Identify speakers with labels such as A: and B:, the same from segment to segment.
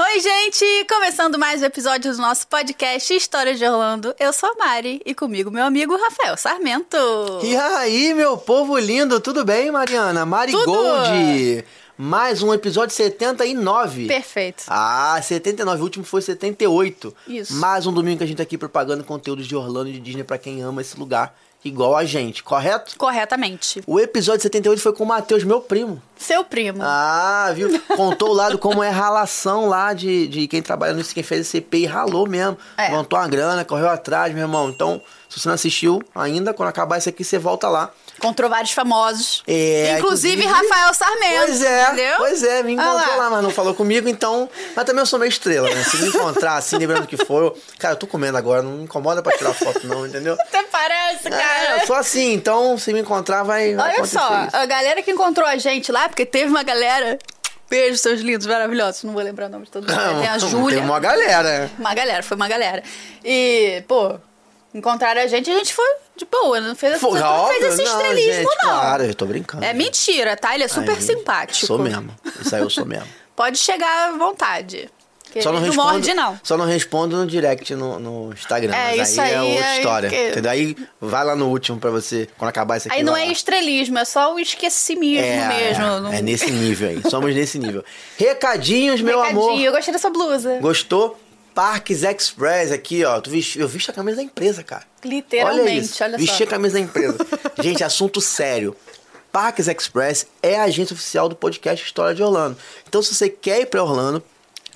A: Oi, gente! Começando mais um episódio do nosso podcast História de Orlando. Eu sou a Mari e comigo meu amigo Rafael Sarmento.
B: E aí, meu povo lindo, tudo bem, Mariana? Mari
A: Tudo!
B: Gold! Mais um episódio 79.
A: Perfeito.
B: Ah, 79, o último foi 78.
A: Isso.
B: Mais um domingo que a gente tá aqui propagando conteúdos de Orlando e de Disney pra quem ama esse lugar, igual a gente, correto?
A: Corretamente.
B: O episódio 78 foi com o Matheus, meu primo.
A: Seu primo.
B: Ah, viu? Contou o lado como é a ralação lá de, de quem trabalha nisso, quem fez esse CP e ralou mesmo.
A: É.
B: Levantou uma grana, correu atrás, meu irmão. Então, se você não assistiu ainda, quando acabar isso aqui, você volta lá.
A: Encontrou vários famosos.
B: É,
A: inclusive, Rafael Sarmento.
B: Pois é,
A: entendeu?
B: pois é, me encontrou
A: Olha
B: lá. mas não falou comigo, então. Mas também eu sou meio estrela, né? Se me encontrar assim, lembrando que for, eu- cara, eu tô comendo agora, não me incomoda pra tirar foto, não, entendeu?
A: Até parece, cara.
B: É, eu sou assim, então se me encontrar vai. vai
A: Olha
B: acontecer
A: só,
B: isso.
A: a galera que encontrou a gente lá, porque teve uma galera. Beijo, seus lindos, maravilhosos. Não vou lembrar o nome de todos. Tem a Júlia.
B: Tem uma galera.
A: Uma galera, foi uma galera. E, pô, encontraram a gente, a gente foi de boa, não fez,
B: Foi,
A: você não fez esse
B: óbvio, não,
A: estrelismo,
B: gente,
A: não.
B: claro, eu tô brincando.
A: É mentira, tá? Ele é super
B: Aí,
A: simpático.
B: Sou mesmo. Isso aí eu sou mesmo.
A: Pode chegar à vontade. Que
B: Só não,
A: ele não
B: respondo,
A: morde, não.
B: só não respondo no direct no, no Instagram.
A: É,
B: mas
A: isso
B: aí, é
A: aí,
B: outra
A: aí
B: história.
A: que-
B: Entendeu? Aí vai lá no último pra você, quando acabar isso aqui.
A: Aí não
B: vai
A: é
B: lá.
A: estrelismo, é só o esquecimismo mesmo.
B: É,
A: não-
B: é nesse nível aí. Somos nesse nível. Recadinhos, meu
A: Recadinho,
B: amor.
A: Eu gostei dessa blusa.
B: Gostou? Parques Express aqui, ó. Tu vesti- eu visto a camisa da empresa, cara.
A: Literalmente,
B: Olha, isso.
A: olha só.
B: Vesti a camisa da empresa. Gente, assunto sério. Parques Express é a agência oficial do podcast História de Orlando. Então, se você quer ir pra Orlando,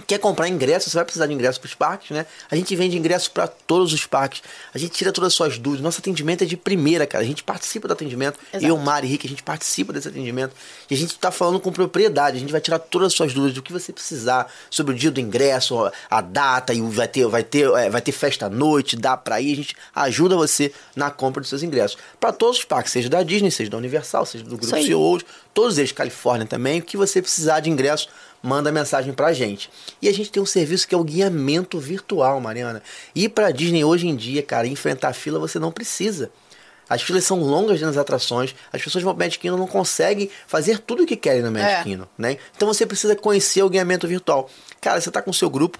B: quer comprar ingresso, você vai precisar de ingresso pros parques, né? A gente vende ingresso pra todos os parques. A gente tira todas as suas dúvidas. Nosso atendimento é de primeira, cara. A gente participa do atendimento.
A: Exato.
B: Eu, Mari e Rick, a gente participa desse atendimento. E a gente tá falando com propriedade. A gente vai tirar todas as suas dúvidas do que você precisar sobre o dia do ingresso, a data, e o- vai ter, vai ter, é, vai ter festa à noite, dá pra ir. A gente ajuda você na compra dos seus ingressos. Pra todos os parques, seja da Disney, seja da Universal, seja do
A: Isso
B: Grupo
A: aí.
B: CEOs, todos eles, Califórnia também. O que você precisar de ingresso, manda mensagem pra gente. E a gente tem um serviço que é o guiamento virtual, Mariana. Ir pra Disney hoje em dia, cara, enfrentar a fila você não precisa. As filas são longas nas atrações, as pessoas vão pro Magic Kingdom não conseguem fazer tudo o que querem no Magic
A: É.
B: Kingdom, né? Então você precisa conhecer o guiamento virtual. Cara, você tá com o seu grupo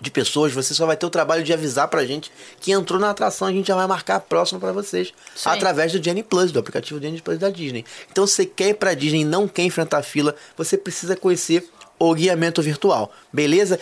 B: de pessoas, você só vai ter o trabalho de avisar pra gente que entrou na atração, a gente já vai marcar a próxima pra vocês,
A: Isso aí.
B: através do Disney Plus, do aplicativo Disney Plus da Disney. Então se você quer ir pra Disney e não quer enfrentar a fila, você precisa conhecer o guiamento virtual, beleza?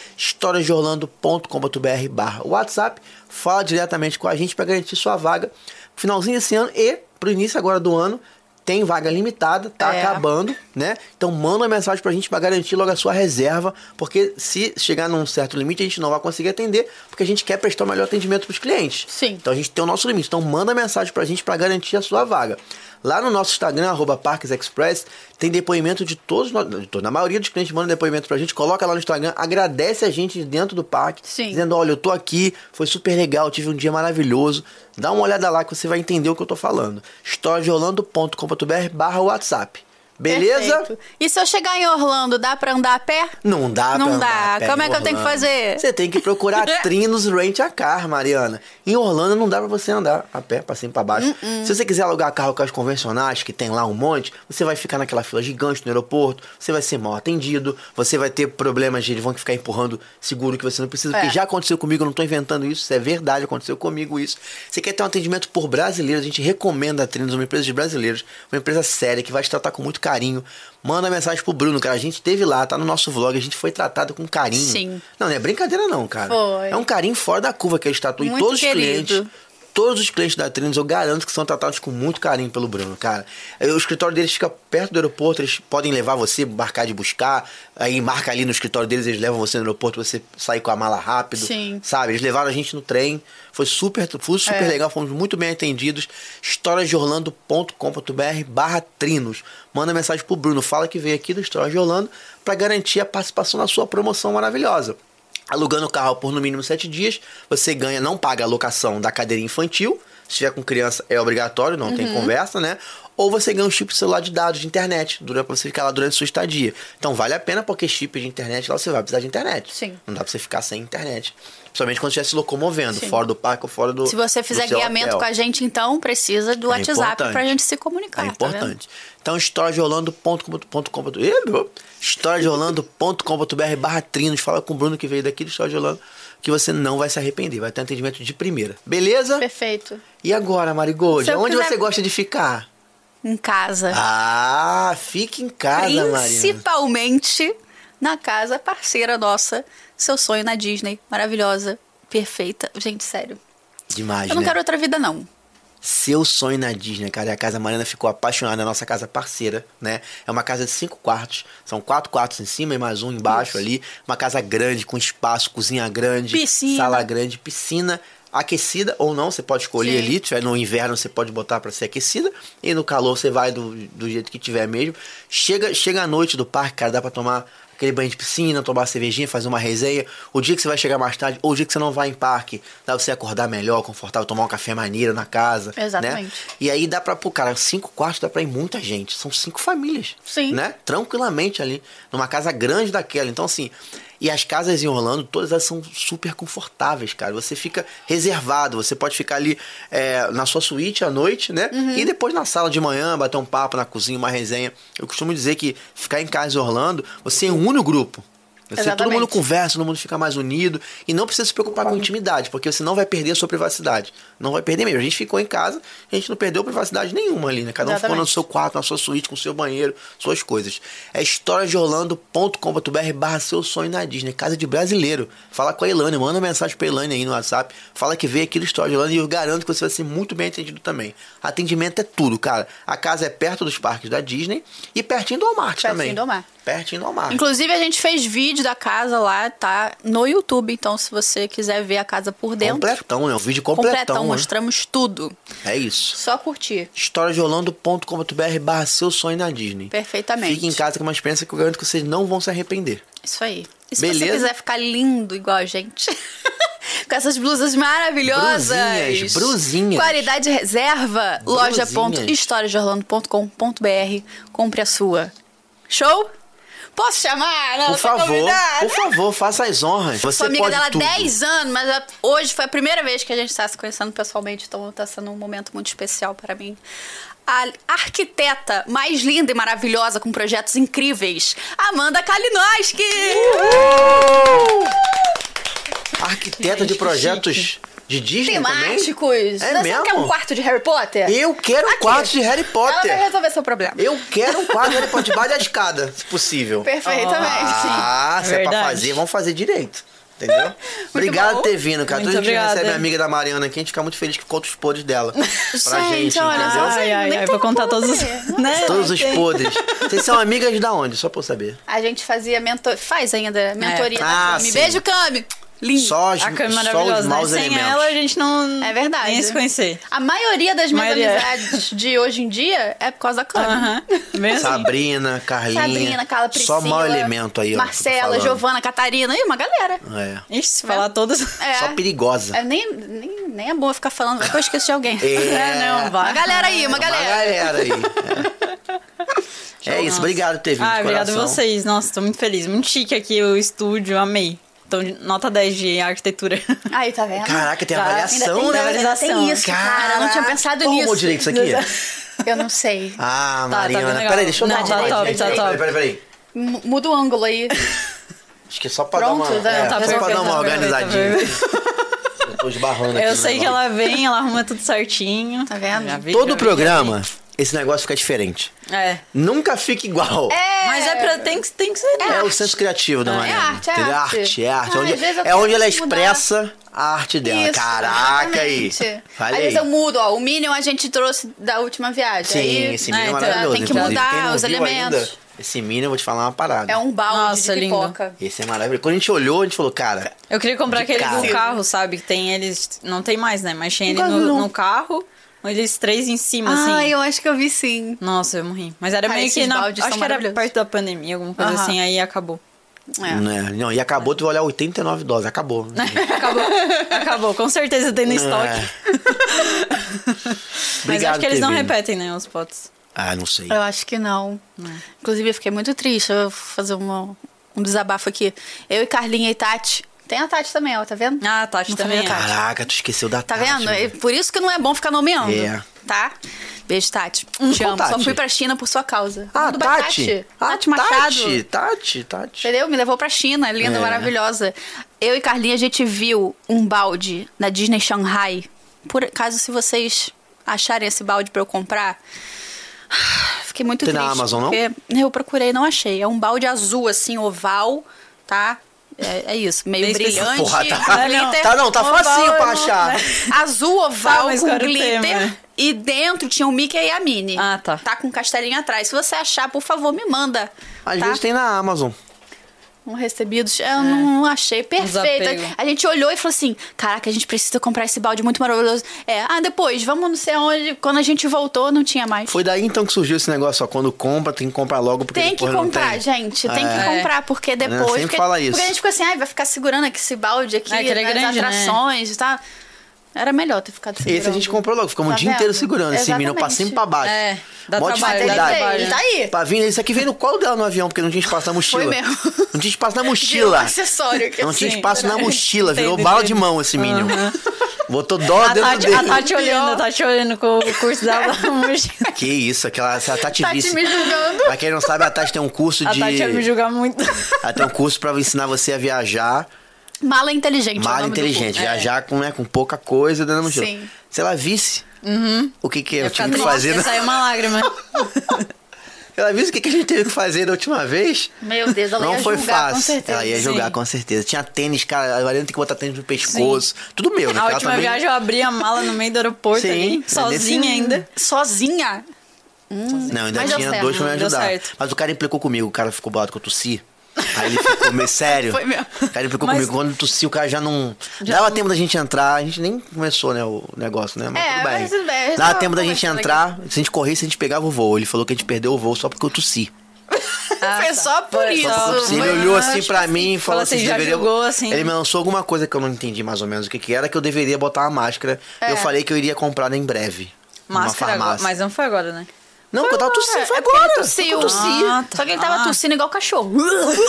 B: historiasdeorlando.com.br barra WhatsApp, fala diretamente com a gente pra garantir sua vaga, finalzinho desse ano e pro início agora do ano, tem vaga limitada, tá
A: É.
B: acabando acabando, né? Então manda uma mensagem pra gente pra garantir logo a sua reserva, porque se chegar num certo limite, a gente não vai conseguir atender, porque a gente quer prestar o melhor atendimento pros clientes.
A: Sim.
B: Então a gente tem o nosso limite. Então manda mensagem pra gente pra garantir a sua vaga. Lá no nosso Instagram, arroba Parques Express, tem depoimento de todos nós. de todos, Na maioria dos clientes manda depoimento pra gente, coloca lá no Instagram, agradece a gente dentro do parque,
A: Sim.
B: dizendo: olha, eu tô aqui, foi super legal, tive um dia maravilhoso. Dá uma olhada lá que você vai entender o que eu tô falando. historiadeorlando.com.br barra WhatsApp. Beleza?
A: Perfeito. E se eu chegar em Orlando, dá pra andar a pé?
B: Não dá pra
A: Não
B: andar
A: dá.
B: a pé
A: Como
B: em
A: é que eu tenho que
B: Orlando.
A: fazer?
B: Você tem que procurar Trinos Rent a Car, Mariana. Em Orlando não dá pra você andar a pé, pra cima e pra baixo.
A: Uh-uh.
B: Se você quiser alugar carro com as convencionais, que tem lá um monte, você vai ficar naquela fila gigante no aeroporto, você vai ser mal atendido, você vai ter problemas de eles vão ficar empurrando seguro que você não precisa,
A: É.
B: porque já aconteceu comigo, eu não tô inventando isso, isso é verdade, aconteceu comigo isso. Você quer ter um atendimento por brasileiros, a gente recomenda a Trinos, uma empresa de brasileiros, uma empresa séria que vai te tratar com muito carinho. Manda mensagem pro Bruno, cara. A gente teve lá, tá no nosso vlog, a gente foi tratado com carinho.
A: Sim.
B: Não, não é brincadeira não, cara.
A: Foi.
B: É um carinho fora da curva que eles tatuam. E
A: Muito
B: todos
A: querido.
B: os clientes, Todos os clientes da Trinos, eu garanto que são tratados com muito carinho pelo Bruno, cara. O escritório deles fica perto do aeroporto, eles podem levar você, marcar de buscar. Aí marca ali no escritório deles, eles levam você no aeroporto, você sai com a mala rápido.
A: Sim.
B: Sabe? Eles levaram a gente no trem. Foi super, foi super
A: É.
B: legal, fomos muito bem atendidos. historiasdeorlando.com.br barra trinos. Manda mensagem pro Bruno, fala que veio aqui do História de Orlando para garantir a participação na sua promoção maravilhosa. Alugando o carro por no mínimo sete dias, você ganha, não paga a locação da cadeira infantil. Se tiver com criança é obrigatório, não tem conversa, né? Ou você ganha um chip celular de dados de internet, dura pra você ficar lá durante a sua estadia. Então vale a pena, porque chip de internet lá você vai precisar de internet.
A: Sim.
B: Não dá pra você ficar sem internet. Principalmente quando você estiver se locomovendo,
A: Sim.
B: fora do parque ou fora do.
A: Se você fizer
B: do seu
A: guiamento
B: hotel.
A: com a gente, então precisa do
B: É
A: WhatsApp
B: importante.
A: pra gente se comunicar.
B: É
A: tá vendo?
B: importante. então, historiadeorlando.com.br Ih, meu. historiadeorlando.com.br barra trinos. Fala com o Bruno que veio daqui do História de Orlando que você não vai se arrepender. Vai ter um atendimento de primeira. Beleza?
A: Perfeito.
B: E agora, Marigold?
A: Se eu
B: Onde
A: quiser-
B: você gosta de ficar?
A: Em casa.
B: Ah, fique em casa, Marina.
A: principalmente na casa parceira nossa, seu sonho na Disney, maravilhosa, perfeita. Gente, sério.
B: Demais,
A: Eu não
B: né?
A: quero outra vida não.
B: Seu sonho na Disney, cara. E a Casa Mariana ficou apaixonada, é a nossa casa parceira, né? É uma casa de cinco quartos. São quatro quartos em cima e mais um embaixo ali. Uma casa grande, com espaço, cozinha grande,
A: Piscina.
B: sala grande, piscina. Aquecida ou não, você pode escolher
A: Sim.
B: ali. Se tiver no inverno, você pode botar pra ser aquecida. E no calor, você vai do, do jeito que tiver mesmo. Chega, chega à noite do parque, cara, dá pra tomar aquele banho de piscina, tomar uma cervejinha, fazer uma resenha. O dia que você vai chegar mais tarde, ou o dia que você não vai em parque, dá pra você acordar melhor, confortável, tomar um café maneiro na casa.
A: Exatamente.
B: né? E aí dá pra, pô, cara, cinco quartos dá pra ir muita gente. São cinco famílias.
A: Sim.
B: Né? Tranquilamente ali, numa casa grande daquela. Então, assim, e as casas em Orlando, todas elas são super confortáveis, cara. Você fica reservado, você pode ficar ali é, na sua suíte à noite, né?
A: Uhum.
B: E depois na sala de manhã, bater um papo na cozinha, uma resenha. Eu costumo dizer que ficar em casa em Orlando, você une o grupo. Você, é todo
A: Exatamente.
B: mundo conversa, todo mundo fica mais unido e não precisa se preocupar com intimidade, porque você não vai perder a sua privacidade. Não vai perder mesmo. A gente ficou em casa, a gente não perdeu privacidade nenhuma ali, né? Cada um ficou no
A: Exatamente.
B: seu quarto, na sua suíte, com o seu banheiro, suas coisas. É historiadeorlando.com.br barra seu sonho na Disney, casa de brasileiro. Fala com a Elane, manda uma mensagem pra Elane aí no WhatsApp, fala que veio aqui do História de Orlando e eu garanto que você vai ser muito bem atendido também. Atendimento é tudo, cara. A casa é perto dos parques da Disney e pertinho do Walmart
A: Pertinho
B: também.
A: do Walmart.
B: Pertinho do Walmart.
A: Inclusive, a gente fez vídeo da casa lá, tá? No YouTube. Então, se você quiser ver a casa por dentro,
B: Completão, é um vídeo
A: completão,
B: completão. né?
A: mostramos tudo.
B: É isso.
A: Só curtir.
B: historiadeorlando.com.br barra seu sonho na Disney.
A: Perfeitamente.
B: Fique em casa com uma experiência que eu garanto que vocês não vão se arrepender.
A: Isso aí. E se você
B: Beleza?
A: quiser ficar lindo igual a gente. Com essas blusas maravilhosas.
B: Brusinhas, brusinhas.
A: Qualidade reserva.
B: Brusinhas.
A: loja.historiadeorlando.com.br. Compre a sua. Show? Posso chamar? Não,
B: Por
A: tô
B: favor,
A: convidada.
B: por favor, faça as honras. Você
A: Sou amiga
B: pode
A: dela há
B: tudo.
A: 10 anos, mas a- hoje foi a primeira vez que a gente está se conhecendo pessoalmente, então está sendo um momento muito especial para mim. A arquiteta mais linda e maravilhosa, com projetos incríveis, Amanda Kalinowski!
B: Uh! Arquiteta
A: Gente,
B: de
A: que
B: projetos de Disney
A: Temáticos!
B: também? É
A: Você
B: mesmo?
A: não quer um quarto de Harry Potter?
B: Eu quero um
A: Aqui.
B: quarto de Harry
A: Ela vai
B: Potter.
A: resolver seu problema.
B: Eu quero um quarto de Harry Potter debaixo da escada, se possível.
A: Perfeitamente.
B: Ah, se é pra
C: Verdade.
B: fazer, vamos fazer direito. Entendeu? obrigado
A: bom.
B: por ter vindo, cara.
C: Muito
B: Toda vez que a gente
C: obrigada.
B: recebe a amiga da Mariana aqui, a gente fica muito feliz que conta os podres dela. Pra
A: Gente,
B: gente,
A: olha,
B: entendeu?
A: vocês-
C: então, Ai, ai,
A: Nem é, tem
C: ai, vou contar
A: como
C: todos os.
A: ver.
C: Né?
B: Todos os
C: Tem-
B: podres. Vocês são amigas da onde? Só pra eu saber.
A: A gente fazia mentor... Faz ainda, mentoria
B: Ah,
A: da Cami.
B: sim.
A: Beijo, Cami! Lindo!
B: Só, as,
C: A Cami é
B: só os
C: maravilhosa, né?
B: maus
C: Sem
B: elementos.
C: ela a gente não.
A: É verdade.
C: Nem se conhecer.
A: A maioria das minhas
C: Maioria.
A: amizades de hoje em dia é por causa da Cami.
C: Aham. Mesmo?
B: Sabrina, Carlinha.
A: Sabrina, Carla, Priscila.
B: Só mau elemento aí. ó, que
A: Marcela,
B: eu tô falando.
A: Giovana, Catarina. Ih, uma galera.
B: É.
C: Ixi, se falar todos.
A: É.
B: Só perigosa.
A: É, nem, nem, nem é bom eu ficar falando, vai que eu esqueço de alguém.
B: É,
C: não, vai.
A: Uma galera aí, uma
B: Uma galera,
A: galera.
B: aí. É, É isso,
C: Nossa.
B: obrigado por ter vindo.
C: Ah,
B: de
C: obrigado a
B: coração.
C: vocês. Nossa, tô muito feliz. Muito chique aqui o estúdio, amei. Então, de- nota 10 de arquitetura.
A: Aí, tá vendo?
B: Caraca, tem avaliação,
A: ainda tem,
B: né?
A: Ainda tem isso, cara. Eu não tinha
B: Caraca,
A: pensado
B: qual
A: nisso.
B: o direito isso aqui?
A: Eu não sei.
B: Ah, Mariana.
C: Tá, bem legal.
B: peraí, deixa eu dar
C: Não,
B: uma
C: tá
B: olhada.
C: top,
B: Peraí,
C: tá
B: peraí,
C: top.
B: Peraí, peraí.
A: M- Muda o ângulo aí.
B: Acho que é só pra
A: Pronto,
B: dar uma,
A: tá-
B: é,
A: tá
B: só pra
A: perfeito,
B: dar uma
C: tá perfeito, tá
B: organizadinha. Eu tô esbarrando Tá aqui.
C: Eu
B: no
C: sei que
B: negócio.
C: ela vem, ela arruma tudo certinho.
A: Tá vendo?
C: Já vi,
B: Todo
C: já vi, já vi.
B: programa esse negócio fica diferente.
C: É.
B: Nunca fica igual.
C: Mas é pra. Tem que, tem que ser.
B: É, o
A: arte.
B: senso criativo da
A: É
B: Mariana.
A: arte, é
B: entendeu?
A: arte.
B: é arte. É
A: Ah,
B: onde,
A: às vezes eu
B: é onde
A: quero
B: ela
A: mudar.
B: expressa a arte dela.
A: Isso,
B: Caraca aí.
A: exatamente.
B: Fale
A: Às
B: aí.
A: vezes eu mudo, ó. O Minion a gente trouxe da última viagem.
B: Sim,
A: Aí,
B: esse
A: né,
B: Minion é
A: então,
B: maravilhoso.
A: Tem que
B: inclusive. Quem
A: mudar
B: não
A: os
B: viu
A: elementos.
B: ainda, esse Minion, eu vou te falar uma parada.
A: É um balde
C: Nossa,
A: de
C: lindo.
A: pipoca.
B: Esse é maravilhoso. Quando a gente olhou, a gente falou, cara,
C: Eu queria comprar
B: De
C: aquele
B: carro.
C: do carro, sabe? Que tem eles. Não tem mais, né? Mas tinha ele
B: Nunca vi,
C: no,
B: não.
C: no carro, eles três em cima,
A: Ah,
C: assim.
A: eu acho que eu vi sim.
C: Nossa, eu morri. Mas era
A: Cara,
C: meio que.
A: esses
C: Na,
A: baldes
C: acho
A: são
C: que era
A: maravilhosos.
C: perto da pandemia, alguma coisa
A: Aham.
C: assim, aí acabou.
A: É.
B: né? Não, e acabou, tu vai olhar 89 doses. Acabou.
C: Acabou. acabou. Com certeza tem no estoque. Mas
B: É. Obrigado
C: acho que eles
B: por ter
C: não
B: vindo.
C: repetem, né? Os potes.
B: Ah, não sei.
A: Eu acho que não. Inclusive, eu fiquei muito triste. Eu vou fazer uma- um desabafo aqui. Eu e Carlinha e Tati. Tem a Tati também, ó, tá vendo?
C: Ah, a Tati
A: Não
C: também.
A: falei a
C: é.
A: Tati.
B: Caraca, tu esqueceu da
A: Tá
B: Tati,
A: vendo?
B: mano.
A: É por isso que não é bom ficar nomeando.
B: É.
A: Tá? Beijo, Tati. Te
B: Qual
A: amo. Só
B: Tati?
A: fui pra China por sua causa.
B: Ah,
A: Mundo by
B: Tati. Ah,
A: Tati Machado.
B: Tati, Tati, Tati.
A: Entendeu? Me levou pra China, linda,
B: É.
A: maravilhosa. Eu e Carlinha, a gente viu um balde na Disney Shanghai. Por acaso, se vocês acharem esse balde pra eu comprar. Fiquei muito
B: Tem na
A: triste.
B: Amazon, não?
A: porque Eu procurei, não achei. É um balde azul, assim, oval, tá? É, é isso, meio
C: Bem específico.
A: brilhante.
B: Porra, tá-
A: com glitter.
B: tá não, tá
A: Oval,
B: facinho pra
A: eu não-
B: achar.
A: Azul
C: Tá,
A: oval
C: mas
A: com
C: qual era o
A: glitter.
C: tema? né?
A: E dentro tinha o Mickey e a Minnie.
C: Ah, tá.
A: Tá com um castelinho atrás. Se você achar, por favor, me manda.
B: Às
A: tá?
B: vezes tem na Amazon.
A: Um recebido. Eu
B: É.
A: não achei perfeito.
C: Desapego.
A: A gente olhou e falou assim: caraca, a gente precisa comprar esse balde muito maravilhoso. É, ah, depois, vamos não sei onde. Quando a gente voltou, não tinha mais.
B: Foi daí então que surgiu esse negócio, ó. Quando compra, tem que comprar logo, porque
A: Tem que
B: depois não
A: comprar,
B: tem.
A: gente. Tem
B: É.
A: que comprar, porque
B: Mariana
A: depois.
B: sempre
A: porque,
B: fala isso.
A: porque a gente ficou assim, ai, vai ficar segurando aqui esse balde aqui,
C: É, que ele é
A: nas
C: grande, né?
A: atrações e tal. Era melhor ter ficado segurando.
B: Esse a gente comprou logo, ficamos o
A: Tá
B: dia inteiro
A: vendo?
B: segurando esse menino pra cima e pra baixo.
C: É, dá
B: Mó
C: trabalho, dá
B: dificuldade.
C: trabalho.
A: Ele tá aí.
B: Pra vir, isso aqui veio no colo dela no avião, porque não tinha espaço na mochila.
A: mesmo.
B: Não tinha espaço na
A: Virou um
B: mochila.
A: acessório aqui,
B: Não tinha
A: assim.
B: espaço na mochila, virou
C: Entendi,
B: bala de
C: entendi.
B: mão esse Minion. Botou dólar
C: A
B: dentro
C: Tati,
B: dele.
C: a Tati olhando, a Tati olhando com o curso dela da mochila.
B: Que isso, aquela essa Tati
A: Tá
B: Vice.
A: te me julgando.
B: Pra quem não sabe, a Tati tem um curso
C: A
B: de.
C: Tati ia me julgar muito.
B: Ela tem um curso pra ensinar você a viajar
A: Mala inteligente. é o
B: mal
A: nome do curso.
B: inteligente.
C: curso.
B: Viajar com, né, com pouca coisa dentro da mochila.
A: Sim.
B: Se ela visse o que, que
C: Ia
B: eu
C: ficar
B: tive que
C: triste,
B: fazer.
C: ia
B: na-
C: sair uma lágrima.
B: Ela visse o que, que a gente teve que fazer da última vez.
A: Meu Deus, ela
B: não
A: ia
B: foi
A: julgar,
B: fácil. é
A: com certeza.
B: Ela ia
C: Sim.
B: jogar, com certeza. Tinha tênis, cara. A Mariana tem que botar tênis no pescoço. Tudo meu, né? Porque
C: A
B: ela
C: última
B: também-
C: viagem eu abri a mala no meio do aeroporto
B: Sim, é
C: ali,
B: nesse
C: sozinha
B: nível.
C: ainda.
A: Sozinha?
B: Não, ainda
A: Mas deu
B: tinha
A: certo,
B: dois pra me
C: deu
B: ajudar.
C: certo.
B: Mas o cara implicou comigo, o cara ficou bolado que eu tossi. Aí ele ficou meio sério.
A: Foi mesmo.
B: O cara implicou
C: Mas-
B: comigo. Quando eu tossi, o cara já não. Dava tempo da gente entrar. A gente nem começou, né, o negócio, né? Mas
A: É,
B: tudo bem.
A: mas tudo bem,
B: Dava
A: tá
B: tempo da gente
A: conversando
B: entrar. Se a gente corresse, a gente pegava o voo. Ele falou que a gente perdeu o voo só porque eu tossi.
C: Ah,
A: foi
C: tá.
A: só por
C: Foi
A: isso.
C: só por
B: Sim, ele
C: Foi,
B: olhou
C: eu
B: assim
C: acho
B: pra
C: que
B: mim e falou assim:
C: já
B: deveria...
C: jogou assim.
B: Ele me lançou alguma coisa que eu não entendi mais ou menos o que, que era, que eu deveria botar uma máscara. Eu falei que eu iria comprar em breve. numa
C: Máscara agora,
B: farmácia.
C: mas não foi agora, né?
B: Não, porque eu tava tossindo, foi
A: É porque ele
B: agora.
A: Tossiu.
C: Ah, tá.
A: Só que ele tava tossindo igual cachorro.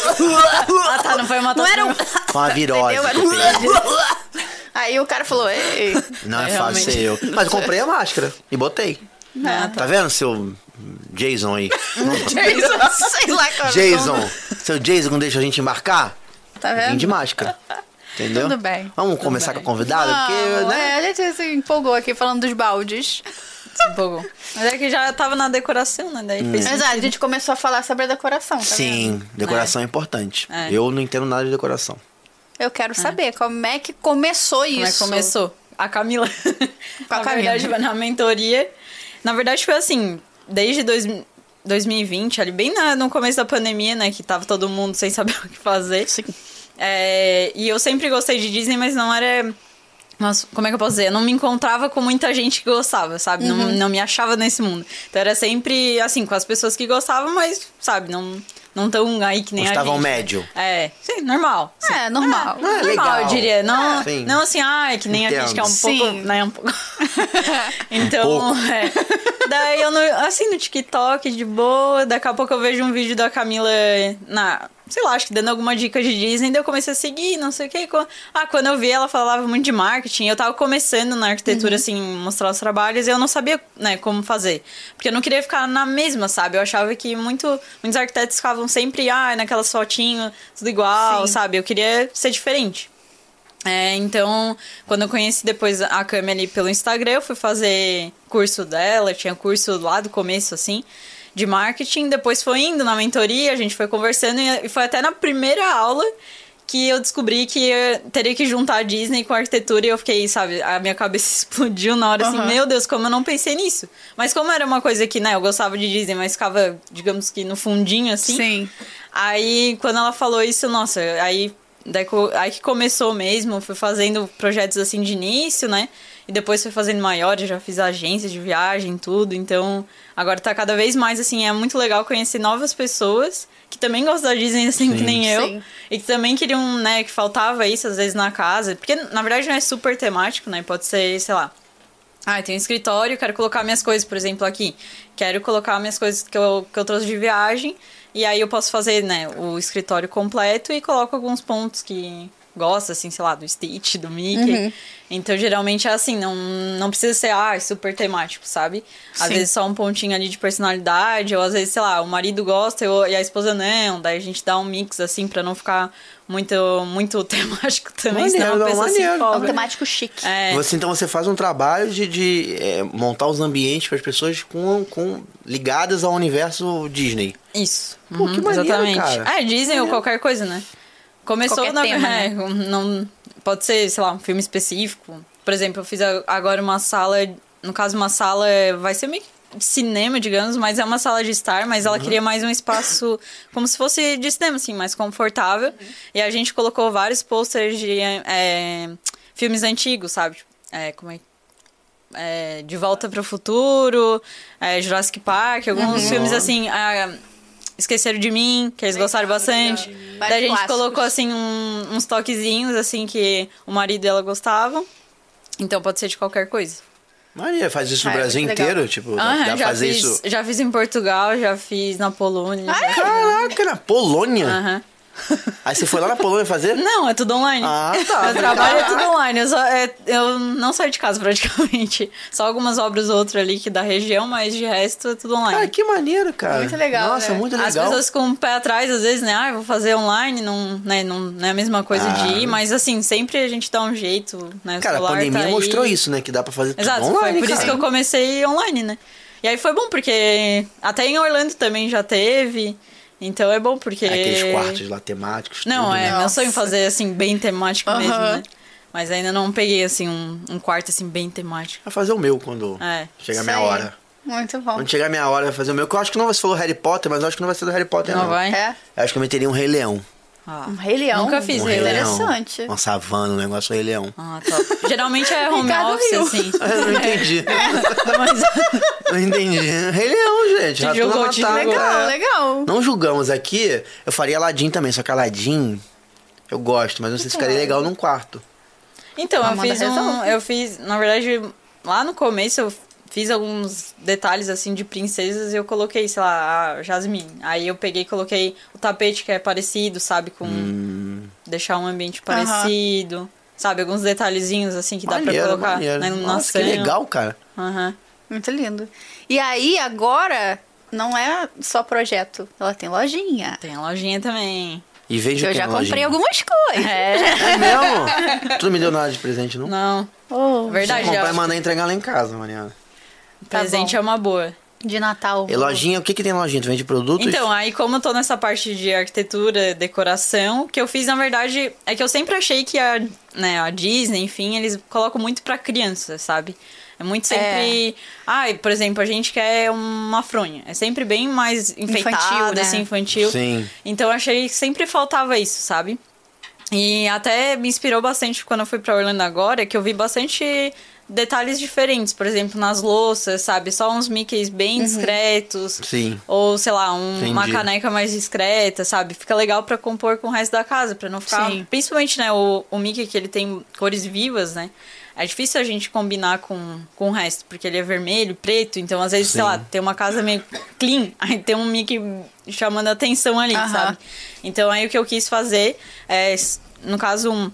C: Ah, tá, não foi uma
A: Não era um.
B: Foi uma virose.
A: Entendeu? Era
B: que eu peguei.
A: um... Aí o cara falou: Ei,
B: Não é,
C: É,
B: fácil ser eu. Mas eu comprei a máscara e botei.
C: Ah,
B: Tá vendo, seu Jason aí?
A: Hum. Jason, sei lá qual é o
B: Jason,
A: nome.
B: seu Jason não deixa a gente embarcar?
A: Tá
B: Vim
A: vendo?
B: de máscara. Entendeu?
A: Tudo bem.
B: Vamos começar
C: bem.
B: com a convidada? Porque,
A: Não,
B: né?
A: é, a gente se empolgou aqui falando dos baldes.
C: um pouco. Mas é que já tava na decoração, né? Daí fez
A: Mas ah, a gente começou a falar sobre a decoração, tá vendo?
B: Sim, decoração é, importante.
C: É.
B: Eu não entendo nada de decoração.
A: Eu quero saber como é que começou
C: Como é que
A: isso.
C: começou? A Camila.
A: Com a
C: na
A: Camila.
C: verdade, na mentoria. Na verdade, foi assim, desde dois, 2020, ali bem na- no começo da pandemia, né? Que tava todo mundo sem saber o que fazer. Sim. e eu sempre gostei de Disney, mas não era. Nossa, como é que eu posso dizer? Eu não me encontrava com muita gente que gostava, sabe?
A: Uhum.
C: Não, não me achava nesse mundo. Então era sempre, assim, com as pessoas que gostavam, mas, sabe, não, não tão aí que nem
B: Gostavam
C: a gente.
B: médio.
C: É, sim, normal. sim.
A: É, normal.
B: Ah,
C: Normal,
B: legal.
C: eu diria. Não,
B: É. Sim.
C: não assim, ah, é que nem a gente que é um
B: Entendo.
C: pouco.
A: Sim.
C: Né, um pouco. então,
B: pouco.
C: é. Daí eu, no- assim, no TikTok, de boa, daqui a pouco eu vejo um vídeo da Camila na. Sei lá, acho que dando alguma dica de Disney, daí eu comecei a seguir, não sei o que. Ah, quando eu vi, ela falava muito de marketing. Eu tava começando na arquitetura, assim, mostrar os trabalhos, e eu não sabia, né, como fazer. Porque eu não queria ficar na mesma, sabe? Eu achava que muito, muitos arquitetos ficavam sempre, ah, naquelas fotinhas, tudo igual,
A: Sim.
C: sabe? Eu queria ser diferente. É, então, quando eu conheci depois a Cami ali pelo Instagram, eu fui fazer curso dela, tinha curso lá do começo, assim, de marketing. Depois foi indo na mentoria, a gente foi conversando e e foi até na primeira aula que eu descobri que eu teria que juntar a Disney com a arquitetura e eu fiquei, sabe, a minha cabeça explodiu na hora, assim, meu Deus, como eu não pensei nisso. Mas como era uma coisa que, né, eu gostava de Disney, mas ficava, digamos que no fundinho, assim.
A: Sim.
C: Aí, quando ela falou isso, nossa, aí, daí co- aí que começou mesmo, fui fazendo projetos assim de início, né? E depois fui fazendo maior, eu já fiz agência de viagem, tudo. Então, agora tá cada vez mais assim, é muito legal conhecer novas pessoas que também gostam da Disney assim que nem eu.
A: Sim.
C: E que também queriam, né, que faltava isso às vezes na casa. Porque, na verdade, não é super temático, né? Pode ser, sei lá, ah, tem um escritório, quero colocar minhas coisas, por exemplo, aqui. Quero colocar minhas coisas que eu, que eu trouxe de viagem. E aí eu posso fazer, né, o escritório completo e coloco alguns pontos que gosta, assim, sei lá, do Stitch, do Mickey.
B: Uhum.
C: Então, geralmente é assim, não, não precisa ser, ah, super temático, sabe? Às
A: Sim.
C: vezes só um pontinho ali de personalidade, ou às vezes, sei lá, o marido gosta eu- e a esposa não. Daí a gente dá um mix, assim, pra não ficar muito, muito temático também,
B: Maneiro,
C: senão a
B: não,
C: pessoa se
A: É
B: maneiro.
A: um
C: empolga.
A: temático chique.
C: É,
B: Você, então você faz um trabalho de, de, é, montar os ambientes para as pessoas com, com, ligadas ao universo Disney.
C: Isso. Uhum,
B: Pô, que maneiro,
C: exatamente.
B: cara.
C: É, Disney ou qualquer coisa, né? Começou
A: Qualquer
C: na
A: tema, né?
C: é, não Pode ser, sei lá, um filme específico. Por exemplo, eu fiz a- agora uma sala. No caso, uma sala. Vai ser meio que de cinema, digamos, mas é uma sala de estar, mas
B: Uhum.
C: ela queria mais um espaço como se fosse de cinema, assim, mais confortável.
B: Uhum.
C: E a gente colocou vários posters de é, filmes antigos, sabe? É, como é que é, De Volta para o Futuro, é, Jurassic Park, alguns filmes assim. ah, Esqueceram de Mim, que eles gostaram bastante.
A: legal.
C: Daí a gente
A: Clássicos.
C: colocou assim um- uns toquezinhos assim que o marido dela gostava. Então pode ser de qualquer coisa.
B: Maneiro, faz isso no
A: Ah, é
B: Brasil
A: muito legal.
B: inteiro, tipo, dá-
C: Aham,
B: dá pra
C: já,
B: fazer
C: fiz,
B: isso.
C: já fiz em Portugal, já fiz na Polônia. já-
B: Ah, Caraca, na Polônia?
C: Aham.
B: Aí você foi lá na Polônia fazer?
C: Não, é tudo online.
B: Ah, tá.
C: Meu trabalho é tudo online. Eu, só- é- eu não saio de casa praticamente. Só algumas obras ou outras ali que da região, mas de resto é tudo online.
B: Cara, que maneiro, cara.
A: Muito legal,
B: Nossa,
A: né?
B: muito
C: As
B: legal.
C: pessoas ficam um pé atrás, às vezes, né? Ah, eu vou fazer online, não, né? não, não é a mesma coisa
B: Ah.
C: de ir, mas assim, sempre a gente dá um jeito, né? O
B: Cara, a
C: celular
B: pandemia
C: tá aí.
B: mostrou isso, né? Que dá pra fazer tudo
C: Exato,
B: online,
C: foi por isso
B: cara.
C: que eu comecei online, né? E aí foi bom, porque até em Orlando também já teve, então é bom porque...
B: É, Aqueles quartos lá temáticos.
C: Não,
B: tudo,
C: é
B: né?
C: meu
A: Nossa.
C: sonho fazer, assim, bem temático mesmo,
A: Aham.
C: né? Mas ainda não peguei, assim, um, um quarto, assim, bem temático.
B: Vai fazer o meu quando
C: É.
B: chegar a
A: Isso
B: minha
A: aí.
B: hora.
A: Muito bom.
B: Quando chegar a minha hora, vai fazer o meu. Que eu acho que não vai ser o Harry Potter, mas eu acho que não vai ser do Harry Potter, não.
C: Não vai?
A: É.
B: Eu acho que eu meteria um Rei Leão.
C: Ah.
A: Um Rei Leão.
C: Nunca fiz
B: Um
C: Rei Leão.
A: Interessante.
B: Uma savana, um negócio Rei Leão.
C: Ah, top. Geralmente é home
A: Ricardo
C: office,
A: riu.
C: assim.
B: Eu não entendi. não entendi. Rei Leão, gente. Tá Ratuna
C: julgou, te
B: Matata,
A: Legal,
B: é.
C: né,
A: legal.
B: Não julgamos aqui. Eu faria Aladdin também, só que Aladdin eu gosto, mas não sei se ficaria legal num quarto.
C: Então, eu
A: Amanda
C: fiz um.
A: resolve.
C: Eu fiz. Na verdade, lá no começo eu fiz alguns detalhes assim de princesas e eu coloquei, sei lá, a Jasmine. Aí eu peguei e coloquei o tapete que é parecido, sabe? Com.
B: Hum.
C: Deixar um ambiente
A: Aham.
C: parecido. Sabe? Alguns detalhezinhos assim que dá
B: Maneiro,
C: pra colocar
B: maneiro.
C: na iluminação.
B: Nossa, que legal, cara.
C: Aham.
A: Muito lindo. E aí, agora, não é só projeto. Ela tem lojinha.
C: Tem a lojinha também.
B: E vejo
A: Eu
B: que
A: já
B: é
A: comprei
B: nojinho.
A: algumas coisas.
B: É mesmo? tu não me deu nada de presente, não?
C: Não.
A: Oh,
C: Verdade,
B: Vou comprar
C: já-
B: e mandar entregar lá em casa, Mariana.
A: Tá
C: presente
A: bom.
C: é uma boa.
A: de Natal.
B: E É lojinha, o que que tem lojinha? Tu vende produtos?
C: Então, aí como eu tô nessa parte de arquitetura, decoração, o que eu fiz, na verdade, é que eu sempre achei que a, né, a Disney, enfim, eles colocam muito pra criança, sabe? É muito sempre... Ai, por exemplo, a gente quer uma fronha. É sempre bem mais enfeitada,
A: né?
C: assim, infantil.
B: Sim.
C: Então, eu achei que sempre faltava isso, sabe? E até me inspirou bastante quando eu fui pra Orlando agora, que eu vi bastante detalhes diferentes. Por exemplo, nas louças, sabe? Só uns Mickeys bem discretos.
B: Sim.
C: Ou, sei lá, um-
B: Entendi.
C: uma caneca mais discreta, sabe? Fica legal pra compor com o resto da casa, pra não ficar.
A: Sim.
C: Principalmente, né, o, o Mickey, que ele tem cores vivas, né? É difícil a gente combinar com, com o resto, porque ele é vermelho, preto, então às vezes, sei
B: Sim.
C: lá, tem uma casa meio clean, aí tem um Mickey chamando a atenção ali,
A: Aham.
C: sabe? Então aí o que eu quis fazer é, s- no caso, um,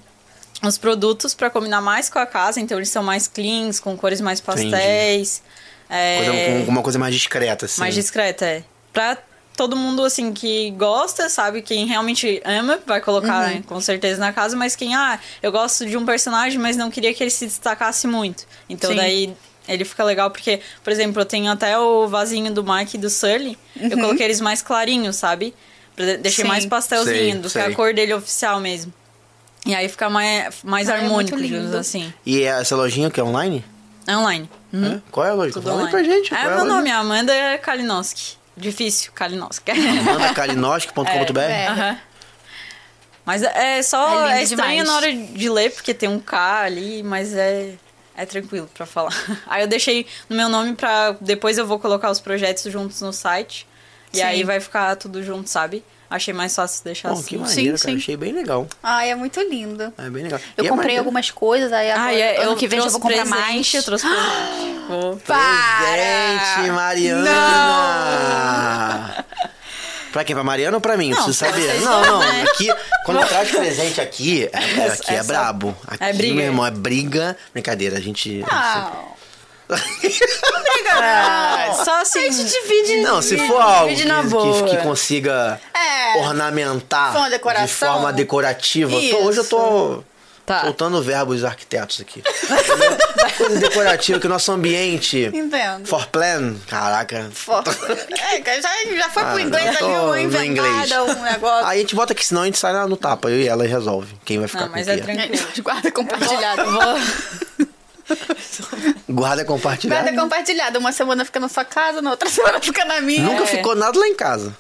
C: os produtos pra combinar mais com a casa, então eles são mais cleans, com cores mais pastéis. É,
B: Coisa, um- uma coisa mais discreta, assim.
C: mais discreta, é. Pra todo mundo, assim, que gosta, sabe? Quem realmente ama, vai colocar
A: Uhum.
C: né, com certeza na casa, mas quem, ah, eu gosto de um personagem, mas não queria que ele se destacasse muito. Então
A: Sim.
C: daí ele fica legal, porque, por exemplo, eu tenho até o vasinho do Mike e do Sully, eu coloquei eles mais clarinhos, sabe? Pra- Deixei
A: Uhum. Sim.
C: mais pastelzinho,
B: Sei,
C: do que a
B: sei.
C: cor dele oficial mesmo. E aí fica mais, mais
A: Ah, é muito
C: harmônico, digamos
A: lindo.
C: assim.
B: E essa lojinha que é online?
C: É online. Uhum.
B: É? Qual é a loja?
C: Tudo
B: Fala aí pra
C: online.
B: gente.
C: É,
B: qual a
C: meu
B: loja?
C: nome é Amanda Kalinowski. Difícil, Kalinowski.
B: Manda kalinoski.com.br.
A: É, é.
C: Aham. Mas é só.
A: É lindo
C: É, estranho
A: demais.
C: na hora de ler, porque tem um K ali, mas é. É tranquilo pra falar. Aí eu deixei no meu nome pra. Depois eu vou colocar os projetos juntos no site. E
A: Sim.
C: aí vai ficar tudo junto, sabe? Achei mais fácil deixar
B: Bom, que
C: assim.
B: maneiro,
A: Sim,
B: cara.
A: sim.
B: Achei bem legal.
A: Ai, é muito lindo.
B: É bem legal.
A: Eu
B: E é
A: comprei
B: maneiro.
A: algumas coisas, aí agora,
C: e é-
A: ano que vem eu já vou
C: trouxe
A: comprar
C: presente,
A: mais.
C: Eu trouxe presente. Vou-
B: Presente,
A: Para!
B: Mariana! Pra quem? Pra Mariana ou pra mim? Eu
C: Não,
B: preciso
C: pra
B: saber.
C: vocês
B: Não, não.
C: também, né?
B: Aqui, quando traz presente aqui, é, é- aqui é,
C: é só-
B: brabo. Aqui,
C: é briga.
B: meu irmão, é briga. Brincadeira, a gente.
A: Não.
C: Só assim.
A: A gente divide.
B: Não, se for algo que,
A: divide na boa.
B: que, que consiga
A: É.
B: ornamentar
A: For uma decoração.
B: de forma decorativa. Eu tô- hoje eu tô
C: Tá.
B: soltando verbos arquitetos aqui. Entendeu? Coisa decorativa, que o nosso ambiente.
A: Entendo.
B: For plan, caraca.
A: Foto. É, cara, já, já foi pro
B: Ah,
A: inglês
B: eu
A: ali,
B: tô
A: uma
B: no inglês.
A: inventada, um negócio.
B: Aí a gente bota aqui, senão a gente sai lá no tapa. Eu e ela resolve quem vai ficar
C: Não,
B: com
C: mas
B: o
C: é
B: quê.
C: tranquilo.
A: Guarda compartilhada.
C: Eu vou-
B: Guarda é compartilhada.
C: é
A: Guarda compartilhada. Uma semana fica na sua casa, na outra semana fica na minha.
B: Nunca
C: É.
B: ficou nada lá em casa.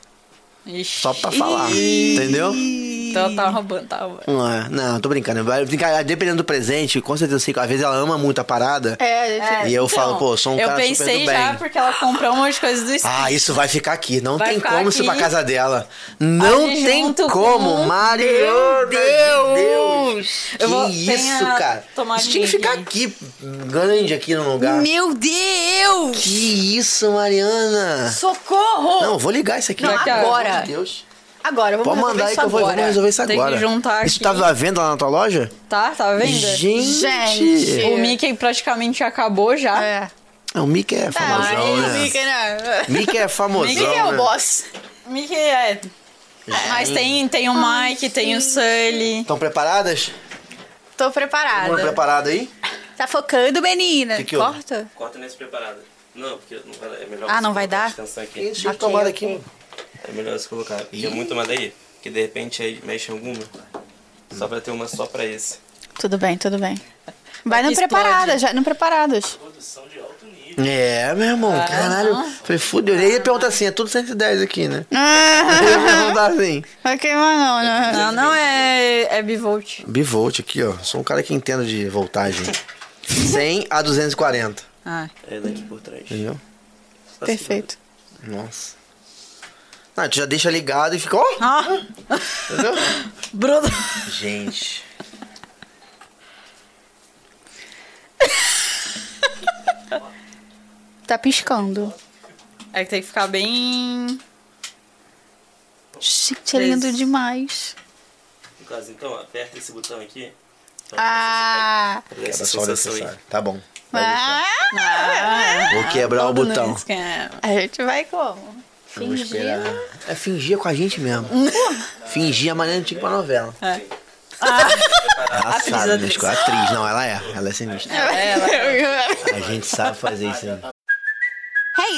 C: Ixi.
B: Só pra falar. Entendeu?
C: Então tá roubando, tá roubando.
B: Não, é. não, tô brincando. Vai brincar, Dependendo do presente, com certeza eu sei que às vezes ela ama muito a parada.
A: É, gente.
B: E eu
C: Então,
B: falo, pô, sou um
C: eu
B: cara super
C: pensei
B: do
C: já
B: bem.
C: porque ela comprou um monte de coisas do Steam.
B: Ah, isso vai ficar aqui. Não
C: Vai
B: tem
C: ficar
B: como se ir pra
C: aqui.
B: casa dela. Não
C: Ali
B: tem
C: junto
B: como,
C: com- um
B: Mario.
C: Meu
B: Deus! Que
C: Eu vou- tem
B: isso,
C: a
B: cara?
C: tomadinha
B: Isso tinha que ficar aqui, grande aqui no lugar.
A: Meu Deus!
B: Que isso, Mariana?
A: Socorro!
B: Não, vou ligar isso aqui.
A: Não,
B: Pelo
A: agora.
B: amor de Deus.
A: Agora, vamos
B: Pode
A: resolver
B: mandar aí
A: isso
B: que eu vou,
A: agora.
B: vamos resolver isso
C: Tem que
B: agora.
C: juntar
B: isso
C: aqui.
B: tava à venda lá na tua loja?
C: Tá, tá vendo?
A: Gente.
B: Gente.
C: O Mickey praticamente acabou já.
A: É. Tá,
B: Não, o Mickey é famosão,
A: Aí,
B: né?
A: Mickey, né?
B: Mickey é famosão,
A: Mickey é o
B: né?
A: boss.
C: Mickey é. Mas tem, tem o Mike, tem o Sully.
B: Estão preparadas?
A: Tô
B: Estão
A: preparada.
B: preparadas aí?
A: Tá focando, menina.
B: Que que houve?
A: Corta?
D: Corta nesse preparado. Não, porque não vai, é melhor
A: Ah,
D: você
A: não vai
D: colocar
A: dar?
D: a extensão aqui.
B: Eles tinham
A: Aqui,
B: tomado
A: aqui.
B: aqui.
D: É melhor você colocar. Porque é muito mais daí. Que de repente aí mexe alguma. Só vai ter uma só pra esse.
A: Tudo bem, tudo bem. Vai no
C: Explode.
A: preparada, já no preparados.
D: Produção de alto nível.
B: É, meu irmão,
A: Tá.
B: caralho. Falei, fudeu. E aí ele pergunta assim, é tudo 110 aqui, né?
A: Ah,
B: Ele pergunta assim.
A: vai queimar não, né?
C: Não, não é, é bivolt.
B: Bivolt aqui, ó. Sou um cara que entendo de voltagem. 100 a 240,
C: Ah,
D: É daqui por trás.
B: entendeu?
D: Tá
A: Perfeito.
B: Nossa. Não, tu já deixa ligado e fica, ó,
C: ah
B: entendeu?
C: Bruno.
B: Gente.
A: Tá piscando.
C: É que tem que ficar bem.
A: Gente, é lindo
C: Três.
A: demais.
D: segurando. No caso, então, aperta esse botão aqui. pra
A: Ah,
D: você pegar
B: Era
D: essa
B: só
D: sensação aí.
B: necessário. Tá bom.
A: ah
C: Ah,
B: Vou quebrar o
C: todo
B: botão.
C: nesse que é.
A: a gente vai como?
B: Vou esperar.
A: Fingindo.
B: É fingir com a gente mesmo. fingir é a maneira antiga pra novela. Ah. Ela sabe, né?
C: atriz.
B: atriz. atriz. Não, ela é. Ela é sinistra.
A: É,
B: A gente sabe fazer isso aí.
E: Hey,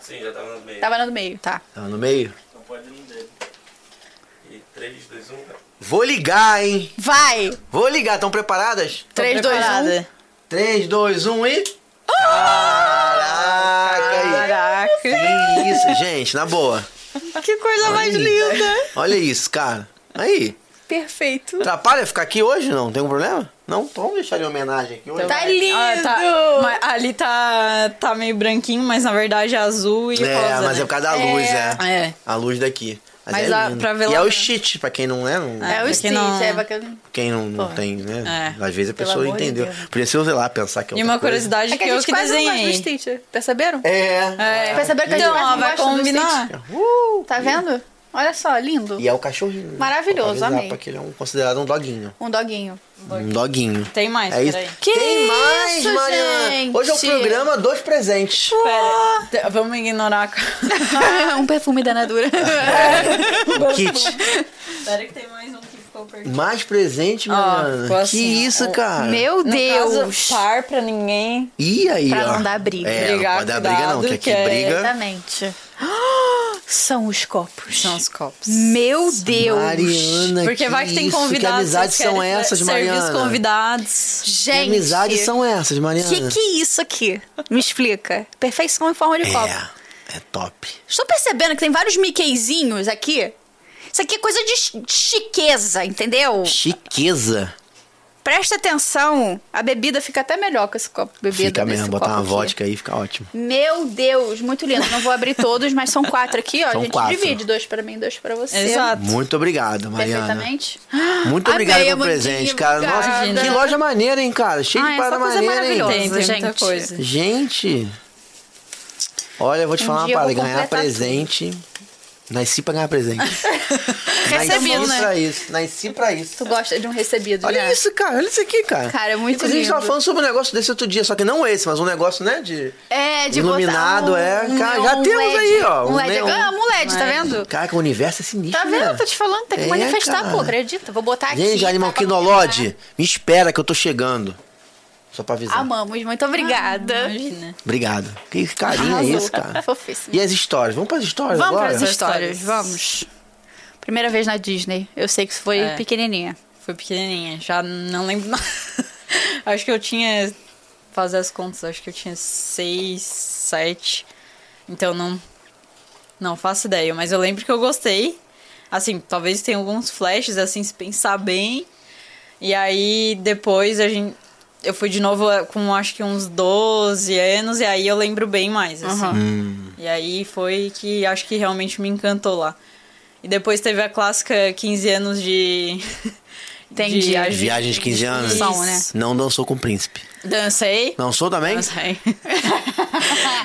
D: Sim, já tava no meio.
A: Tava no meio, tá.
B: Tá no meio?
D: Então pode ir no dedo. E 3, 2, 1.
B: Vou ligar, hein?
A: Vai! um,
B: Vou ligar. Estão preparadas?
C: Tô
A: 3, 2, 1.
C: preparada.
B: 3, 2, 1 e. Caraca!
C: Caraca.
B: Que isso, gente, na boa.
C: Que coisa mais
B: Olha
C: linda.
B: Olha isso, cara. Aí.
A: Perfeito.
B: Atrapalha ficar aqui hoje? Não tem um problema? Não? Então vamos deixar de homenagem aqui hoje.
A: Tá lindo!
C: Ah, tá- mas ali tá, tá meio branquinho, mas na verdade é azul e
B: É,
C: rosa.
B: mas é
C: né?
B: por causa da luz, é.
C: É.
B: A luz daqui. Mas,
C: Mas
B: é
C: a-
B: lindo.
C: pra ver
B: e é
C: lá-
B: o cheat, pra quem não é, não-
A: É o
C: Pra
A: Stitch,
C: quem não-
A: é bacana.
B: quem não, não tem, né?
C: É.
B: Às vezes a
A: Pelo
B: pessoa
A: amor de
B: entendeu.
A: Deus.
B: Por isso, sei lá, pensar que é
C: E
B: outra
C: uma
B: coisa.
C: curiosidade
A: É que
C: que,
A: a
C: eu
A: gente
C: que
A: quase não gosta do
C: desenhei.
A: Stitch, perceberam?
B: É. Uh!
A: Perceberam que a gente
C: Então,
A: quase
C: ó,
A: não
C: vai
A: gosta do
C: combinar.
A: Stitch? Tá vendo? Olha só, lindo.
B: E é o cachorrinho. né?
A: Maravilhoso,
B: Vou avisar,
A: amei.
B: Porque ele é um, considerado um doguinho.
A: Um doguinho.
B: Um doguinho.
C: Tem mais,
B: É isso.
C: peraí.
A: Que
B: Tem mais,
A: isso,
B: Mariana!
A: gente?
B: Hoje é o programa dos presentes.
A: Ah!
C: Pera, te- vamos ignorar. a-
A: um perfume da Nadura.
B: O kit.
C: Pera que tem mais um que ficou perdido.
B: Mais presente, Mariana.
C: ficou
B: que
C: assim, ó.
B: isso, cara.
A: Meu
C: No
A: Deus.
C: caso, par pra ninguém.
B: E aí,
A: Pra
B: ó.
A: não dar briga.
B: É,
C: Brigar,
B: não pode dar briga não,
C: cuidado,
B: que aqui
C: que é-
A: tá
B: briga...
A: Exatamente. São os copos.
C: São os copos.
A: Meu Deus.
B: Mariana,
C: Porque vai que tem
B: isso,
C: convidados.
B: Que amizades
C: vocês
B: são
C: querem
B: essas,
C: servir os
B: Mariana?
C: convidados.
B: Que
A: é Gente.
B: amizades são essas, Mariana?
A: Que que é isso aqui? Me explica. Perfeição em forma de copo.
B: É, é top.
A: Estou percebendo que tem vários Mickeyzinhos aqui. Isso aqui é coisa de chi- chiqueza, entendeu?
B: Chiqueza.
A: Presta atenção. A bebida fica até melhor com esse copo. Bebida
B: Fica
A: desse
B: mesmo, botar
A: copo
B: uma
A: aqui.
B: vodka aí, fica ótimo.
A: Meu Deus, muito lindo. Não vou abrir todos, mas são quatro aqui, ó.
B: São
A: a gente
B: quatro.
A: divide dois pra mim, dois pra você.
C: Exato.
B: Muito obrigado, Mariana.
A: Perfeitamente.
B: Muito
A: Amei, é
B: obrigado pelo
A: Amandinha,
B: presente, cara. Nossa,
A: obrigada.
B: que loja maneira, hein, cara. Cheio
A: Ah,
B: de
A: é só
B: parada
A: coisa
B: maneira, hein.
A: maravilhosa.
C: Tem, tem muita
A: gente.
C: coisa.
B: Gente, olha, eu vou te
A: Um
B: falar uma
A: dia eu
B: parada.
A: vou
B: Ganhar
A: completar
B: presente. Nasci pra ganhar presente.
A: Recebi,
B: Nasci
A: né?
B: pra isso. Nasci pra isso.
A: Tu gosta de um recebido,
B: Olha
A: né?
B: isso, cara. Olha isso aqui, cara.
A: Cara, é muito
B: Inclusive, a gente tava
A: lindo.
B: falando sobre um negócio desse outro dia, só que não esse, mas um negócio, né, de...
A: É, de
B: Iluminado,
A: botar
B: é.
A: um,
B: Cara, já
A: um
B: temos
A: LED.
B: aí, ó,
A: Um
B: um
A: LED.
B: neon.
A: Ganhamos um LED, tá vendo?
B: Caraca, o universo é sinistro,
A: Tá vendo?
B: né?
A: Eu tô te falando, tem que
B: É,
A: manifestar,
B: cara.
A: pô, acredita? Vou botar aqui.
B: Gente, Animal
A: tá, pra
B: Quinolode, me espera que eu tô chegando. Só pra
A: combinar.
B: avisar.
A: Amamos, muito obrigada.
C: Ah, Imagina.
B: Obrigado. Que carinho é esse, cara?
A: Fofíssimo.
B: E as histórias? Vamos pras histórias
A: Vamos
B: agora?
A: pras histórias, vamos. Primeira vez na Disney. Eu sei que isso foi
C: É.
A: pequenininha.
C: Foi pequenininha, já não lembro nada. acho que eu tinha. Fazer as contas, acho que eu tinha seis, sete. Então não. Não faço ideia, mas eu lembro que eu gostei. Assim, talvez tenha alguns flashes, assim, se pensar bem. E aí depois a gente. Eu fui de novo eh, com acho que uns 12 anos, e aí eu lembro bem mais, assim.
B: Hum.
C: E aí foi que acho que realmente me encantou lá. E depois teve a clássica 15 anos de.
A: Entendi.
C: agi-
B: Viagem de 15 anos.
C: São, né?
B: Não dançou com o príncipe.
C: Dancei.
B: Dançou também?
C: Dancei.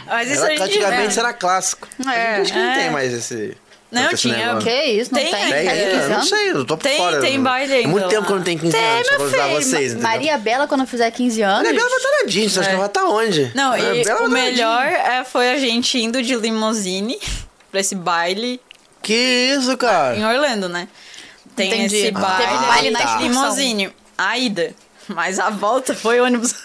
C: Mas isso
B: Era-
C: a gente.
B: antigamente
C: né?
B: era clássico.
A: É,
B: Acho que não
C: é.
B: tem mais esse.
C: Não,
B: tanto esse
C: tinha,
B: negócio.
A: Que isso, não tem?
C: Tem
B: Tem,
C: ainda,
A: Tá
B: é, eu não
A: pesquisando?
B: sei, eu tô por
C: Tem-
B: fora.
C: tem baile
B: É
C: ainda
B: muito tempo
C: lá.
B: que eu não tenho 15 anos, só pra avisar vocês. entendeu?
A: Maria Bela, quando eu fizer 15 anos.
B: Maria Bela vai estar na Disney, você acha que ela vai estar onde?
C: É. Não,
B: Maria
C: e
B: Bela vai
C: o
B: tá na
C: melhor
B: Disney.
C: é, foi a gente indo de limusine pra esse baile
B: Que isso, cara?
C: em Orlando, né? Tem
A: Entendi.
C: esse
A: Ah,
C: baile,
A: teve baile na
C: tá.
A: excursão.
C: limusine. A ida. Mas a volta foi ônibus.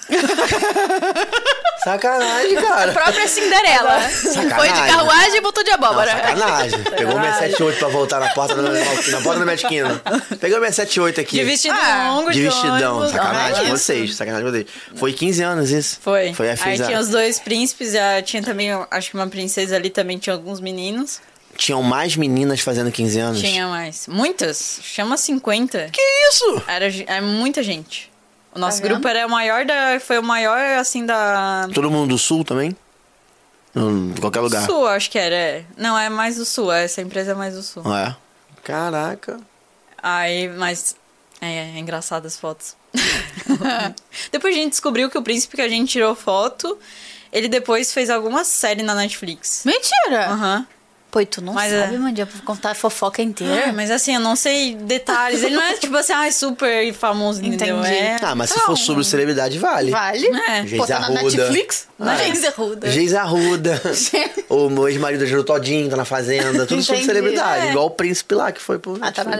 B: Sacanagem,
C: É
A: A
B: cara.
A: própria Cinderela. Foi de carruagem e botou de
B: Não,
A: abóbora.
B: sacanagem. Pegou o 678 pra voltar na porta da, na porta da minha esquina. Peguei o 678 aqui.
C: De vestido longo,
B: De
C: de
B: vestidão.
C: Ah, ônibus.
B: Sacanagem
C: Ah,
B: com
C: isso.
B: vocês. Sacanagem com vocês. Foi 15 anos isso?
C: Foi.
B: Foi a
C: Aí
B: fez a-
C: tinha os dois príncipes, já tinha também, acho que uma princesa ali também tinha alguns meninos.
B: Tinham mais meninas fazendo 15 anos?
C: Tinha mais. Muitas. Chama 50.
B: Que isso?
C: Era, ge- é muita gente. O nosso
A: Tá vendo?
C: grupo era o maior da. Foi o maior, assim, da.
B: Todo mundo do sul também? Hum, de qualquer lugar.
C: Sul, acho que era. é. Não, é mais do sul. Essa empresa é mais do sul.
B: É. Caraca.
C: Aí, mas. É, é engraçado as fotos. depois a gente descobriu que o príncipe que a gente tirou foto, ele depois fez alguma série na Netflix.
A: Mentira!
C: Aham.
A: Pô, e tu não
C: Mas
A: sabe,
C: é.
A: Mandinha, pra contar a fofoca inteira.
C: É, mas assim, eu não sei detalhes. Ele não é tipo assim, ai, super famoso, entendeu?
A: Entendi.
C: É,
B: Ah, mas se
C: não.
B: for sobre celebridade, vale.
A: Vale.
C: É.
B: Geis
A: um Pô, tá na
B: Arruda.
A: Netflix? Na
B: É.
A: Geis Arruda.
B: Geis Arruda. o meu ex-marido ajudou todinho, tá na fazenda. Tudo sobre
A: Entendi.
B: celebridade.
C: É.
B: Igual o príncipe lá que foi pro.
A: Ah, tá na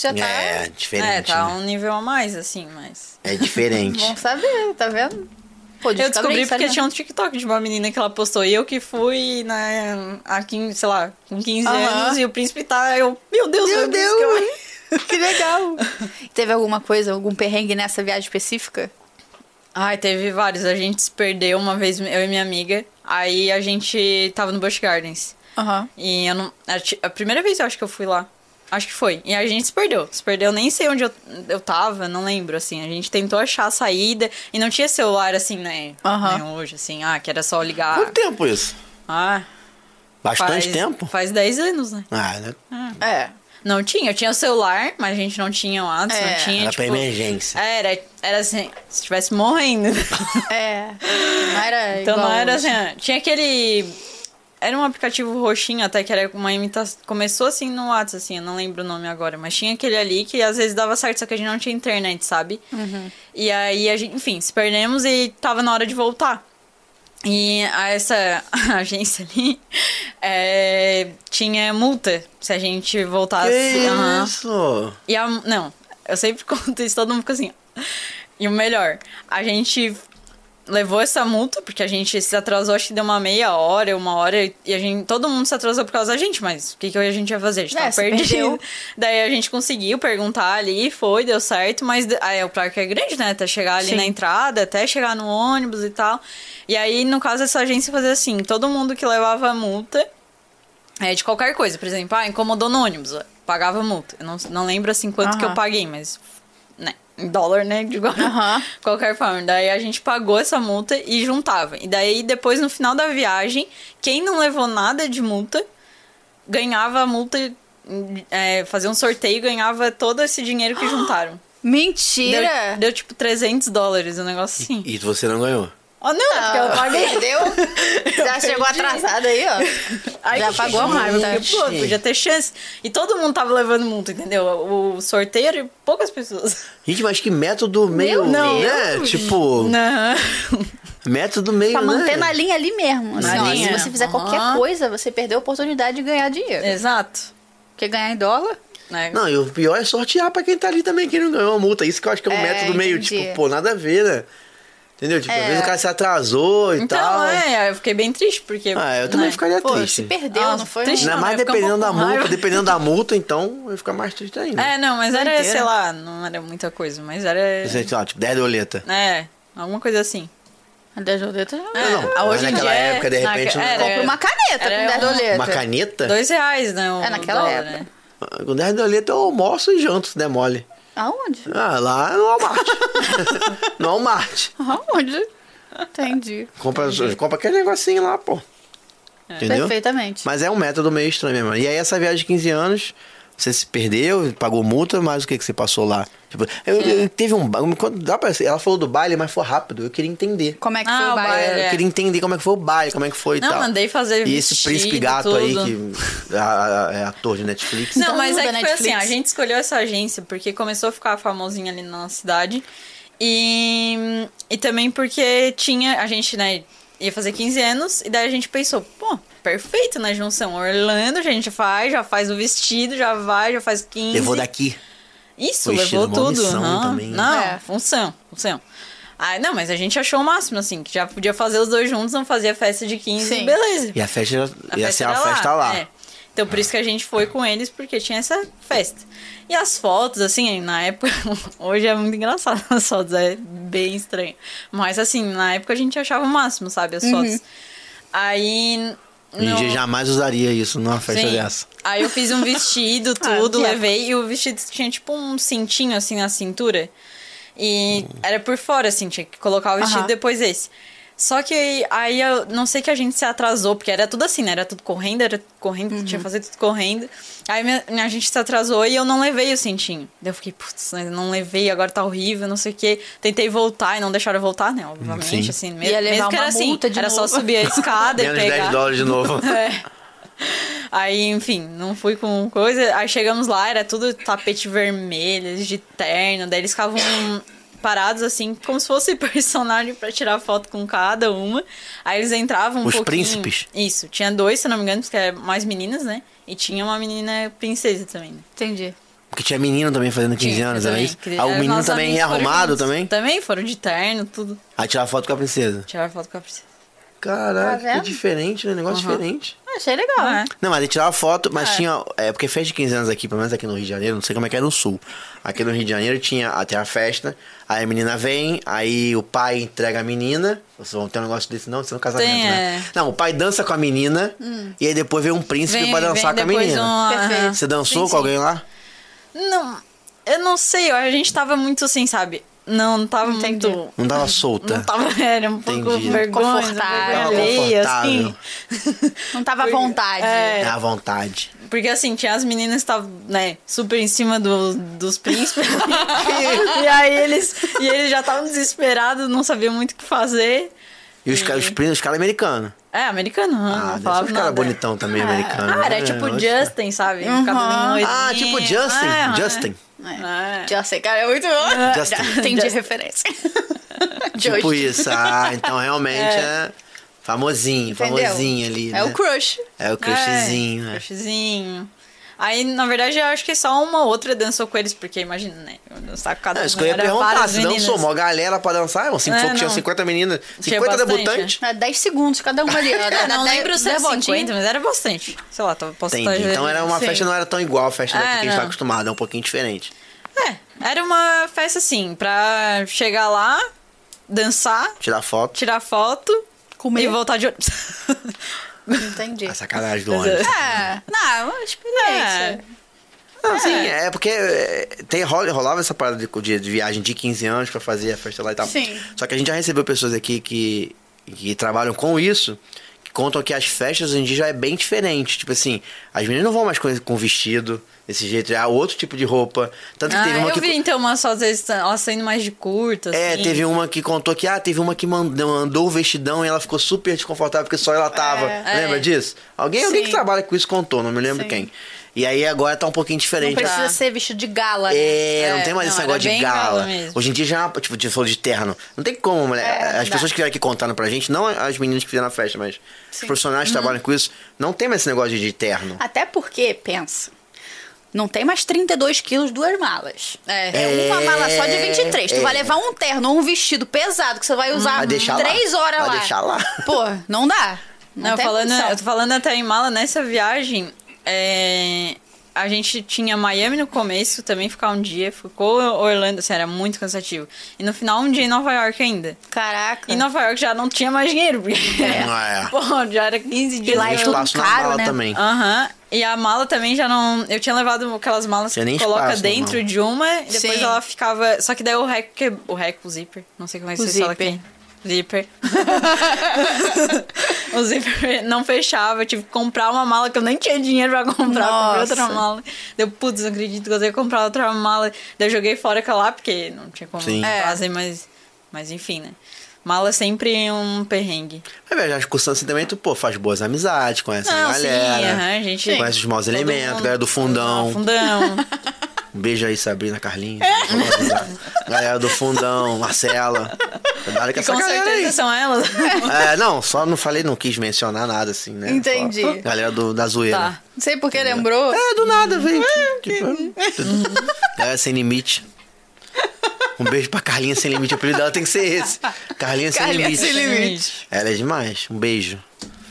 A: Netflix, já tá.
B: É,
C: É,
B: diferente. né? É,
C: tá um nível a mais, assim, mas.
B: diferente.
A: um Bom saber, tá vendo? Pô,
C: Eu descobri
A: bem, sabe,
C: porque
A: né?
C: tinha um TikTok de uma menina que ela postou. E eu que fui, né, há 15, sei lá, com 15
A: Aham.
C: anos e o príncipe tá. Eu, meu Deus,
B: Meu
C: foi o príncipe
B: Deus.
C: que eu-
A: Que legal!
C: um-
A: Teve alguma coisa, algum perrengue nessa viagem específica?
C: Ai, teve vários. A gente se perdeu uma vez, eu e minha amiga. Aí a gente tava no Busch Gardens.
A: Aham.
C: E eu não. A, ti- a primeira vez eu acho que eu fui lá. Acho que foi. E a gente se perdeu. Se perdeu, nem sei onde eu, eu tava, não lembro, assim. A gente tentou achar a saída e não tinha celular, assim, né?
A: Aham.
C: nem hoje, assim. Ah, que era só ligar.
B: Quanto tempo isso?
C: Ah,
B: Bastante
C: faz-
B: tempo?
C: Faz 10 anos, né?
B: Ah, né?
A: É.
C: Não tinha. Eu tinha o celular, mas a gente não tinha o antes,
A: É.
C: não tinha,
B: Era
C: tipo...
B: pra emergência.
C: Era, era assim, se estivesse morrendo.
A: É. Não era
C: Então
A: igual
C: não era
A: hoje.
C: assim. Tinha aquele. Era um aplicativo roxinho até que era uma imitação. Começou assim no WhatsApp, assim, eu não lembro o nome agora, mas tinha aquele ali que às vezes dava certo, só que a gente não tinha internet, sabe?
A: Uhum.
C: E aí a gente, enfim, se perdemos e tava na hora de voltar. E a- essa agência ali é, tinha multa se a gente voltasse.
A: Assim,
B: Que
C: Aham.
B: isso?
C: E a. Não, eu sempre conto isso, todo mundo fica assim. ó. E o melhor, a gente levou essa multa, porque a gente se atrasou, acho que deu uma meia hora, uma hora, e a gente, todo mundo se atrasou por causa da gente, mas o que, que a gente ia fazer? A gente
A: É,
C: tava
A: se
C: perdido.
A: perdeu.
C: Daí a gente conseguiu perguntar ali, foi, deu certo, mas de- aí, o parque é grande, né? Até chegar ali
A: Sim.
C: na entrada, até chegar no ônibus e tal. E aí, no caso, essa agência fazia assim, todo mundo que levava a multa é, de qualquer coisa, por exemplo, ah, incomodou no ônibus, ó, pagava multa. Eu não, não lembro assim quanto que eu
A: Aham.
C: paguei, mas. Né, em dólar, né? De igual-
A: Aham.
C: qualquer forma. Daí a gente pagou essa multa e juntava. E daí, depois, no final da viagem, quem não levou nada de multa ganhava a multa. É, fazia um sorteio e ganhava todo esse dinheiro que juntaram. Deu,
A: Mentira!
C: deu, tipo 300 dólares, um negócio assim.
B: E você não ganhou.
C: Oh, não, porque eu paguei.
A: Perdeu? Já chegou atrasada aí, ó.
C: Aí
A: Já
C: que né?
A: pagou a multa.
C: porque, Pô, podia ter chance. E todo mundo tava levando multa, entendeu? O sorteio era de poucas pessoas.
B: Gente, mas que método meio,
C: Não.
B: né? Tipo,
C: Não.
B: método meio,
C: Tá
A: Pra manter
B: né?
A: na linha ali mesmo.
C: Na
A: assim, ó,
C: linha.
A: se você fizer qualquer
C: Aham. É.
A: coisa, você perdeu a oportunidade de ganhar dinheiro.
C: Exato.
A: Porque ganhar em dólar.
C: Né?
B: Não, e o pior é sortear pra quem tá ali também, quem não ganhou a multa. Isso que eu acho que é um
A: É,
B: método meio,
A: entendi.
B: tipo, pô, nada a ver, né? Entendeu? Tipo, às vezes o cara se atrasou e
C: É. então,
B: tal.
C: é, eu fiquei bem triste, porque.
B: Ah, eu também
C: né?
B: ficaria
A: Pô,
B: triste.
A: se perdeu,
C: Ah,
A: não foi?
C: triste
B: Ainda
C: não,
B: mais
C: eu ia ficar um
B: dependendo da
C: pouco com
B: multa.
C: raiva.
B: Dependendo da multa, então, eu ia ficar mais triste ainda.
C: É, não, mas era,
B: Doideira.
C: sei lá, não era muita coisa, mas era.
B: Você, sei lá, tipo, 10 doleta.
C: É, alguma coisa assim.
A: A 10 doleta já
C: É,
B: não,
C: ah,
B: mas
C: hoje em
B: naquela
C: dia é-
B: época, de
C: naque-
B: repente, não-
C: era-
A: Compra uma caneta
C: era
A: com 10
C: um-
A: doleta.
B: Uma caneta? Ah,
C: Dois reais, né? o
A: É, naquela
C: dólar,
A: época.
C: né?
B: Com 10 doleta eu almoço e janto, se der mole.
A: Aonde?
B: Ah, lá no Walmart. no Walmart.
A: Aonde? Entendi.
B: Compra, compra aquele negocinho lá, pô.
C: É.
B: Entendeu?
A: Perfeitamente.
B: Mas é um método meio estranho mesmo. E aí, essa viagem de 15 anos, você se perdeu, pagou multa, mas o que, que você passou lá? Tipo, eu, eu- teve um. ba- quando- dá pra- ela falou do baile, mas foi rápido. Eu queria entender.
A: Como é que
C: Ah,
A: foi o
C: o
A: baile?
C: baile.
B: É, Eu
C: é.
B: queria entender como é que foi o baile, como é que foi e
C: Não,
B: tal.
C: mandei fazer
B: E esse
C: vestido,
B: príncipe gato aí,
C: tudo.
B: que a- a- é ator de Netflix.
C: Não, mas
A: Então muda
C: é que
A: a
C: foi assim,
A: Netflix.
C: a gente escolheu essa agência porque começou a ficar famosinha ali na nossa cidade. E, e também porque tinha, a gente, né, ia fazer 15 anos, e daí a gente pensou, pô, perfeito na junção Orlando, a gente faz, já faz o vestido, já vai, já faz 15.
B: Levou daqui.
C: Isso,
B: Foi
C: levou
B: estilo mó
C: tudo.
B: missão
C: aham.
B: também, né?
C: Não,
A: É.
C: função, função. Ah, não, mas a gente achou o máximo, assim, que já podia fazer os dois juntos, não fazia festa de 15,
A: Sim.
C: beleza.
B: E a festa era-
C: A
B: ia
C: festa
B: ser uma
C: era
B: festa lá.
C: é. Então por isso que a gente foi com eles, porque tinha essa festa. E as fotos, assim, na época. Hoje é muito engraçado as fotos, é bem estranho. Mas assim, na época a gente achava o máximo, sabe? As
B: Uhum.
C: fotos. Aí.
B: Hoje em
C: no-
B: Um dia jamais usaria isso numa festa
C: Sim.
B: dessa.
C: Aí eu fiz um vestido,
A: Ah,
C: tudo,
A: que
C: levei. E o vestido tinha tipo um cintinho assim na cintura. E era por fora, assim, tinha que colocar o vestido
A: Aham.
C: depois esse. Só que aí eu não sei que a gente se atrasou, porque era tudo assim, né? Era tudo correndo, era tudo correndo,
A: Uhum.
C: tinha que fazer tudo correndo. Aí minha- minha- a gente se atrasou e eu não levei o cintinho. Daí eu fiquei, putz, né, não levei, agora tá horrível, não sei o quê. Tentei voltar e não deixaram eu voltar, né? Obviamente,
B: Sim.
C: assim,
A: Ia
C: mesmo,
A: levar
C: mesmo que era
A: uma
C: assim.
A: multa de
C: Era só
A: novo.
C: subir a escada e
B: Menos 10
C: pegar.
B: dólares de novo.
C: É. Aí, enfim, não fui com coisa. Aí chegamos lá, era tudo tapete vermelho, eles de terno. Daí eles ficavam parados assim, como se fosse personagem pra tirar foto com cada uma. Aí eles entravam um
B: Os
C: pouquinho-
B: príncipes?
C: Isso, tinha dois, se eu não me engano, porque eram mais meninas, né? E tinha uma menina princesa também. né?
A: Entendi.
B: Porque tinha menino também fazendo 15
C: Tinha
B: anos,
C: também,
B: era isso?
C: que-
B: Ah, o
C: eram
B: menino
C: nossos
B: também
C: amigos
B: é
C: foram
B: arrumado
C: juntos.
B: também?
C: Aí foram de terno, tudo.
B: Aí tirava foto com a princesa.
C: Tiraram foto com a princesa.
B: Caraca,
A: Tá
B: que
A: vendo?
B: diferente, né? Negócio diferente.
A: Achei legal.
C: É.
B: Não, mas ele tirava foto, mas
C: Ah, é.
B: tinha. É, porque festa de 15 anos aqui, pelo menos aqui no Rio de Janeiro, não sei como é que é no sul. Aqui no Rio de Janeiro tinha até a festa, aí a menina vem, aí o pai entrega a menina. Vocês vão ter um negócio desse, não? Isso é um casamento,
C: Tem,
B: né?
C: é. Hum.
B: Não, o pai dança com a menina, e aí depois vem um príncipe pra dançar com a
C: depois
B: menina.
C: uma-
A: Perfeito.
B: Você dançou com
C: Sim, sim.
B: alguém lá?
C: Não, eu não sei, a gente tava muito assim, sabe? Não, não tava
A: Entendi.
C: muito.
B: Não tava solta.
C: Não tava, era um pouco
B: Tá. Entendi.
C: vergonha,
A: Confortável.
C: vergonha alheia, assim.
A: Não tava à
C: Porque-
A: vontade.
C: É,
B: É à vontade.
C: porque assim, tinha as meninas que estavam, né, super em cima do- dos príncipes. e aí eles, e eles já estavam desesperados, não sabiam muito o que fazer.
B: E os, ca- os príncipes, os caras americanos.
C: É, americano,
B: Ah,
C: não
B: deve ser
C: falava
B: uns caras
C: nada.
B: bonitão também, americano.
C: Ah, era
B: né?
C: tipo
B: Nossa.
C: Justin, sabe? O Cabelinho
B: Ah,
C: loirinho.
B: tipo Justin.
C: É,
B: Justin.
C: é.
A: Já sei, cara, é muito bom.
B: Justin.
A: Já Entendi a
C: Justin.
A: referência.
B: Tipo
A: Justin.
B: isso. Ah, então realmente é, famosinho,
A: Entendeu?
B: famosinho ali. né?
A: É o crush.
B: É o crushzinho.
C: É,
B: É,
C: crushzinho. Aí, na verdade, eu acho que é só uma outra dançou com eles, porque imagina, né? Eu dançar com cada
B: Não,
C: um,
B: isso que eu ia
C: era
B: perguntar.
C: várias
B: Se dançou
C: meninas.
B: mó galera pra dançar, assim,
C: É,
B: é, tinha
C: não.
B: 50 meninas,
C: Tinha
B: 50
C: bastante,
B: debutantes.
A: É 10 segundos cada uma ali. é ó.
C: Eu
A: Dá
C: É, não
A: dez-
C: lembro se
A: dez
C: era
A: voltinhas.
C: 50, mas era bastante. Sei lá, tava- posso
B: Entendi.
C: estar-
B: Então era uma
C: Sim.
B: festa, não era tão igual a festa daqui
C: É,
B: que a gente tá
C: não.
B: acostumado, é um pouquinho diferente.
C: É, era uma festa assim, pra chegar lá, dançar,
B: Tirar foto.
C: tirar foto
A: Comer.
C: e voltar de ônibus.
A: Entendi.
B: A sacanagem do
C: Pois é.
B: ônibus.
A: É, não, uma
B: É.
A: experiência.
B: Não, sim, é porque é, tem, rola- rolava essa parada de, de- de viagem de 15 anos pra fazer a festa lá e tal.
A: Sim.
B: Só que a gente já recebeu pessoas aqui que, que trabalham com isso, que contam que as festas hoje em dia já é bem diferente. Tipo assim, as meninas não vão mais com, com vestido desse jeito, já há outro tipo de roupa. Tanto que
C: Ah,
B: teve uma
C: eu
B: que.
C: vi então umas fotos deles, elas saindo mais de curta,
B: É,
C: assim.
B: teve uma que contou que, ah, teve uma que mandou, mandou o vestidão e ela ficou super desconfortável porque só ela tava.
C: É.
B: Lembra
C: É.
B: disso? Alguém, alguém que
A: Sim.
B: trabalha com isso contou, não me lembro
A: Sim.
B: quem. E aí agora tá um pouquinho diferente.
A: Não precisa
C: Tá.
A: ser vestido de gala, né?
B: É, não
C: É,
B: tem mais
C: não,
B: esse
C: era
B: negócio de
C: bem
B: gala.
C: gala mesmo.
B: Hoje em dia já, tipo, de falou de terno. Não tem como, mulher.
A: É,
B: as
A: dá.
B: pessoas que vieram aqui contando pra gente, não as meninas que fizeram a festa, mas os profissionais que
C: Uhum.
B: trabalham com isso, não tem mais esse negócio de terno.
A: Até porque, pensa, não tem mais 32 quilos, duas malas. É,
B: É,
A: uma mala só de 23.
B: é.
A: Tu vai levar um terno ou um vestido pesado que você vai usar
B: Vai deixar lá.
A: três horas
B: Vai
A: lá.
B: deixar lá.
A: Pô, não dá. Não,
C: Não,
A: tem
C: falando,
A: condição.
C: eu tô falando até em mala, nessa viagem, é, a gente tinha Miami no começo, também ficar um dia, ficou Orlando, assim, era muito cansativo. E no final, um dia em Nova York ainda.
A: Caraca.
C: E Nova York já não tinha mais dinheiro, porque
B: É.
C: pô, já era 15 dias.
A: lá
B: Tem
A: é tudo
B: espaço na
A: caro,
B: mala
A: né?
B: também.
C: Ah. Aham. E a mala também já não. Eu tinha levado aquelas malas
B: Tinha nem
C: que coloca
B: espaço na
C: dentro
B: mala.
C: de uma e depois
A: Sim.
C: ela ficava. Só que daí o rec. que- O rec, o zíper. Não sei como é que
A: O
C: vocês falam
A: zíper.
C: aqui. Zíper. o zíper não fechava. Eu tive que comprar uma mala que eu nem tinha dinheiro pra comprar. Eu Comprei outra
A: Nossa.
C: mala. Deu, putz, não acredito que eu ia comprar outra mala. Daí eu joguei fora aquela lá, porque não tinha como
B: Sim.
A: É.
C: fazer, mas. Mas enfim, né? Mala é sempre um perrengue.
B: Mas viajar de cursando assim também, tu, pô, faz boas amizades, conhece a
C: Não, sim,
B: galera.
C: aham, a gente.
B: Conhece os maus
C: Todo
B: elementos,
C: mundo-
B: galera né, do fundão.
C: Ah, fundão.
B: Um beijo aí, Sabrina, Carlinhos. galera do fundão, Marcela. Cuidado com
C: E
B: essa
C: com
B: galera aí.
C: certeza são elas.
B: É, não, só não falei, não quis mencionar nada assim, né?
A: Entendi.
B: Só galera do, da zoeira.
C: Tá.
A: Não sei porque lembrou.
B: É, do nada, velho. galera É, sem limite. Um beijo pra Carlinha Sem Limite. O apelido dela tem que ser esse. Carlinha Sem
A: Carlinha
B: Limite.
A: Sem
C: Limite.
B: Ela é demais. Um beijo.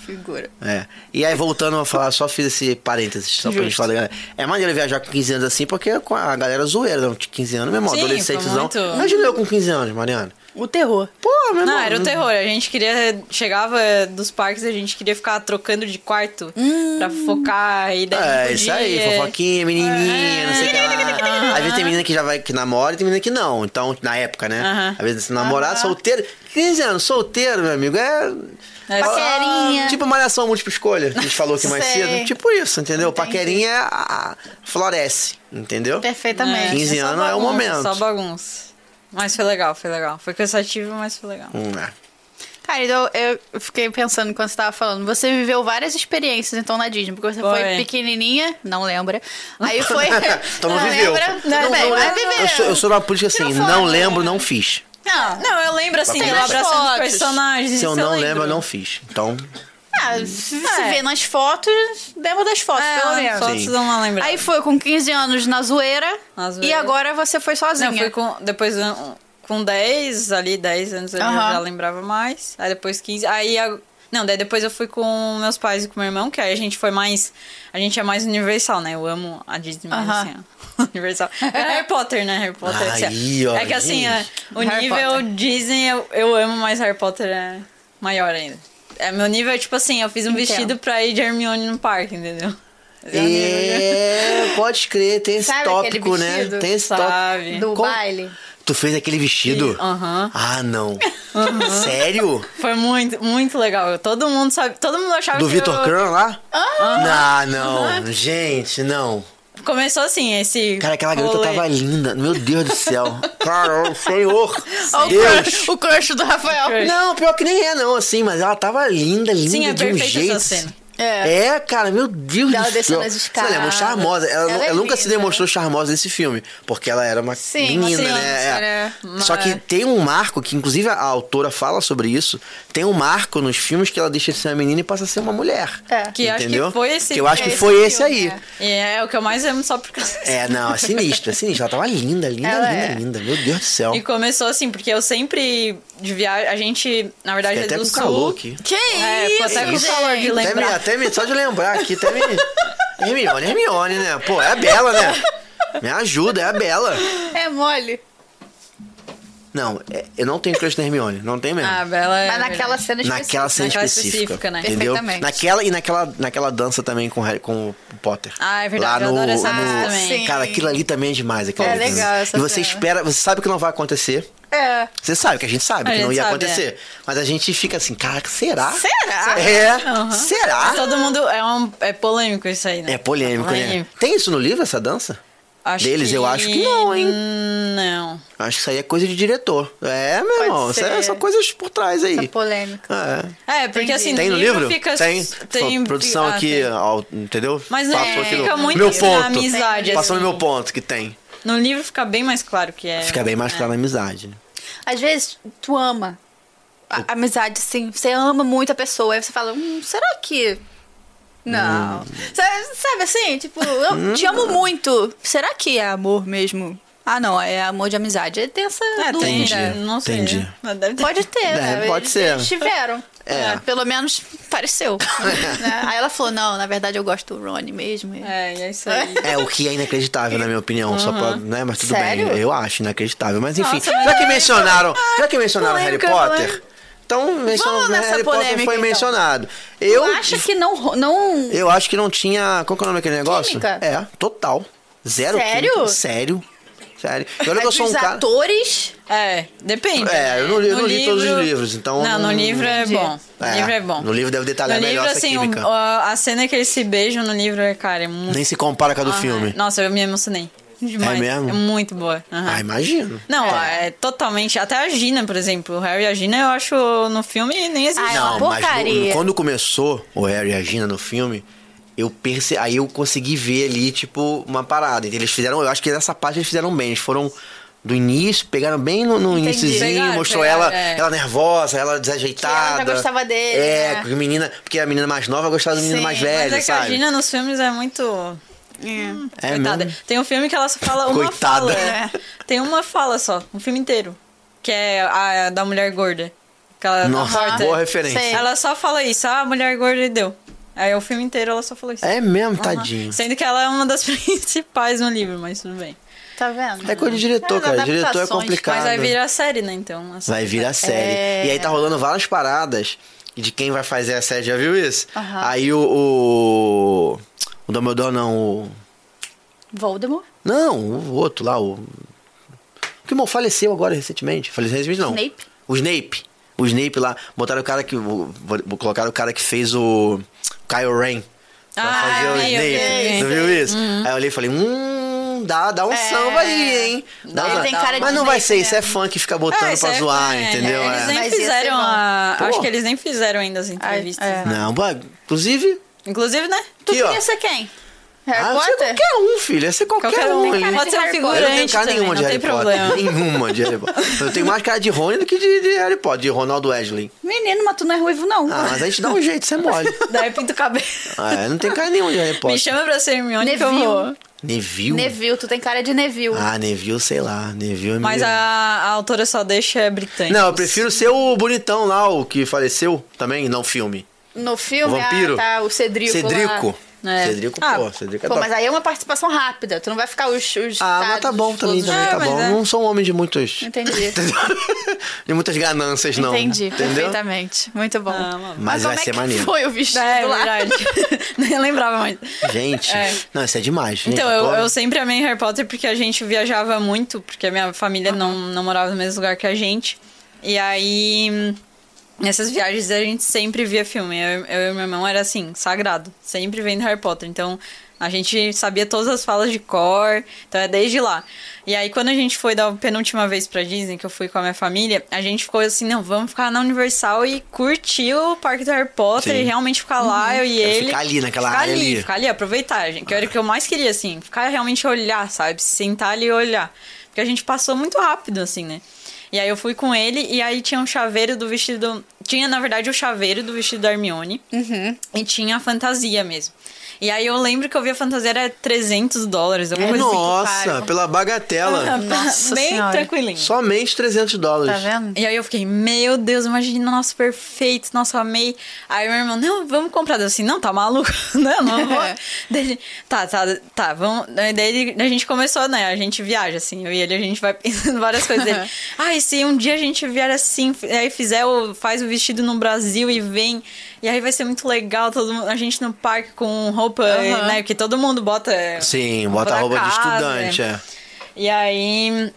A: Figura.
B: É. E aí, voltando a falar, só fiz esse parênteses, só pra gente
C: Justo.
B: falar. galera. É maneiro viajar com 15 anos assim, porque com a galera zoeira, não, de 15 anos mesmo,
C: Sim,
B: adolescentezão.
C: foi muito.
B: Imagina eu com 15 anos, Mariana.
A: O terror.
B: Pô, meu irmão.
C: Não, era o terror. A gente queria. Chegava dos parques, a gente queria ficar trocando de quarto pra focar e daí. não
B: É,
C: podia.
B: isso aí, fofoquinha, menininha, não sei o que
A: É.
B: lá. Às vezes tem menina que já vai, que namora e tem menina que não. Então, na época, né?
C: Aham.
B: Às vezes se namorar, solteiro. 15 anos, solteiro, meu amigo, é.
C: É só-
A: Paquerinha.
B: Tipo malhação múltipla escolha, que a gente falou aqui mais
A: Sei.
B: cedo. Tipo isso, entendeu? Paquerinha é a- floresce, entendeu?
A: Perfeitamente.
B: 15
C: só
B: anos é o
C: bagunça,
B: momento.
C: Só bagunça. Mas foi legal, foi legal. Foi cansativo, mas foi legal.
B: Hum, é.
A: Cara, então eu fiquei pensando enquanto você tava falando. Você viveu várias experiências, então, na Disney. Porque você foi,
C: Foi.
A: pequenininha, não lembra. Aí foi...
B: Então não, viveu.
A: lembra. Não, bem, mas viveu.
B: eu, sou, eu sou da política assim,
A: Tirou
B: não
A: foto. né?
B: lembro, não fiz.
A: Não,
C: Não, eu lembro assim,
A: Tem
C: eu
A: nas
C: abraçando os
A: fotos.
C: personagens.
B: Se
C: isso
B: eu não lembro, eu
C: lembro.
B: não fiz. Então,
A: Ah, se se
C: É.
A: vê nas fotos, lembra das fotos,
C: É,
A: pelo menos.
C: Fotos
B: Sim.
C: eu não lembro.
A: Aí foi com 15 anos na zoeira,
C: Na zoeira.
A: e agora você foi sozinha.
C: Não, foi com, depois um, com 10, ali 10 anos eu
A: Aham.
C: já lembrava mais. Aí depois 15, aí... a- Não, daí depois eu fui com meus pais e com meu irmão, que aí a gente foi mais. A gente é mais universal, né? Eu amo a Disney, mas
A: Aham.
C: assim, ó, universal. É Harry Potter, né? Harry Potter.
B: Aí,
C: assim,
B: ó,
C: é que assim,
B: gente.
C: ó, o
A: Harry
C: nível
A: Potter.
C: Disney eu, eu amo, mas Harry Potter é maior ainda. É, meu nível é tipo assim, eu fiz um
A: Entendo.
C: vestido pra ir de Hermione no parque, entendeu? Esse é o nível.
B: É, pode crer, tem esse
A: Sabe aquele
B: tópico, né?
A: vestido?
B: Tem esse
C: Sabe.
B: tópico.
A: Do
B: Qual-
A: baile.
B: Tu fez aquele vestido?
C: Aham.
B: Ah, não. Sério?
C: Foi muito, muito legal. Todo mundo sabe, todo mundo achava
B: Do
C: que
B: Vitor
C: eu-
B: Kran lá? Ah, não. Gente, não.
C: Começou assim, esse
B: Cara, aquela garota
C: rolê.
B: tava linda. Meu Deus do céu. Cara, o senhor.
A: Ó, o
B: Deus.
A: crush, o crush do Rafael.
B: Não, pior que nem é, não, assim, mas ela tava linda, linda
C: Sim, é
B: de um
C: perfeita
B: jeito.
C: essa cena.
A: É.
B: É, cara, meu Deus
A: Ela
B: do
A: descendo
B: céu.
A: as
B: Ela é
A: escadas.
B: muito charmosa. Ela,
A: Ela é
B: ela nunca se
A: linda.
B: demonstrou charmosa nesse filme, porque ela era uma
A: Sim, uma
B: menina,
A: criança,
B: né?
A: né?
B: É. Só
C: Mas-
B: que tem um marco, que inclusive a autora fala sobre isso, tem um marco nos filmes que ela deixa de ser uma menina e passa a ser uma mulher.
A: É.
C: Que acho que
B: Entendeu?
C: foi esse-
B: Que eu acho que
A: esse
B: foi esse
A: filme, é.
B: aí.
C: E é o que eu mais amo só porque.
B: É, não, é sinistro, é sinistro. Ela tava linda, linda,
A: Ela
B: linda,
A: é.
B: linda. Meu Deus do céu.
C: E começou assim, porque eu sempre de viagem. A gente, na verdade,
B: Fiquei
C: é
B: até
C: do
B: com
C: sul.
B: calor aqui.
A: Que
C: É,
A: isso,
C: ficou até com calor de
A: gente?
B: Até me,
C: lembrar.
B: até me, só de lembrar aqui, até me. Hermione, Hermione, né? Pô, é a Bela, né? Me ajuda, é a Bela.
A: É mole.
B: Não, é- eu não tenho crush na Hermione, não tenho mesmo.
C: Ah, Bela. é
A: Mas naquela
C: verdade.
A: cena específica.
B: naquela cena
C: Naquela
B: específica,
C: específica, né?
B: entendeu?
A: Perfeitamente.
B: Naquela e naquela, naquela dança também com, o Harry- com o Potter.
C: Ah, é verdade, eu adoro essa dança também.
A: Sim.
B: Cara, aquilo ali também é demais. aquela
A: É
B: ali também.
A: legal essa
B: E você
A: cena.
B: espera, você sabe que não vai acontecer.
A: É.
B: Você sabe que a gente sabe
C: A
B: que não
C: gente
B: ia
C: sabe, é.
B: acontecer. Mas a gente fica assim, caraca, será?
A: Será?
B: É,
C: Aham.
B: será?
C: Todo mundo. É, um, é polêmico isso aí, né?
B: É polêmico, né?
C: Polêmico.
B: Tem isso no livro, essa dança?
C: Acho
B: Deles, eu acho que não, hein?
C: Não.
B: Acho que isso aí é coisa de diretor. É, meu irmão, isso aí é
A: ser.
B: só coisas por trás aí.
A: Essa polêmica.
B: É.
C: É, porque assim.
B: Tem no livro?
C: Fica,
B: Tem.
C: tem-
B: Pô, Produção
C: ah,
B: aqui,
C: tem.
B: ó, entendeu?
C: Mas não
B: Passou aqui no-
C: fica muito
B: meu
C: na
B: ponto.
C: amizade,
B: Passou
C: assim.
B: no meu ponto que tem.
C: No livro fica bem mais claro que é.
B: Fica bem mais
C: é.
B: claro na amizade. né?
A: Às vezes, tu ama a a amizade, sim. Você ama muito a pessoa. Aí você fala, hum, será que... Não.
B: Hum.
A: Sabe, sabe assim? Tipo, eu te amo muito. Será que é amor mesmo? Ah, não. É amor de amizade. Aí Tem essa
C: É,
A: dúvida.
C: tem,
B: Entendi,
C: né? Não sei.
B: entendi.
C: né? Mas deve ter.
A: Pode ter,
B: É,
A: né?
B: pode
A: Eles-
B: ser.
A: Eles tiveram.
B: É.
A: né? Pelo menos pareceu. né? Aí ela falou: não, na verdade eu gosto do Rony mesmo.
C: É, e é isso aí.
B: É, o que é inacreditável, na minha opinião. Só pra, né? Mas tudo
A: Sério?
B: bem, eu acho inacreditável. Mas enfim,
C: Uhum. Nossa,
B: já que mencionaram, já que mencionaram Harry
A: polêmica,
C: né?
B: Potter, então mencionou,
A: Vamos
B: né,
A: nessa
B: Harry Potter
A: polêmica,
B: foi
A: então.
B: mencionado.
A: Eu
B: Eu,
A: acho que não. ro- não...
B: eu acho que não tinha. Qual que é o nome daquele negócio?
A: Química?
B: É, total. Zero
A: Sério?
B: química. Sério? Sério. E olha que eu
A: Os
B: sou um cara.
A: é atores.
C: É, depende.
B: É, eu não li- eu não li todos os livros, então
C: Não,
B: não-
C: no livro é
A: Entendi.
C: bom. No
B: É,
C: livro é bom.
B: no livro deve detalhar
C: no
B: melhor
C: livro,
B: essa
C: assim,
B: química.
C: o- a a cena que eles se beijam no livro, é, cara, é muito.
B: Nem se compara com a do filme.
C: Nossa, eu me emocionei. Demais.
B: É mesmo?
C: muito boa. Aham.
B: Ah, imagino.
C: Não, é. totalmente. Até a Gina, por exemplo. O Harry e a Gina, eu acho no filme nem existe.
A: Ah, é
B: Não,
A: uma
B: mas no-
A: porcaria.
B: quando começou o Harry e a Gina no filme, eu perce... aí eu consegui ver ali, tipo, uma parada. Eles fizeram, eu acho que nessa parte eles fizeram bem. Eles foram do início, pegaram bem no, no iníciozinho,
C: Pegaram,
B: mostrou
C: pegaram,
B: ela,
C: é.
B: ela nervosa, ela desajeitada.
A: Que ela já gostava dele,
B: É,
A: né?
B: porque a menina, porque a menina mais nova gostava do menino
A: Sim,
B: mais
C: Mas
B: velho,
C: é que a
B: sabe?
C: Gina nos filmes é muito.
B: É
C: Coitada.
B: mesmo?
C: Tem um filme que ela só fala uma
B: Coitada.
C: fala. É. Tem uma fala só, um filme inteiro. Que é a da mulher gorda. Que ela
B: Nossa,
C: corta.
B: boa referência.
A: Sei.
C: Ela só fala isso, ah, a mulher gorda e deu. Aí o filme inteiro ela só falou isso.
B: É mesmo,
C: Aham.
B: tadinho.
C: Sendo que ela é uma das principais no livro, mas tudo bem.
A: Tá vendo?
B: É coisa de diretor,
A: As
B: cara. Diretor é
A: adaptações.
B: complicado.
C: Mas vai vir a série, né? Então. assim.
B: Vai vir a série.
A: É.
B: E aí tá rolando várias paradas de quem vai fazer a série, já viu isso?
A: Aham.
B: Aí o, o. O Dumbledore não, o.
A: Voldemort?
B: Não, o outro lá, o. O que irmão faleceu agora recentemente. Faleceu recentemente, não.
A: Snape?
B: O Snape. O Snape lá. Botaram o cara que. vou- vou- Colocaram o cara que fez o. Kylo Ren. Pra
C: Ah,
B: fazer o
C: eu vi, eu
B: Snape.
C: vi.
B: Não viu isso? Aí eu olhei e falei, hum. Dá, dá um samba aí, hein? Dá
A: Ele
B: um-
A: tem cara de
B: Mas não vai ser,
A: Snape
B: isso é fã que fica botando
C: É, isso
B: pra
C: é-
B: zoar,
C: é,
B: entendeu?
C: Eles
B: É.
C: nem
A: Mas ia ser
C: fizeram a.
B: bom.
C: Acho
B: Pô.
C: que eles nem fizeram ainda as entrevistas.
A: é.
B: Não, pô, inclusive.
C: Inclusive, né?
A: Tu
B: aqui, ó.
A: queria ser quem? Harry
B: Ah, ia ser
A: Potter?
B: qualquer um, filho. Ia ser qualquer,
C: Qualquer
B: um.
C: um.
B: ali.
A: cara
C: Pode ser um
A: de Harry
B: Eu
A: Potter.
C: figurante.
B: não tenho cara
C: também,
B: nenhuma
C: não
B: de Harry
C: tem
B: Potter.
C: problema.
B: Nenhuma de Harry Potter. Eu tenho mais cara de Rony do que de, de Harry Potter, de Ronaldo Wesley.
A: Menino, mas tu não é ruivo, não.
B: Ah, mas a gente dá um jeito, você é mole.
C: Daí pinta o cabelo.
B: Ah, eu não tem cara nenhuma de Harry
C: Me
B: Potter.
C: chama pra ser Hermione que eu
A: Neville.
C: vou.
B: Neville?
A: Neville, tu tem cara de Neville.
B: Ah, Neville, sei lá. Neville é
C: Mas
B: meio-
C: a, a autora só deixa britânicos.
B: Não, eu prefiro ser o bonitão lá, o que faleceu também, não filme.
A: No
B: O
A: filme,
B: vampiro.
A: ah, tá, o Cedrico.
B: Cedrico.
A: lá. É.
B: Cedrico,
C: Ah,
B: pô, Cedrico é
A: Pô,
B: top.
A: mas aí é uma participação rápida. Tu não vai ficar os. os
B: Ah, mas
A: estados,
B: tá bom
A: os
B: também,
A: todos-
B: também
C: Ah,
B: tá
C: mas
B: bom.
C: é.
B: Não sou um homem de muitos...
A: Entendi.
B: de muitas ganâncias, não.
A: Entendi,
B: Entendeu?
A: perfeitamente. Muito bom.
C: Ah, mano.
B: Mas vai
A: como
B: ser
A: é que
B: maneiro.
A: Foi o vestido
C: É,
A: lá.
C: verdade. Nem lembrava mais.
B: Gente, não, isso é demais. gente.
C: Então, eu,
B: Pô,
C: eu sempre amei Harry Potter porque a gente viajava muito, porque a minha família
B: Ah.
C: não, não morava no mesmo lugar que a gente. E aí, hum, nessas viagens a gente sempre via filme. Eu, eu e meu irmão era assim, sagrado, sempre vendo Harry Potter. Então, a gente sabia todas as falas de cor, então é desde lá. E aí, quando a gente foi da penúltima vez pra Disney, que eu fui com a minha família, a gente ficou assim, não, vamos ficar na Universal e curtir o parque do Harry Potter
B: Sim.
C: e realmente ficar lá, eu e
B: Quero
C: ele.
B: ficar ali, naquela
C: ficar
B: área
C: ali,
B: ali.
C: Ficar ali, aproveitar, gente. Que era o que eu mais queria, assim. Ficar realmente olhar, sabe? Se Sentar ali e olhar. Porque a gente passou muito rápido, assim, né? E aí eu fui com ele e aí tinha um chaveiro do vestido... Tinha, na verdade, o chaveiro do vestido da Hermione. E tinha a fantasia mesmo. E aí eu lembro que eu vi a fantasia era 300 dólares. Alguma coisa assim.
B: É Nossa,
C: que Ah,
B: pela bagatela.
C: pariu.
A: Nossa
C: Bem
A: Senhora.
C: tranquilinho.
B: Somente 300 dólares.
A: Tá vendo?
C: E aí eu fiquei, meu Deus, imagina, nossa, perfeito, nossa, amei. Aí meu irmão, não, vamos comprar. Eu assim, não, tá maluco? Não, não vou. Daí ele, tá, tá, tá, vamos. Daí ele- a gente começou, né? A gente viaja, assim, eu e ele, a gente vai pensando várias coisas dele. Ah, e se um dia a gente vier assim, f- aí fizer o, faz o vestido no Brasil e vem. E aí vai ser muito legal, todo mundo- a gente no parque com roupa,
A: Aham.
C: né? Porque todo mundo bota.
B: Sim, bota a roupa de
C: da casa,
B: estudante, é.
C: e aí.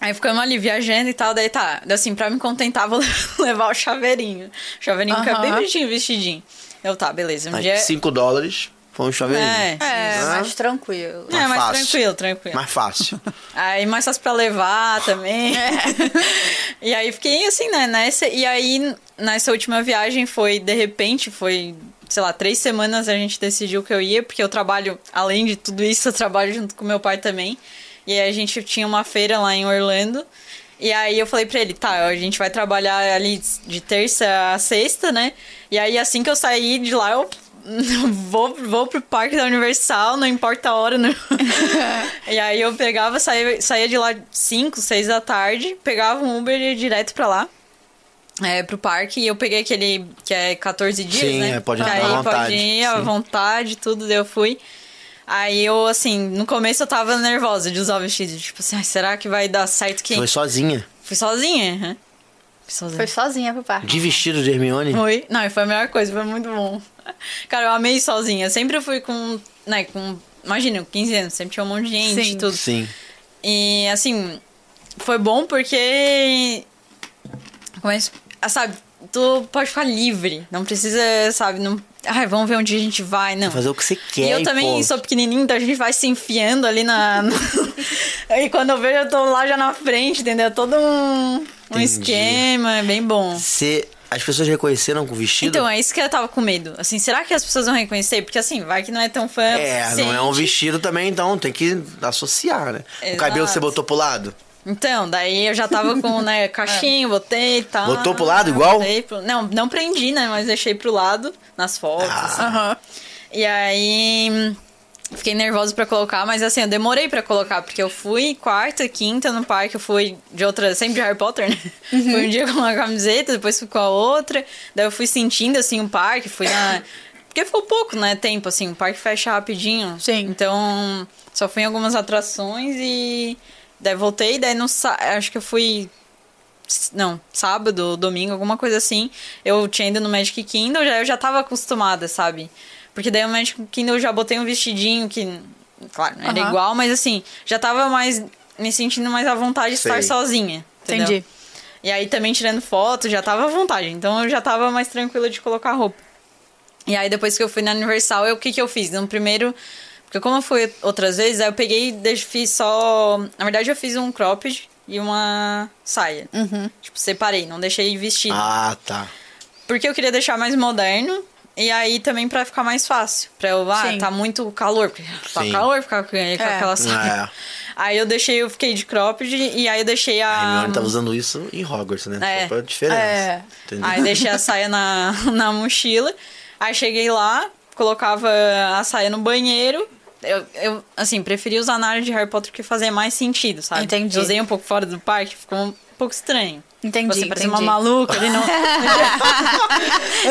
C: Aí ficamos ali viajando e tal, daí tá. daí Assim, pra me contentar, vou levar o chaveirinho. O chaveirinho fica bem
A: Aham.
C: bonitinho, vestidinho. Eu, tá, beleza. Um
B: Aí,
C: dia.
B: 5 é. dólares, foi um chaveirinho.
C: É,
A: É,
B: Hã?
A: mais tranquilo.
C: é, mas
B: fácil.
C: tranquilo, tranquilo.
B: Mais fácil.
C: Aí mais fácil pra levar também. e aí fiquei assim, né? Nessa, e aí, nessa última viagem foi, de repente, foi, sei lá, três semanas a gente decidiu que eu ia, porque eu trabalho, além de tudo isso, eu trabalho junto com meu pai também. E aí a gente tinha uma feira lá em Orlando. E aí eu falei pra ele, tá, a gente vai trabalhar ali de terça a sexta, né? E aí assim que eu sair de lá, eu vou, vou pro parque da Universal, não importa a hora. Não... e aí eu pegava, saía, saía de lá 5, 6 da tarde, pegava um Uber e ia direto pra lá. É, pro parque, e eu peguei aquele que é 14 dias,
B: Sim,
C: né?
B: é, pode
C: Que
B: entrar à
C: aí
B: vontade,
C: Pode ir à
B: sim.
C: vontade, tudo, daí eu fui. Aí eu, assim, no começo eu tava nervosa de usar o vestido. Tipo assim, "Ai, será que vai dar certo quem?
B: Foi sozinha.
C: Fui sozinha, aham. Fui sozinha.
A: Foi sozinha pro parque.
B: De vestido de Hermione.
C: Foi. Não, foi a melhor coisa, foi muito bom. Cara, eu amei sozinha. Sempre fui com, né, com, imagina, com 15 anos, sempre tinha um monte de gente
A: Sim.
C: e tudo.
B: Sim.
C: E assim, foi bom porque como é isso? Ah, sabe, tu pode ficar livre, não precisa, sabe, não, ai, vamos ver onde a gente vai, não.
B: Fazer o que você quer,
C: E eu
B: e
C: também
B: pô.
C: sou pequenininho, então a gente vai se enfiando ali na. e quando eu vejo, eu tô lá já na frente, entendeu? É Todo um, um
B: Entendi.
C: esquema, é bem bom.
B: Você... As pessoas reconheceram com o vestido?
C: Então, é isso que eu tava com medo. Assim, será que as pessoas vão reconhecer? Porque assim, vai que não é tão fã.
B: É, não é um
C: suficiente.
B: vestido também, então tem que associar, né? O cabelo
C: Exato.
B: você botou pro lado?
C: Então, daí eu já tava com, né, cachinho, botei e tal.
B: Botou pro lado igual?
C: Botei pro- Não, não prendi, né, mas deixei pro lado, nas fotos. assim. E aí, hum, fiquei nervosa pra colocar, mas assim, eu demorei pra colocar, porque eu fui quarta, quinta no parque, eu fui de outra, sempre de Harry Potter, né? Fui um dia com uma camiseta, depois fui com a outra, daí eu fui sentindo, assim, o parque, fui na... Porque ficou pouco, né, tempo, assim, o parque fecha rapidinho.
A: Sim.
C: Então, só fui em algumas atrações e... Daí voltei, daí não acho que eu fui não, sábado, domingo, alguma coisa assim, eu tinha ido no Magic Kingdom, já, eu já tava acostumada, sabe? Porque daí o Magic Kingdom eu já botei um vestidinho que, claro, não era
A: Aham.
C: igual, mas assim, já tava mais me sentindo mais à vontade de estar
B: Sei.
C: sozinha. entendeu?
A: Entendi.
C: E aí também tirando foto, já tava à vontade, então eu já tava mais tranquila de colocar roupa. E aí depois que eu fui na Universal, eu, o que que eu fiz? No primeiro, porque como eu fui outras vezes, aí eu peguei e deix- fiz só, na verdade eu fiz um cropped e uma saia. Tipo, separei, não deixei vestido.
B: Ah, tá.
C: Porque eu queria deixar mais moderno. E aí também pra ficar mais fácil. Pra eu, ah,
A: Sim.
C: tá muito calor. Porque tá
B: Sim.
C: calor ficar com, com aquela saia.
B: É.
C: Aí eu deixei, eu fiquei de cropped e aí eu deixei
B: A
C: a.
B: Hermione tava usando isso em Hogwarts, né?
C: Ah, É.
B: Só pra diferença.
A: É.
B: Entendeu?
C: Aí deixei a saia na, na mochila. Aí cheguei lá, colocava a saia no banheiro. Eu, eu, assim, preferi usar na área de Harry Potter porque fazia mais sentido, sabe?
A: Entendi.
C: Eu usei um pouco fora do parque, ficou um pouco estranho.
A: Entendi,
C: Você parece
A: entendi.
C: uma maluca, ele não...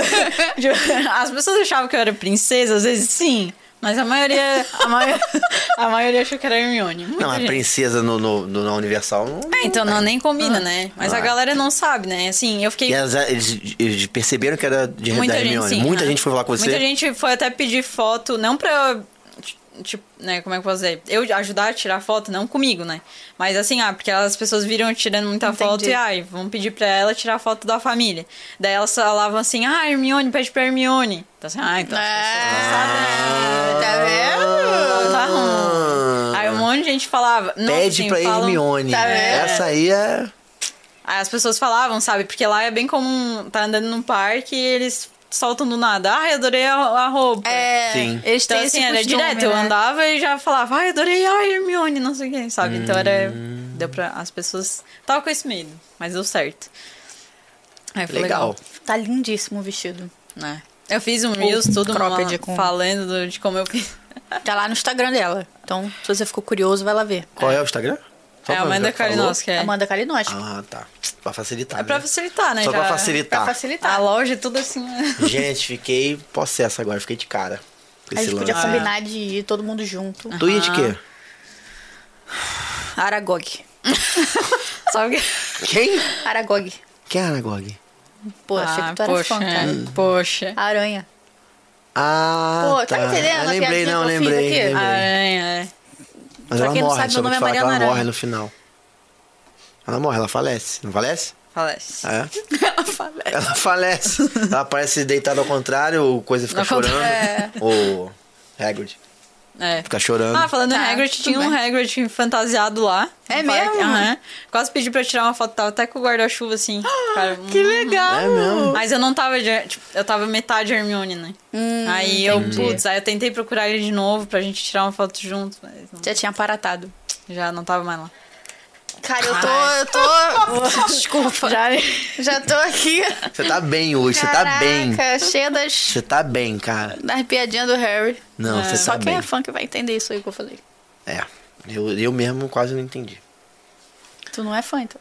C: As pessoas achavam que eu era princesa, às vezes sim. Mas a maioria... A maioria, a maioria achou que era Hermione. Muita
B: Não, é a
C: gente.
B: princesa no, no, no- na Universal não.
C: É, então não, nem combina, né? Mas a
B: Ah.
C: galera não sabe, né? Assim, eu fiquei...
B: E elas- eles, eles perceberam que era de
C: Muita
B: da
C: gente,
B: Hermione.
C: sim.
B: É, Muita
C: Aham.
B: gente foi falar com você.
C: Muita gente foi até pedir foto, não pra. ti- Tipo, né, como é que eu posso dizer? Eu ajudar a tirar foto, não comigo, né? Mas assim, ah, porque as pessoas viram eu tirando muita
A: Entendi.
C: foto e, ai, vão pedir pra ela tirar foto da família. Daí elas falavam assim, ah, Hermione, pede pra Hermione. Então assim, ah, então. as
A: Ah, É, tá vendo?
C: pessoas- Tá ruim.
B: Ah.
C: Aí um monte de gente falava. "Nossa,
B: Pede
C: assim,
B: pra
C: falam-
B: Hermione.
A: Tá vendo?
B: Essa aí é.
C: Aí as pessoas falavam, sabe? Porque lá é bem comum, tá andando num parque e eles soltam do nada. Ai, adorei a, a roupa.
A: É,
B: Sim.
A: eles
C: Então,
A: têm
C: assim,
A: esse
C: era
A: costume,
C: direto. Eu
A: né?
C: andava e já falava, ai, adorei, ai, Hermione, não sei o quê, sabe? Então era. Deu pra. As pessoas. Tava com esse medo, mas deu certo. Aí foi legal.
B: Legal.
A: Tá lindíssimo o vestido.
C: né? Eu fiz um Reels, tudo
A: cropped
C: uma-
A: com-
C: falando do- de como eu fiz.
A: Tá lá no Instagram dela. Então, se você ficou curioso, vai lá ver.
B: Qual é o Instagram? Só
C: É a
B: pra-
C: Amanda
B: já falou?
C: Kalinowski. É.
A: Amanda Kalinowski.
B: Ah, tá. Pra facilitar.
C: É pra
B: né?
C: facilitar, né?
B: Só pra
C: já-
B: facilitar.
A: Pra facilitar.
B: ah,
C: A loja, tudo assim. né?
B: Gente, fiquei possesso agora, fiquei de cara. com
A: a
B: esse
A: gente podia
B: lance aí.
A: combinar de ir todo mundo junto.
B: Tu ia de quê?
C: Ah.
A: Ah, Aragog.
C: Sabe
A: é?
C: o que.
B: Quem?
A: Aragog.
B: Quem é Aragog?
A: Pô, achei que tu era
C: poxa,
A: fã, cara.
C: é, poxa.
A: Aranha.
B: Ah,
A: Pô, tá entendendo
B: Ah,
A: a
B: lembrei,
A: piadinha
B: não,
A: que eu fiz
B: lembrei,
A: aqui?
B: lembrei.
C: Aranha, Ah, é.
B: Mas
A: pra
B: ela
A: quem não
B: morre,
A: sabe,
B: só
A: meu
B: vou
A: nome
B: te
A: é
B: falar que ela
A: Mariana
B: morre
A: Arana.
B: no final. Ela morre, ela falece. Não falece?
C: Falece.
B: É.
A: Ela fala.
B: Ela falece. Ela aparece deitada ao contrário, o coisa fica
C: Ao
B: chorando.
A: contrário. é.
B: O Hagrid
C: É.
B: fica chorando.
C: Ah, falando
A: Tá,
C: em Hagrid,
A: tudo
C: tinha um
A: bem.
C: Hagrid fantasiado lá.
A: É
C: no parque.
A: mesmo?
C: Aham. Quase pedi pra tirar uma foto, tava até com o guarda-chuva assim. Cara,
A: Que
C: hum.
A: legal.
B: É mesmo?
A: "Uh."
C: Mas eu não tava, de- tipo, eu tava metade Hermione, né? aí eu, putz, aí eu tentei procurar ele de novo pra gente tirar uma foto junto, mas não-
A: Já tinha aparatado.
C: já não tava mais lá.
A: Cara, eu tô. Eu tô. Desculpa. Já, tô aqui.
B: Você tá bem hoje, você tá bem.
A: Caraca, Cheia das,
B: Você tá bem, cara.
A: das piadinhas do Harry.
B: Não, você
A: Só
B: tá
A: quem
B: bem.
A: é fã que vai entender isso aí que eu falei.
B: É. Eu, eu mesmo quase não entendi.
A: Tu não é fã, então.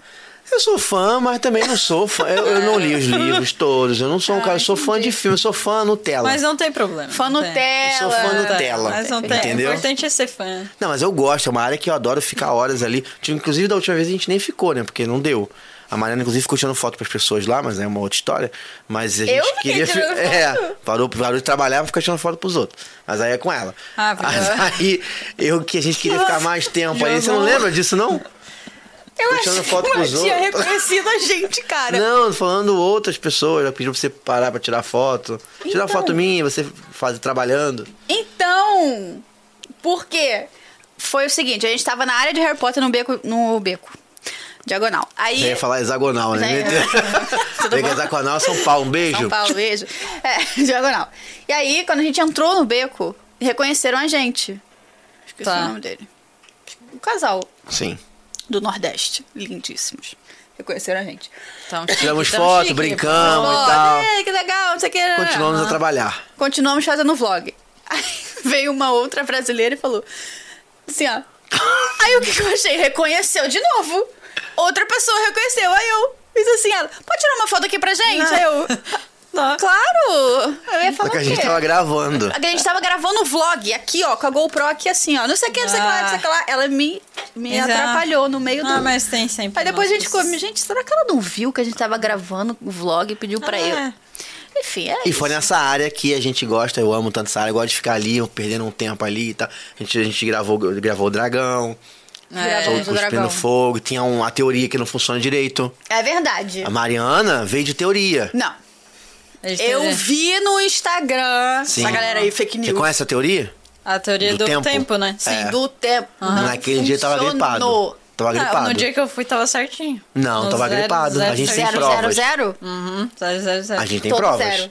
B: Eu sou fã, mas também não sou fã. Eu, eu não li os livros todos. Eu não
A: Ah,
B: sou um cara. Eu sou fã de filme, eu sou fã Nutella.
C: Mas não tem problema.
A: Fã
C: não
A: no
C: tem.
A: tela.
B: Eu sou fã Nutella.
C: Mas não tem.
B: Entendeu?
C: O importante é ser fã.
B: Não, mas eu gosto, é uma área que eu adoro ficar horas ali. Tipo, Inclusive, da última vez a gente nem ficou, né? Porque não deu. A Mariana, inclusive, ficou tirando foto pras pessoas lá, mas é uma outra história. Mas a gente
A: fiquei
B: queria.
A: tirando foto?
B: É, parou, parou de trabalhar pra ficar tirando foto pros outros. Mas aí é com ela.
C: Ah, porque-
B: mas aí eu que a gente queria ficar mais tempo ali. Você não
C: Jogou.
B: lembra disso, não?
A: Eu
B: Tô tirando foto
A: uma
B: pros
A: tia
B: outros.
A: reconhecido a gente, cara.
B: Não, falando outras pessoas. Já pediu pra você parar pra tirar foto. Tirar
A: Então.
B: foto minha, você faz, trabalhando.
A: Então, por quê? Foi o seguinte, a gente tava na área de Harry Potter no beco. No beco. Diagonal. Aí.
B: Você ia falar hexagonal, né?
A: Tudo
B: Pega
A: bom?
B: hexagonal, São Paulo. Um beijo.
A: São Paulo, beijo. É, diagonal. E aí, quando a gente entrou no beco, reconheceram a gente. Esqueci
C: Tá.
A: o nome dele. Um casal
B: Sim.
A: do Nordeste. Lindíssimos. Reconheceram a gente.
C: Então,
B: Tiramos
C: então,
B: foto,
C: chique.
B: brincamos e tal.
A: "Ei, que legal, não sei o que.
B: Ah,
C: É,
B: Continuamos a trabalhar.
A: Continuamos fazendo vlog. Aí veio uma outra brasileira e falou assim, ó. Aí o que, que eu achei? Reconheceu de novo. Outra pessoa reconheceu. Aí eu fiz assim, ela, pode tirar uma foto aqui pra gente? Aí eu.
C: é
A: Claro! Eu
C: Tá
A: ia falar
B: Só que a
A: o
B: gente
A: quê?
B: tava gravando.
A: A gente tava gravando vlog aqui, ó, com a GoPro aqui assim, ó. Não sei o que, não sei o que lá, não sei o que lá. Ela me, me
C: Exato.
A: atrapalhou no meio
C: Ah,
A: do.
C: mas tem sempre.
A: Aí depois a gente ficou,
C: nossos-
A: gente, será que ela não viu que a gente tava gravando o vlog e pediu pra
C: Ah,
A: eu?
C: é.
A: Enfim, é
B: E
A: isso.
B: foi nessa área que a gente gosta, eu amo tanto essa área, eu gosto de ficar ali, eu perdendo um tempo ali e tal. A gente, a gente gravou, gravou o dragão,
C: É,
A: Gravamos
B: fogo
A: o
B: cuspindo
A: dragão.
B: fogo, tinha uma teoria que não funciona direito.
A: É verdade.
B: A Mariana veio de teoria.
A: Não.
C: A gente
A: Eu
C: teve
A: vi no Instagram
B: Sim.
A: essa galera aí, fake
B: Você
A: news.
B: conhece a teoria?
C: A teoria
B: Do
C: do,
B: tempo.
C: tempo. né?
A: Sim,
B: É.
A: do tempo.
B: Naquele dia eu tava
A: Funcionou.
B: gripado. Tava
C: Ah,
B: gripado.
C: no dia que eu fui, tava certinho.
B: Não,
C: No
B: tava
C: zero,
B: gripado.
C: zero,
B: A gente tem
C: zero.
A: Zero,
B: provas.
A: zero, zero?
C: Uhum, zero, zero, zero.
B: A gente tem
A: Todo
B: provas.
A: zero.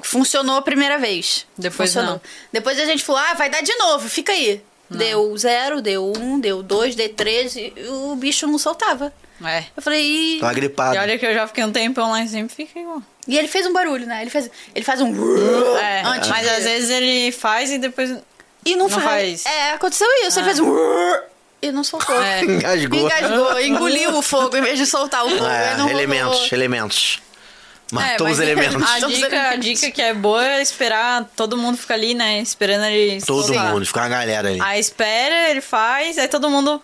A: Funcionou a primeira vez.
C: Depois
A: Funcionou.
C: não.
A: Depois a gente falou, ah, vai dar de novo, fica aí. Deu zero, deu um, deu dois, deu três, e o bicho não soltava.
C: É.
A: Eu falei, "Ih."
B: Tava gripado.
C: E olha que eu já fiquei um tempão lá e sempre fica igual.
A: e ele fez um barulho, né? Ele faz, ele faz um.
C: É,
A: antes
C: mas
A: de-
C: às vezes ele faz e depois...
A: E não,
C: Não faz. Ah.
A: É, aconteceu isso. Ele fez um... E não soltou.
C: É.
B: Engasgou.
A: Engasgou, engoliu o fogo em vez de soltar o fogo.
B: É,
A: Ele não
B: elementos,
A: rolou.
B: elementos. Matou
C: É,
B: os
C: mas
B: elementos.
C: A
A: Todos os
C: dica, a
A: elementos.
C: dica que é boa é esperar, todo mundo fica ali, né? Esperando ele
B: Todo
C: explodir.
B: mundo, ficou uma galera ali.
C: Aí espera, ele faz, aí todo mundo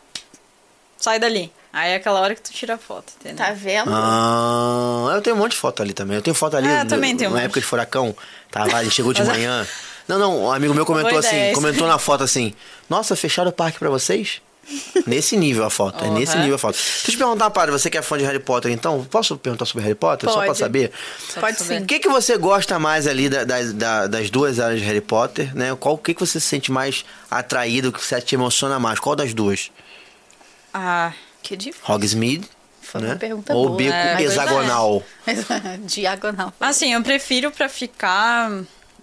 C: sai dali. Aí é aquela hora que tu tira a foto, entendeu?
A: Tá vendo?
B: Ah, eu tenho um monte de foto ali também. Eu tenho foto ali
C: Ah,
B: no-
C: também tenho um
B: na
C: monte.
B: época de furacão. Tava ali, chegou de manhã. Não, não, um amigo meu comentou
C: Boa
B: assim,
C: ideia.
B: comentou na foto assim: "Nossa, fecharam o parque pra vocês?" Nesse nível a foto, é nesse
C: Uhum.
B: nível a foto. Deixa eu te perguntar uma parada, você que é fã de Harry Potter, então, posso perguntar sobre Harry Potter? Só pra
A: Pode.
B: saber?
A: Pode
C: saber.
B: O
A: sim.
B: que, que você gosta mais ali da- das- da- das duas áreas de Harry Potter, né? Qual o que, que você se sente mais atraído, que você te emociona mais? Qual das duas?
C: Ah,
A: Que difícil.
B: Hogsmeade,
A: Foi
B: né?
A: uma pergunta
B: Ou
A: boa.
B: bico
C: É, pois é.
B: hexagonal?
A: Diagonal.
C: assim, eu prefiro pra ficar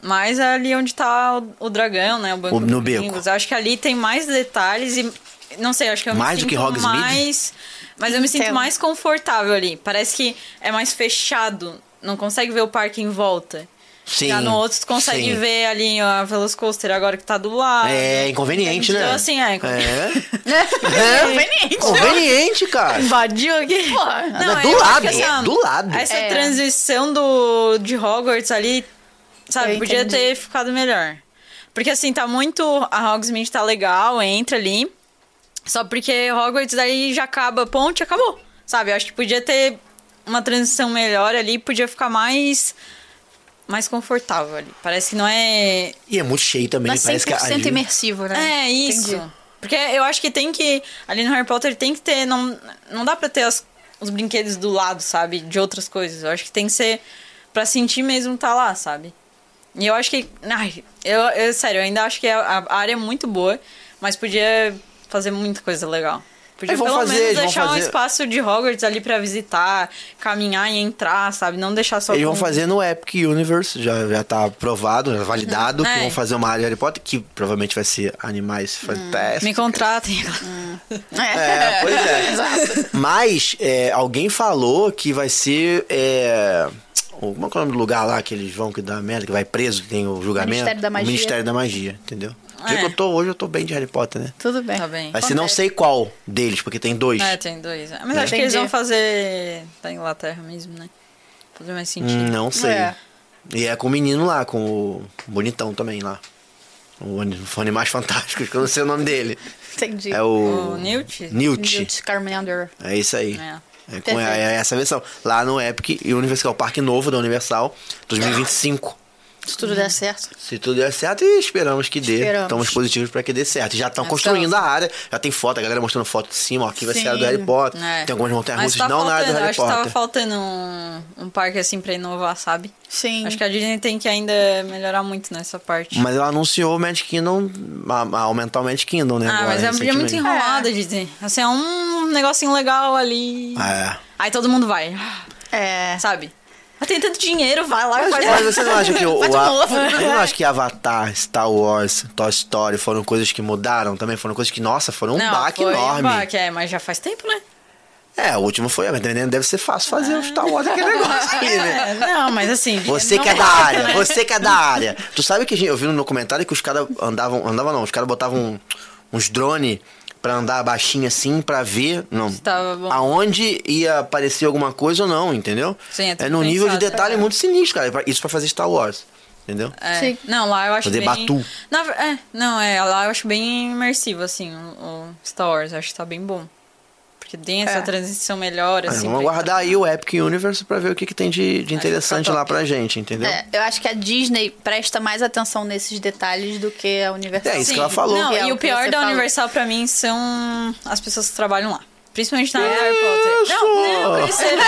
C: mais ali onde tá o, o dragão, né? O banco
B: O- no
C: dos
B: beco.
C: Gringos. Acho que ali tem mais detalhes e... Não sei, acho que eu
B: Mais
C: me
B: do
C: sinto
B: que Hogsmeade?
C: mais... Mas eu me sinto
A: Entendo.
C: mais confortável ali. Parece que é mais fechado. Não consegue ver o parque em volta.
B: Sim.
C: Já no outro tu consegue
B: sim.
C: ver ali a Velocicoaster agora que tá do lado.
B: É inconveniente, né?
C: Então, assim, é
B: É.
C: inconveniente.
B: É.
A: Conveniente.
B: Conveniente, cara.
C: Invadiu aqui.
A: Porra.
B: Não,
C: eu
B: do
C: acho
B: lado,
C: que, assim,
B: é do lado.
C: Essa
A: É.
C: transição do, de Hogwarts ali, sabe,
A: Eu
C: podia
A: entendi.
C: ter ficado melhor. Porque assim, tá muito. A Hogsmeade tá legal, entra ali. Só porque Hogwarts daí já acaba a ponte, acabou. Sabe? Eu acho que podia ter uma transição melhor ali, podia ficar mais. mais confortável ali. Parece que não é
B: E é muito cheio também,
A: Mas
B: parece que
A: 100%
B: ali...
A: imersivo, né?
C: É, isso.
A: Entendi.
C: Porque eu acho que tem que. Ali no Harry Potter tem que ter. Não, não dá pra ter as- os brinquedos do lado, sabe? De outras coisas. Eu acho que tem que ser. Pra sentir mesmo tá lá, sabe? E eu acho que. Ai, eu, eu- sério, eu ainda acho que a, a área é muito boa, mas podia fazer muita coisa legal. Podia
B: Aí É, vão
C: pelo
B: fazer,
C: menos
B: eles vão
C: deixar um
B: fazer-
C: espaço de Hogwarts ali pra visitar, caminhar e entrar, sabe? Não deixar só.
B: Eles vão
C: com-
B: fazer no Epic Universe, já, já tá aprovado, já validado, que
C: É.
B: vão fazer uma área de Harry Potter, que provavelmente vai ser Animais Fantásticos.
C: Me contratem.
B: É, pois é. Mas é, alguém falou que vai ser. É, o- como é que é o nome do lugar lá que eles vão que dá merda, que vai preso, que tem o julgamento?
A: Ministério da
B: O
A: Magia.
B: Ministério da Magia, entendeu? Do jeito
C: É.
B: que eu tô hoje, eu tô bem de Harry Potter, né?
A: Tudo bem.
C: Tá bem.
B: Vai ser não sei qual deles, porque tem dois.
C: É, tem dois. né? Mas acho que eles
A: Entendi.
C: vão fazer da Inglaterra mesmo, né? Fazer mais
B: Hum,
C: sentido.
B: Não sei.
A: É.
B: E é com o menino lá, com o bonitão também lá. O ani- o Animais Fantásticos, que eu não sei o nome dele.
A: Entendi.
B: É o...
C: O Newt?
B: Newt.
A: Newt Scamander.
B: É isso aí.
C: É.
B: É, com é,
A: Perfeito.
B: é essa versão. Lá no Epic e Universal, Parque Novo da Universal, 2025.
A: Se tudo
C: Uhum.
A: der certo.
B: Se tudo der certo, e esperamos que dê.
A: Esperamos.
B: Estamos positivos para que dê certo. Já estão
C: É,
B: construindo
C: então-
B: a área, já tem foto, a galera mostrando foto de cima, ó, aqui vai ser a área do
A: Sim.
B: Harry Potter.
C: É.
B: Tem algumas montanhas
C: Mas
B: russas
C: tá
B: não na área do
C: faltando,
B: Harry
C: acho que tava
B: Potter.
C: faltando um, um parque assim pra inovar, sabe?
A: Sim.
C: Acho que a Disney tem que ainda melhorar muito nessa parte.
B: Mas ela anunciou o Magic Kingdom, a, a aumentar o Magic Kingdom, né?
C: ah,
B: agora,
C: mas é- é muito
B: recentemente.
C: enrolada,
A: É.
C: Disney. Assim, é um negocinho legal ali.
B: É.
C: Aí todo mundo vai,
A: É.
C: sabe? Mas tem tanto dinheiro, vai lá e
B: Mas,
C: faz. um
B: mas você não acha que o,
C: Faz
B: o
C: um
B: a-
C: novo.
B: eu não acho que Avatar, Star Wars, Toy Story foram coisas que mudaram também, foram coisas que nossa, foram um
C: Não,
B: baque
C: foi um
B: enorme.
C: baque, é, mas já faz tempo, né?
B: É, o último foi, mas dependendo, deve ser fácil fazer o Star Wars aquele negócio ali, né?
C: É, não, mas assim.
B: Você
C: não
B: que é da
C: falta,
B: área,
C: né?
B: você que é da área. Tu sabe que a gente- eu vi no documentário que os caras andavam, andavam não, os caras botavam um, uns drone pra andar baixinho assim, pra ver, não,
C: Tava bom.
B: aonde ia aparecer alguma coisa ou não, entendeu?
C: Sim, é
B: é
C: tudo
B: num nível de
C: pensado.
B: detalhe muito sinistro, cara, pra- isso pra fazer Star Wars, entendeu?
C: É.
A: Sim.
C: Não, lá eu acho
B: Fazer
C: bem...
B: batu.
C: Na ver- é, não, é, lá eu acho bem imersivo, assim, o, o Star Wars. Eu acho que tá bem bom. Porque tem essa
A: É.
C: transição melhor,
B: Mas
C: assim.
B: vamos
C: pra-
B: aguardar aí Ah, o Epic Universe pra ver o que, que tem de, de interessante
C: tá
B: lá pra gente, entendeu?
A: É, eu acho que a Disney presta mais atenção nesses detalhes do que a Universal.
B: É isso que
C: Sim.
B: ela falou.
C: Não,
A: Que é
C: e
A: o
C: o
A: que
C: pior
A: você
C: da
A: falou.
C: Universal pra mim são as pessoas que trabalham lá. Principalmente na Harry Ah, é, Potter. Não, é não, cresceram.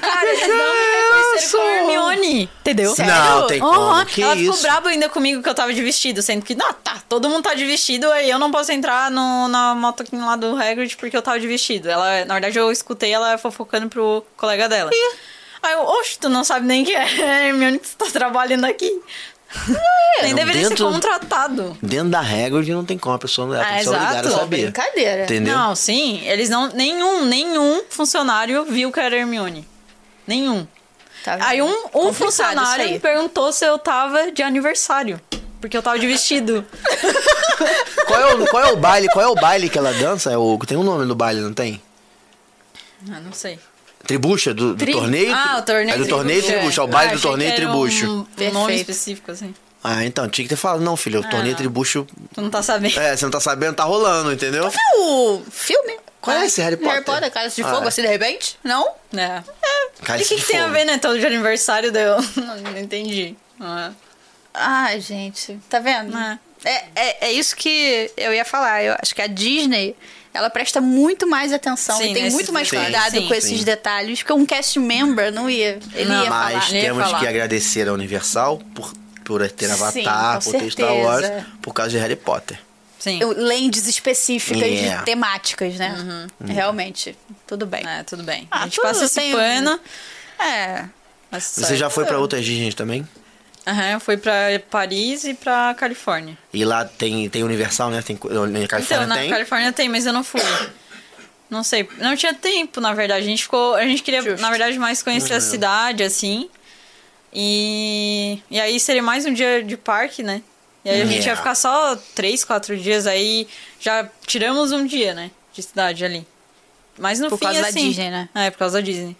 C: Cara, eles não me reconheceram com a Hermione. Entendeu?
B: Sério? Não, tem como,
C: Aham.
B: que
C: Ela
B: isso?
C: ficou brava ainda comigo que eu tava de vestido, sendo que, não, tá, todo mundo tá de vestido aí eu não posso entrar no, na motoquinha lá do Hagrid porque eu tava de vestido. Ela, na verdade, eu escutei ela fofocando pro colega dela. Aí eu, oxe, tu não sabe nem que é a Hermione que tu tá trabalhando aqui. Nem
B: Não,
C: deveria
B: dentro-
C: ser contratado.
B: Dentro da regra de não tem como, a pessoa não é, a
C: Ah,
B: pessoa é obrigada a
C: exato.
B: saber.
A: Brincadeira.
B: Entendeu?
C: Não, sim, eles não. Nenhum, nenhum funcionário viu que era Hermione. Nenhum.
A: Tá vendo?
C: Aí um, um
A: Complicado isso
C: funcionário
A: aí.
C: me perguntou se eu tava de aniversário. Porque eu tava de vestido.
B: Qual é, o, qual é o baile? Qual é o baile que ela dança? É o, tem um nome do baile, não tem?
C: Ah, não sei.
B: Tribucha do, do
C: Tri-
B: torneio?
C: Ah, o torneio
B: É do torneio
C: tribucho,
B: tribucho, é o
C: Ah,
B: baile do
C: achei
B: torneio
C: que era
B: tribucho.
C: Um, um nome
A: Perfeito.
C: específico, assim.
B: Ah, então, tinha que ter falado, não, filho, o torneio
C: não.
B: tribucho.
C: Tu não tá sabendo.
B: É, você não tá sabendo, tá rolando, entendeu?
A: O filme?
B: Qual é esse Harry Potter?
A: Harry Potter, Cálice de
B: Ah,
A: Fogo,
B: é.
A: assim, de repente? Não?
C: É. E o
B: Cálice
C: que,
B: de
C: que tem a
B: Fogo.
C: ver, né? Todo de aniversário daí eu Não, não entendi. Ah.
A: Ai, gente, tá vendo?
C: É.
A: É, é, é isso que eu ia falar. Eu acho que a Disney, ela presta muito mais atenção
C: Sim,
A: e tem
C: nesses
A: muito mais
C: detalhes.
A: cuidado
C: Sim.
A: com esses
B: Sim.
A: detalhes, porque um cast member não ia. Ele
C: Não,
A: ia
B: Mas
A: falar.
C: Ele ia
B: temos
C: falar.
B: que agradecer à Universal por, por ter
A: Sim,
B: Avatar,
A: com
B: por ter Star
A: certeza.
B: Wars, por causa de Harry Potter.
C: Sim.
A: Eu- Lentes específicas
B: Yeah.
A: de temáticas, né?
B: Uhum.
A: Realmente, tudo bem.
C: É, tudo bem.
A: Ah,
C: a gente
A: tudo
C: passa esse
A: tem-
C: pano.
A: É.
C: mas
B: Você
C: sai.
B: já foi pra outras Disney também?
C: Aham, eu fui pra Paris e pra Califórnia.
B: E lá tem, tem Universal, né? Tem, co- na Califórnia
C: então, na
B: tem.
C: Califórnia tem, mas eu não fui. Não sei, não tinha tempo, na verdade. A gente ficou, a gente queria,
A: Justo.
C: na verdade, mais conhecer
B: Uhum.
C: a cidade assim. E e aí seria mais um dia de parque, né? E aí a gente ia
B: Yeah.
C: ficar só três, quatro dias aí já tiramos um dia, né, de cidade ali. Mas no
A: Por
C: fim
A: causa da
C: assim,
A: Disney, né?
C: É, por causa da Disney.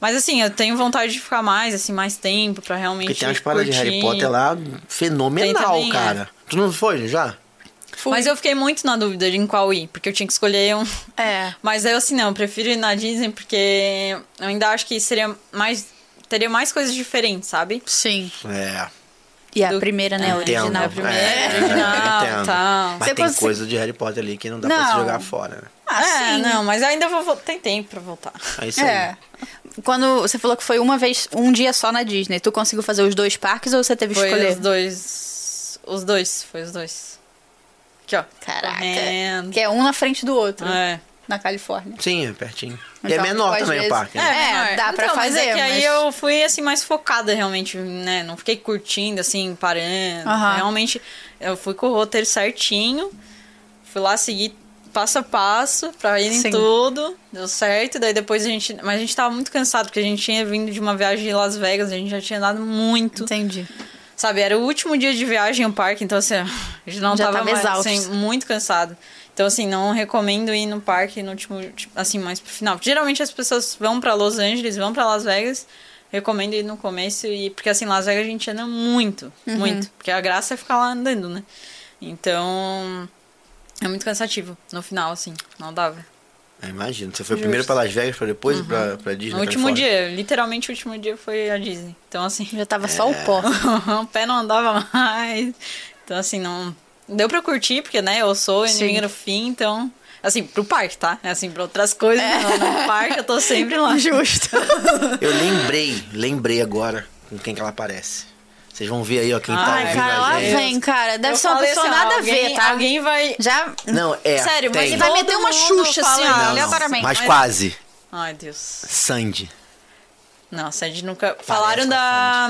C: Mas assim, eu tenho vontade de ficar mais assim, mais tempo pra realmente
B: Porque tem umas paradas de Harry
C: curtir.
B: Potter lá fenomenal,
C: Tem também, é.
B: cara. Tu não foi já?
C: Mas eu fiquei muito na dúvida de em qual ir, porque eu tinha que escolher um.
A: É.
C: Mas eu assim, não, eu prefiro ir na Disney porque eu ainda acho que seria mais. Teria mais coisas diferentes, sabe?
A: Sim.
B: É.
A: E a
C: Do-
A: primeira, né?
B: entendo.
A: Original.
C: primeira,
B: É,
C: original,
B: entendo.
C: tal.
B: Mas
A: Você
B: tem
A: consegue-
B: coisa de Harry Potter ali que não dá pra se
A: Não.
B: jogar fora, né?
A: Ah,
C: é,
A: sim.
C: não, mas ainda vou. vol- Tem tempo pra voltar.
B: É isso
A: É.
B: aí.
A: Quando você falou que foi uma vez, um dia só na Disney, tu conseguiu fazer os dois parques ou você teve que
C: Foi
A: escolher?
C: os dois. Os dois, foi os dois. Aqui, ó.
A: Caraca.
C: Correndo.
A: Que é um na frente do outro,
C: É.
A: na Califórnia.
B: Sim, é pertinho. e é
C: tá
A: Então,
B: menor
A: às
B: também
A: vezes-
B: o parque. né?
A: É,
C: menor.
A: dá pra
C: Então, mas
A: fazer,
C: É que aí
A: mas-
C: eu fui assim mais focada realmente, né? Não fiquei curtindo assim, parando.
A: Aham.
C: Realmente eu fui com o roteiro certinho. Fui lá seguir passo a passo pra ir em
A: Sim.
C: tudo. Deu certo. Daí depois a gente, mas a gente tava muito cansado porque a gente tinha vindo de uma viagem de Las Vegas, a gente já tinha andado muito.
A: Entendi.
C: Sabe, era o último dia de viagem ao parque, então assim, a gente não
A: Já
C: tava,
A: tava
C: mais,
A: exausto.
C: assim, muito cansado. Então assim, não recomendo ir no parque no último, tipo, assim, mais pro final. Geralmente as pessoas vão pra Los Angeles, vão pra Las Vegas. Recomendo ir no começo e porque assim, Las Vegas a gente anda muito,
A: Uhum.
C: muito, porque a graça é ficar lá andando, né? Então, é muito cansativo no final assim, não dava.
B: É, Imagina. Você foi primeiro pra Las Vegas, pra depois ir pra, pra Disney.
C: Uhum. No último
B: Califórnia.
C: dia, literalmente o último dia foi a Disney. Então assim,
A: Já tava só
B: É.
A: o pó.
C: o pé não andava mais. Então, assim, não. Deu pra curtir, porque, né, eu sou inimiga
A: Sim.
C: do fim, então. Assim, pro parque, tá? É Assim, pra outras coisas,
B: É.
C: não, no parque eu tô sempre lá. Justo.
B: Eu lembrei, lembrei agora com quem que ela aparece. Vocês vão ver aí, ó, quem tá
C: Ai,
B: ouvindo
A: Cara, lá
B: a gente.
A: vem, cara. Deve ser uma pessoa nada a ver, tá?
C: assim, "Ah, Alguém vai.
A: Já.
B: Não, é.
C: Sério, mas
B: tem.
A: vai
C: todo
A: meter uma
C: mundo
A: Xuxa,
C: fala
A: assim,
C: isso.
A: ó,
B: Não, não,
A: aleatoriamente.
B: Mas quase.
C: Ai, Deus.
B: Sandy.
C: Nossa, a gente nunca. Falaram
B: com
C: da.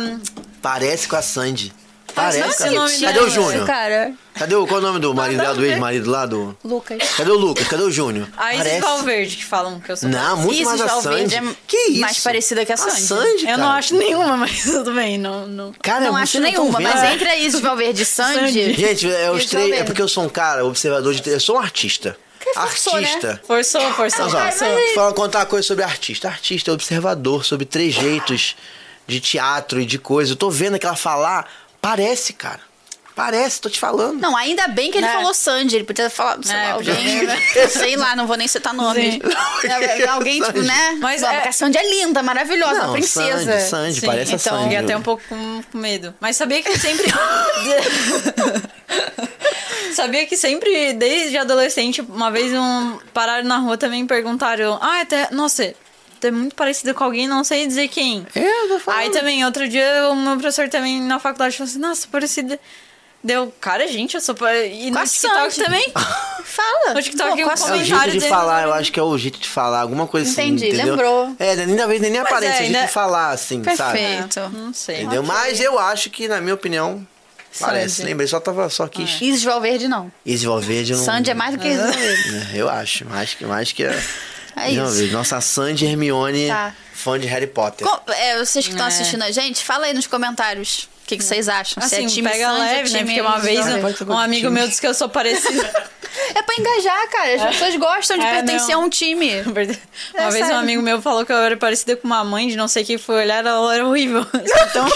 B: Parece com a Sandy. Parece
C: não
B: com
C: é
B: a
C: o
B: Sandy.
C: nome
B: Cadê
C: dela,
B: o Júnior?
A: Cara,
B: Cadê o, qual é o nome do marido
C: dá
B: lá, do
C: pra ver.
B: ex-marido lá do...
A: Lucas.
B: Cadê o Lucas? Cadê o Júnior?
C: A Isis Valverde que falam que eu sou.
B: Não, muito
A: Isis
B: mais a
A: Valverde
B: Sandy.
A: é
B: que isso?
A: mais parecida que a Sandy.
B: Sandy,
C: Eu não
B: cara.
C: acho nenhuma, mas tudo bem. Não, não...
B: Cara, é
A: não
B: vocês
A: acho
B: tão
A: nenhuma,
B: vendo.
A: mas é. entre a Isis Valverde e Sandy.
B: É. Gente, é, os
A: Isis
B: três, é
A: Valverde.
B: porque eu sou um cara observador de... Eu sou um artista.
A: forçou, né?
B: artista.
C: Forçou, forçou.
B: Mas, ó,
C: forçou.
B: falando contar uma coisa sobre artista. Artista é observador sobre trejeitos de teatro e de coisa. Eu tô vendo que ela falar, parece, cara. Parece, tô te falando.
A: Não, ainda bem que ele
C: É.
A: falou Sandy, ele podia ter falado, sei
C: É,
A: lá,
C: podia
A: alguém, né? sei lá, não vou nem citar nomes. É, é, Alguém, tipo,
B: Sandy.
A: né?
C: Mas
A: Mas Bom,
C: é-
A: porque a Sandy é linda, maravilhosa,
B: Não,
A: uma princesa.
B: Sandy, Sandy,
C: Sim,
B: parece
C: então,
B: a Sandy.
C: fiquei até um pouco com, com medo. Mas sabia que sempre. sabia que sempre, desde adolescente, uma vez um, pararam na rua também e perguntaram: Ah, até. Nossa, tu é muito parecida com alguém, não sei dizer quem.
B: É, eu tô falando.
C: Aí também, outro dia, o meu professor também na faculdade falou assim: Nossa, parecida. Deu, cara, gente, eu sou. pa- E no
A: a
C: TikTok
A: Sandy.
C: também?
A: Fala.
C: No TikTok,
A: Pô,
C: um
A: com a
B: É o
A: Sandy.
B: jeito
C: comentário
B: de
C: dele,
B: falar,
C: não
B: eu acho que é o jeito de falar, alguma coisa
A: né? Entendi,
B: assim, entendeu?
A: lembrou.
B: É, ainda vez nem aparência, é o jeito
C: ainda-
B: de falar, assim, sabe?
A: Perfeito. Uhum.
C: Não sei.
B: Entendeu? Mas eu acho que, na minha opinião, parece. Lembrei, só tava, só quis.
A: Isis Valverde, não.
B: Isis Valverde eu não...
A: É. Sandy é mais do que Isis Valverde.
B: É, Eu acho, mais que, mais que
A: É
B: Não,
A: isso.
B: Nossa Sandy Hermione,
A: Tá.
B: fã de Harry Potter.
A: Com- é, vocês que estão
C: É.
A: assistindo a gente, fala aí nos comentários. O que, que vocês acham? Se
C: Assim,
A: é time
C: pega
A: Sandy, é
C: leve, né?
A: time
C: Porque uma vez
A: Sandy?
B: pode ser
C: um,
B: qualquer
C: amigo
B: time.
C: meu disse que eu sou parecida.
A: É pra engajar, cara. As pessoas gostam de
C: É,
A: pertencer
C: não.
A: a um time.
C: uma
A: É,
C: vez um
A: sério.
C: amigo meu falou que eu era parecida com uma mãe de não sei quem foi olhar, ela era horrível. Então,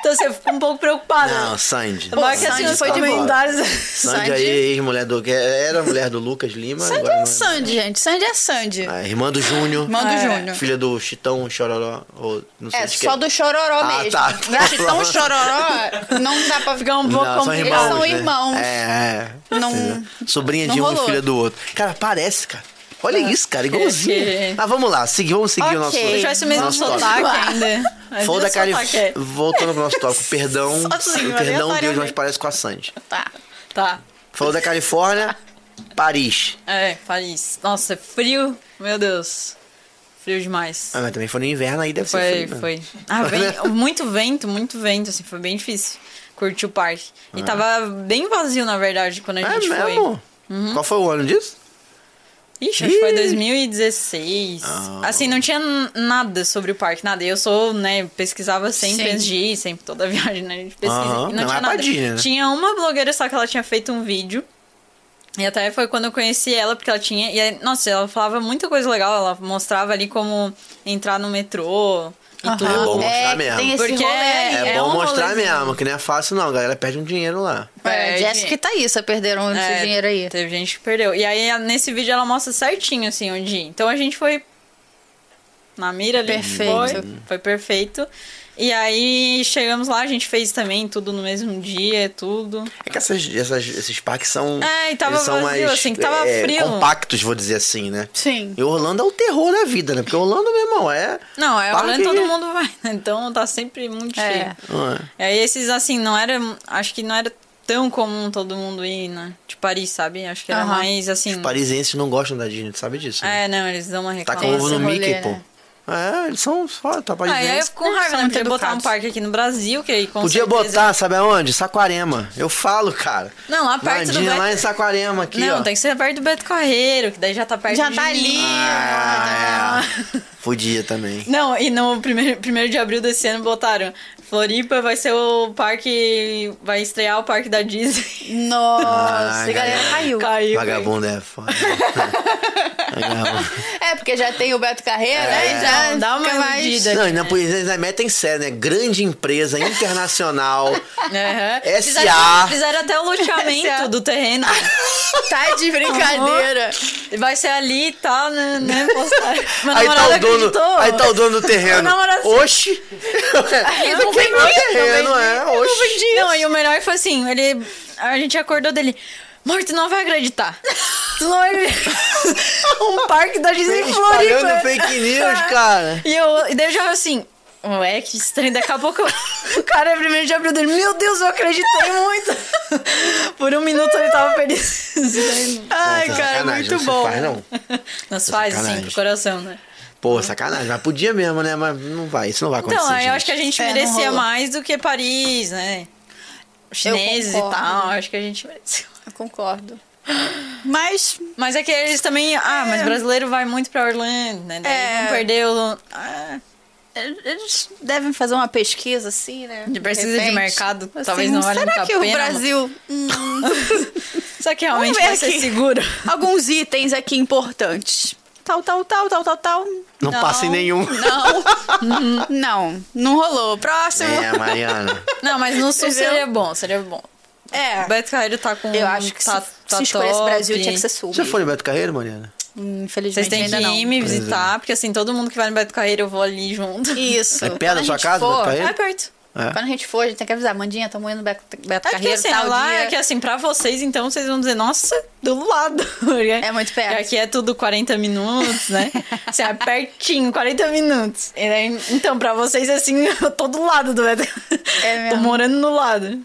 C: então você fica um pouco preocupada.
B: Não, Sandy.
C: Mas que
A: Sandy
C: assim, os
A: foi de boa.
C: comentários.
B: Sandy,
A: Sandy.
B: aí, ex-mulher do. Era mulher do Lucas Lima.
A: Sandy
B: agora
A: é
B: não
A: Sandy, gente. Sandy é Sandy.
B: Ah, irmã do Júnior.
A: Irmã do
B: Ah, é.
A: Júnior.
B: Filha do Chitão Chororó. Ou não sei
A: É,
B: de
A: só
B: quem.
A: do chororó
B: Ah,
A: mesmo.
B: tá.
A: Né? Se tão chororó, não dá pra ficar um pouco
B: Não, são
A: complicado. Eles são
B: irmãos. né?
A: irmãos.
B: É, é.
A: Não-
B: Entendeu? Sobrinha
A: não
B: de um
A: rolou. É.
B: e filha do outro. Cara, parece, cara. Olha isso, cara, igualzinho.
C: que-
B: Ah, vamos lá, seguir, vamos seguir o nosso.
A: Ok.
C: É. Se eu tivesse o mesmo
B: nosso tópico.
C: sotaque ainda. Mas
B: Foda
C: meu
B: da Cali...
C: sotaque é-
B: Voltando pro nosso tópico, perdão.
C: Sozinho,
B: perdão, Deus,
C: aleatoriamente.
B: mas parece com a Sandy.
A: Tá.
C: Tá.
B: Falou da Califórnia, Paris.
C: É, Paris. Nossa, frio. Meu Deus. Frio demais.
B: Ah, mas também foi no inverno aí, deve ser.
C: Foi,
B: frio né? mesmo.
C: foi. Ah, bem- muito vento, muito vento, assim, foi bem difícil curtir o parque. E tava bem vazio, na verdade, quando a
B: Ah. É
C: gente foi. Uhum.
B: mesmo? Qual foi o ano disso?
C: Ixi, acho que foi
B: Ih.
C: 2016.
B: Ah.
C: Assim, não tinha n- nada sobre o parque, nada. E Eu sou, né, pesquisava sempre
A: Sim.
C: antes de ir, sempre toda viagem, né, a gente pesquisa.
B: Aham,
C: E
B: não
C: não, tinha
B: é
C: nada.
B: padinha, né?
C: Tinha uma blogueira só que ela tinha feito um vídeo. E até foi quando eu conheci ela, porque ela tinha. E, aí, nossa, ela falava muita coisa legal. Ela mostrava ali como entrar no metrô e tudo.
B: É bom mostrar
A: É,
B: mesmo.
A: tem esse
C: Porque
A: rolê aí.
B: É,
C: É
B: bom
C: um
B: mostrar
C: rolezinho.
B: mesmo, que não é fácil não, a galera perde um dinheiro lá.
A: É,
C: É,
A: Jéssica e
C: dinheiro.
A: Thaísa perderam
C: É,
A: esse dinheiro aí.
C: Teve gente que perdeu. E aí, nesse vídeo, ela mostra certinho, assim, onde ir. Então, a gente foi na mira ali.
A: Perfeito.
C: Foi, foi perfeito. E aí, chegamos lá, a gente fez também tudo no mesmo dia, tudo.
B: É que essas, essas- esses parques são.
C: É, e tava
B: eles são
C: vazio,
B: mais,
C: assim, que tava
B: é,
C: frio.
B: Compactos, vou dizer assim, né?
A: Sim.
B: E Orlando é o terror da vida, né? Porque Orlando, meu irmão, é.
C: Não, é
B: Parque-
C: onde todo mundo vai. né? Então, tá sempre muito
A: É.
C: cheio.
B: Não é?
C: E aí, esses, assim, não era... Acho que não era tão comum todo mundo ir, né? De Paris, sabe? Acho que era
A: Aham.
C: mais, assim...
B: Os Parisienses não gostam da Disney, tu sabe disso. né?
C: É, não, eles dão uma reclamada.
B: Taca ovo
A: esse
B: no
A: rolê,
B: Mickey,
A: né?
B: pô. É, eles são foda, tá
C: Ah, e aí eu
B: parisienses.
C: fico com raiva,
A: São
C: né? Podia botar um
A: educados.
C: parque aqui no Brasil, que aí com
B: Podia
C: certeza-
B: botar, sabe aonde? Saquarema. Eu falo, cara.
C: Não, lá perto do
B: Nandinha,
C: Beto-
B: lá em Saquarema aqui,
C: não,
B: ó.
C: tem que ser perto do Beto Carreiro, que daí já tá perto
A: Já
C: de
A: tá
C: mim.
A: ali.
B: Ah,
C: né?
B: é. Podia também.
C: Não, e no primeiro, primeiro de abril desse ano botaram Floripa vai ser o parque... Vai estrear o parque da Disney.
A: Nossa,
B: Ah,
A: a galera
B: galera.
A: caiu.
C: Caiu.
B: Vagabundo é foda. Vagabundo.
A: É, porque já tem o Beto Carreira, né? E Já
C: É, Não, dá uma
A: fica mais...
C: iludida.
B: Não, e na poesia eles metem sério, né? Grande empresa internacional.
C: Aham.
B: SA.
C: Fizeram, fizeram até o
A: SA.
C: loteamento do terreno.
A: Tá de brincadeira.
C: Vai ser ali e tal, né? né postaram. Meu
B: aí tá,
C: namorado
B: o dono,
C: acreditou.
B: aí tá o dono do terreno.
C: Meu namorado-
B: Oxi!
C: Eu assim. é não
B: Quem
C: vendi,
B: o
C: eu não
B: terreno,
C: vendi,
B: é?
C: eu não
B: Oxi!
C: vendi. Não, e o melhor foi assim, ele... A gente acordou dele... Amor, tu não vai acreditar. Tu não vai ver. um parque da Disney
B: Espalhando
C: Floripa.
B: fake news, cara.
C: E, eu, e daí eu já assim... Ué, que estranho. Daqui a pouco o cara é primeiro de abril dele. Meu Deus, eu acreditei muito. Por um minuto ele tava feliz. Ai,
B: Nossa,
C: cara,
B: sacanagem,
C: muito
B: não se
C: bom.
B: faz, não. é
C: Nós faz, assim,
B: Sacanagem.
C: pro coração, né?
B: Pô, sacanagem. Mas podia mesmo, né? Mas não vai, isso não vai acontecer.
C: Então, aí eu
B: gente.
C: acho que a gente
A: É, não
C: merecia
A: rolou.
C: mais do que Paris, né? Os
A: Eu
C: Chineses e
A: concordo.
C: tal, acho que a gente mereceu.
A: Eu concordo. Mas
C: Mas é que eles também. Ah, mas brasileiro vai muito pra Orlando, né? Daí
A: É.
C: vão perder o. Ah,
A: eles devem fazer uma pesquisa assim, né?
C: de pesquisa de
A: repente.
C: mercado,
A: Assim,
C: talvez não valha
A: Será
C: muito
A: que
C: a
A: o
C: pena.
A: Brasil...
C: Só que realmente
A: ver
C: vai ser
A: aqui.
C: seguro.
A: alguns itens aqui importantes. Tal, tal, tal, tal, tal, tal.
B: Não passa em nenhum.
A: Não. não, não rolou. Próximo.
B: É, Mariana.
C: Não, mas no sul
A: Entendeu?
C: seria bom, seria bom.
A: É.
C: O Beto Carreiro tá com.
A: Eu acho que
C: tá,
A: se,
C: tá
A: se escolhesse
C: top.
A: Brasil, tinha que ser sul.
B: Você foi no Beto Carreiro, Mariana?
A: Infelizmente,
C: Vocês têm que
A: ainda
C: ir
A: não.
C: me visitar, porque assim, todo mundo que vai no Beto Carreiro, eu vou ali junto.
A: Isso.
B: É perto da
A: Quando a
B: sua
A: gente
B: casa,
A: for-
B: Beto Carreiro?
C: É perto.
B: É.
A: Quando a gente for, a gente tem que avisar. Mandinha, tamo indo no Beto, Beto
C: Acho que
A: Carreiro,
C: assim,
A: tal
C: lá
A: dia.
C: é que assim, pra vocês, então, vocês vão dizer, nossa, do lado.
A: É muito perto.
C: E aqui é tudo 40 minutos, né? assim, é pertinho, 40 minutos. E daí, então, pra vocês, assim, eu tô do lado do Beto.
A: É mesmo.
C: Tô morando no lado.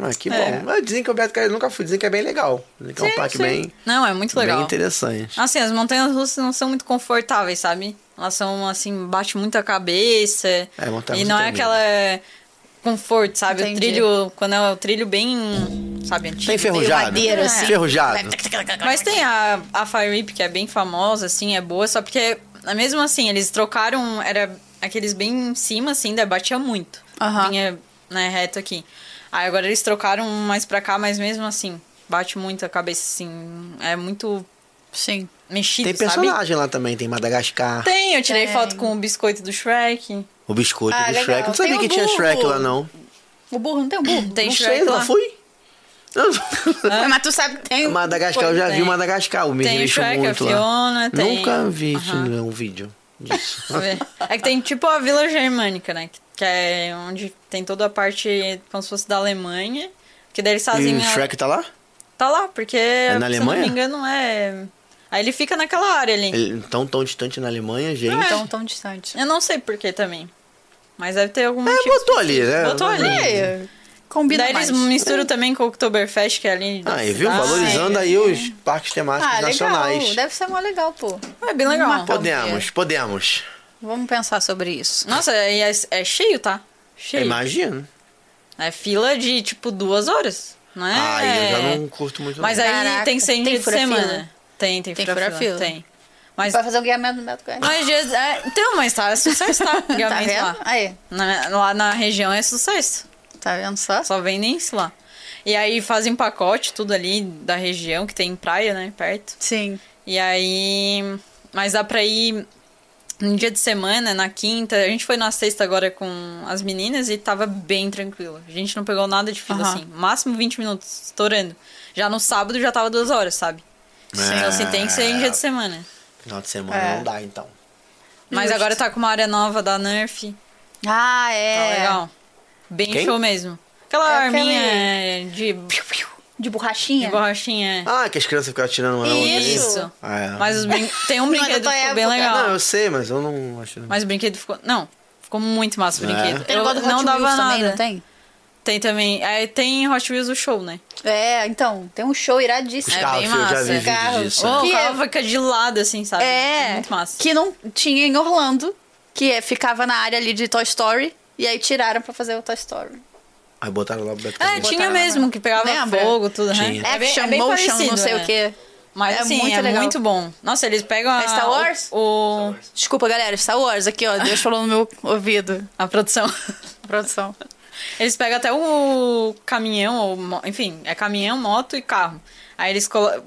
B: Ah, que
C: É.
B: bom. Mas dizem que o Beto Carreiro nunca fui. Dizem que é bem legal. Dizem que é um parque bem,
C: Não, é muito
B: bem
C: legal.
B: interessante.
C: Assim, as montanhas russas não são muito confortáveis, sabe? Elas são, assim, bate muito a cabeça.
B: É, montanha
C: E
B: russa
C: não
B: tem
C: é aquela conforto, sabe?
A: Entendi.
C: O trilho, quando é o trilho bem, sabe, antigo.
B: Tem ferrujado.
A: madeira, assim.
C: É.
B: Ferrujado.
C: Mas tem a, a Fire Whip, que é bem famosa, assim, é boa, só porque, mesmo assim, eles trocaram, era aqueles bem em cima, assim, daí batia muito.
A: Aham.
C: vinha né, reto aqui. Aí agora eles trocaram um mais pra cá, mas mesmo assim, bate muito a cabeça, assim. É muito
A: Sim.
C: mexido,
B: Tem
C: sabe?
B: personagem lá também, tem Madagascar,
C: Tem, eu tirei
A: Tem.
C: foto com o biscoito do Shrek.
B: o biscoito
A: Ah,
B: do
A: legal.
B: Shrek. Não
A: Tem
B: sabia
A: o
B: que tinha
A: burro.
B: Shrek lá, não.
A: O burro não tem o burro?
C: Tem
B: não
C: Shrek
B: sei,
C: lá. Ah,
B: não fui.
A: Mas tu sabe que tem. um
B: Madagascar, eu já
C: Tem.
B: vi o Madagascar, o
C: Tem o
B: mexeu
C: Shrek,
B: muito lá.
C: a Fiona, tem-
B: Nunca vi isso, um vídeo disso.
C: Deixa eu ver. É que tem tipo a Vila Germânica, né? Que- Que é onde tem toda a parte como se fosse da Alemanha. Que daí eles fazem.
B: e o
C: a-
B: Shrek tá lá?
C: Tá lá, porque.
B: na
C: É Se eu não
B: Alemanha?
C: me engano, é. Aí ele fica naquela área ali.
B: Ele, é tão, tão distante na Alemanha, gente.
C: é
A: Tão, tão distante.
C: Eu não sei porquê também. Mas deve ter algum
B: É,
C: motivo.
B: botou ali, né?
C: assim. Botou ali.
A: É, combina
C: Daí
A: mais.
C: eles misturam também com o Oktoberfest, que é ali. da
B: Ah, e viu?
C: cidade.
B: Valorizando aí os parques temáticos
A: Ah,
B: nacionais.
A: legal. Deve ser mó legal, pô.
C: É bem legal.
A: Uma-
B: Podemos, podemos.
A: Vamos pensar sobre isso.
C: Nossa, e é, é cheio, tá? Cheio.
B: Imagino.
C: É fila de tipo duas horas, não é?
B: Ah, eu já não curto muito.
C: Mas
B: não.
C: aí
A: Caraca,
C: tem que ser em
A: tem
C: dia de
A: fura-fila?
C: semana. Tem, tem
A: Tem
C: fura-fila.
A: fura-fila?
C: Tem. Mas,
A: Vai fazer o guiamento do Beto Guedes.
C: mas dias. é, então, mas tá, é sucesso, tá?
A: Tá
C: Games
A: vendo?
C: lá.
A: Aí,
C: Na- lá na região é sucesso.
A: tá vendo só?
C: Só vendem isso lá. E aí fazem pacote, tudo ali da região, que tem praia, né? Perto.
A: Sim.
C: E aí. Mas dá pra ir no dia de semana, na quinta. A gente foi na sexta agora com as meninas e tava bem tranquilo. A gente não pegou nada de fila
A: Aham.
C: assim. Máximo 20 minutos, estourando. Já no sábado já tava duas horas, sabe? Então assim, tem que ser em dia de semana.
B: Final de semana
A: É.
B: não dá, então.
C: Mas
A: Justo.
C: agora tá com uma área nova da Nerf.
A: Ah,
C: Tá
A: é.
C: legal. Bem
B: Quem?
C: show mesmo. Aquela
A: É aquela-
C: arminha de, de
A: De borrachinha?
C: borrachinha.
B: Ah, que as crianças ficam atirando uma na outra. ali.
A: Isso.
B: Ah, é.
C: Mas os brin- tem um
A: Não é da
C: brinquedo
A: tua
C: que ficou bem
A: época.
C: legal.
B: Não, eu sei, mas eu não acho.
C: Mas o brinquedo ficou. Não, ficou muito massa o
B: É?
C: brinquedo.
A: Tem negócio do Hot
C: não dava
A: Wheels
C: nada.
A: também, não tem?
C: Tem também. É, tem Hot Wheels o show, né?
A: É, então, tem um show iradíssimo.
B: Os
C: é
B: carros,
C: bem
B: eu já
C: massa.
B: vi vídeo
A: Carros.
B: disso. né?
C: Oh,
A: Que
C: o carro
A: é-
C: fica de lado, assim, sabe?
A: É,
C: Muito massa.
A: que não tinha em Orlando, que é- ficava na área ali de Toy Story, e aí tiraram pra fazer o Toy Story.
B: Aí botaram lá o Beto
C: É,
B: Carreiro.
C: tinha
A: lá pra-
C: mesmo, que pegava
A: né? Lembra?
C: fogo, tudo, né?
B: Tinha.
C: É bem-
A: Action,
C: é bem
A: motion,
C: parecido,
A: não sei
C: é.
A: o quê.
C: Mas
A: É
C: assim,
A: muito
C: é
A: legal.
C: muito bom. Nossa, eles pegam a,
A: É Star Wars?
C: O, o-
A: Desculpa, galera, Star Wars aqui, ó, Deus falou no meu ouvido.
C: a produção.
A: Produção.
C: Eles pegam até o caminhão, ou, mo- enfim, é caminhão, moto e carro. Aí eles colo-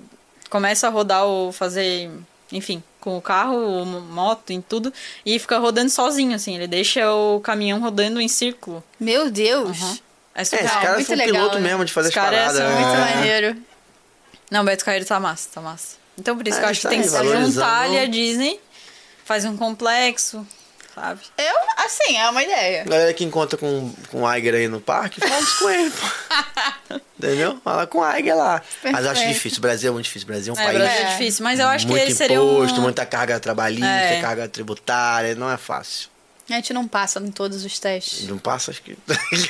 C: começam a rodar ou fazer, enfim, com o carro, o mo- moto, em tudo, e fica rodando sozinho, assim. Ele deixa o caminhão rodando em círculo.
A: Meu Deus.
C: É
B: É,
C: surreal.
B: esses caras
A: muito
B: são
A: legal,
B: piloto
A: né?
B: mesmo de fazer
C: Os
B: as
C: caras
B: paradas.
C: são
B: né?
C: muito
A: Muito
C: É.
A: maneiro.
C: Não, Beto Carreiro tá massa, tá massa. Então por isso
B: É,
C: que eu acho que
B: tá
C: tem que
B: aí,
C: se
B: valorizando.
C: juntar ali a Disney, faz um complexo, sabe?
A: Eu, assim, é uma ideia.
B: Galera que encontra com, com o Iger aí no parque, fala isso com ele, pô. Entendeu? Fala com o Iger lá. Mas eu acho
A: Perfeito.
B: difícil. O Brasil é muito difícil. O Brasil é um
C: É,
B: país.
C: Brasil é difícil, mas eu acho que
B: muito
C: ele seria um...
B: imposto, muita carga trabalhista,
C: É.
B: carga tributária, não é fácil.
A: A gente não passa em todos os testes.
B: Não passa, acho que.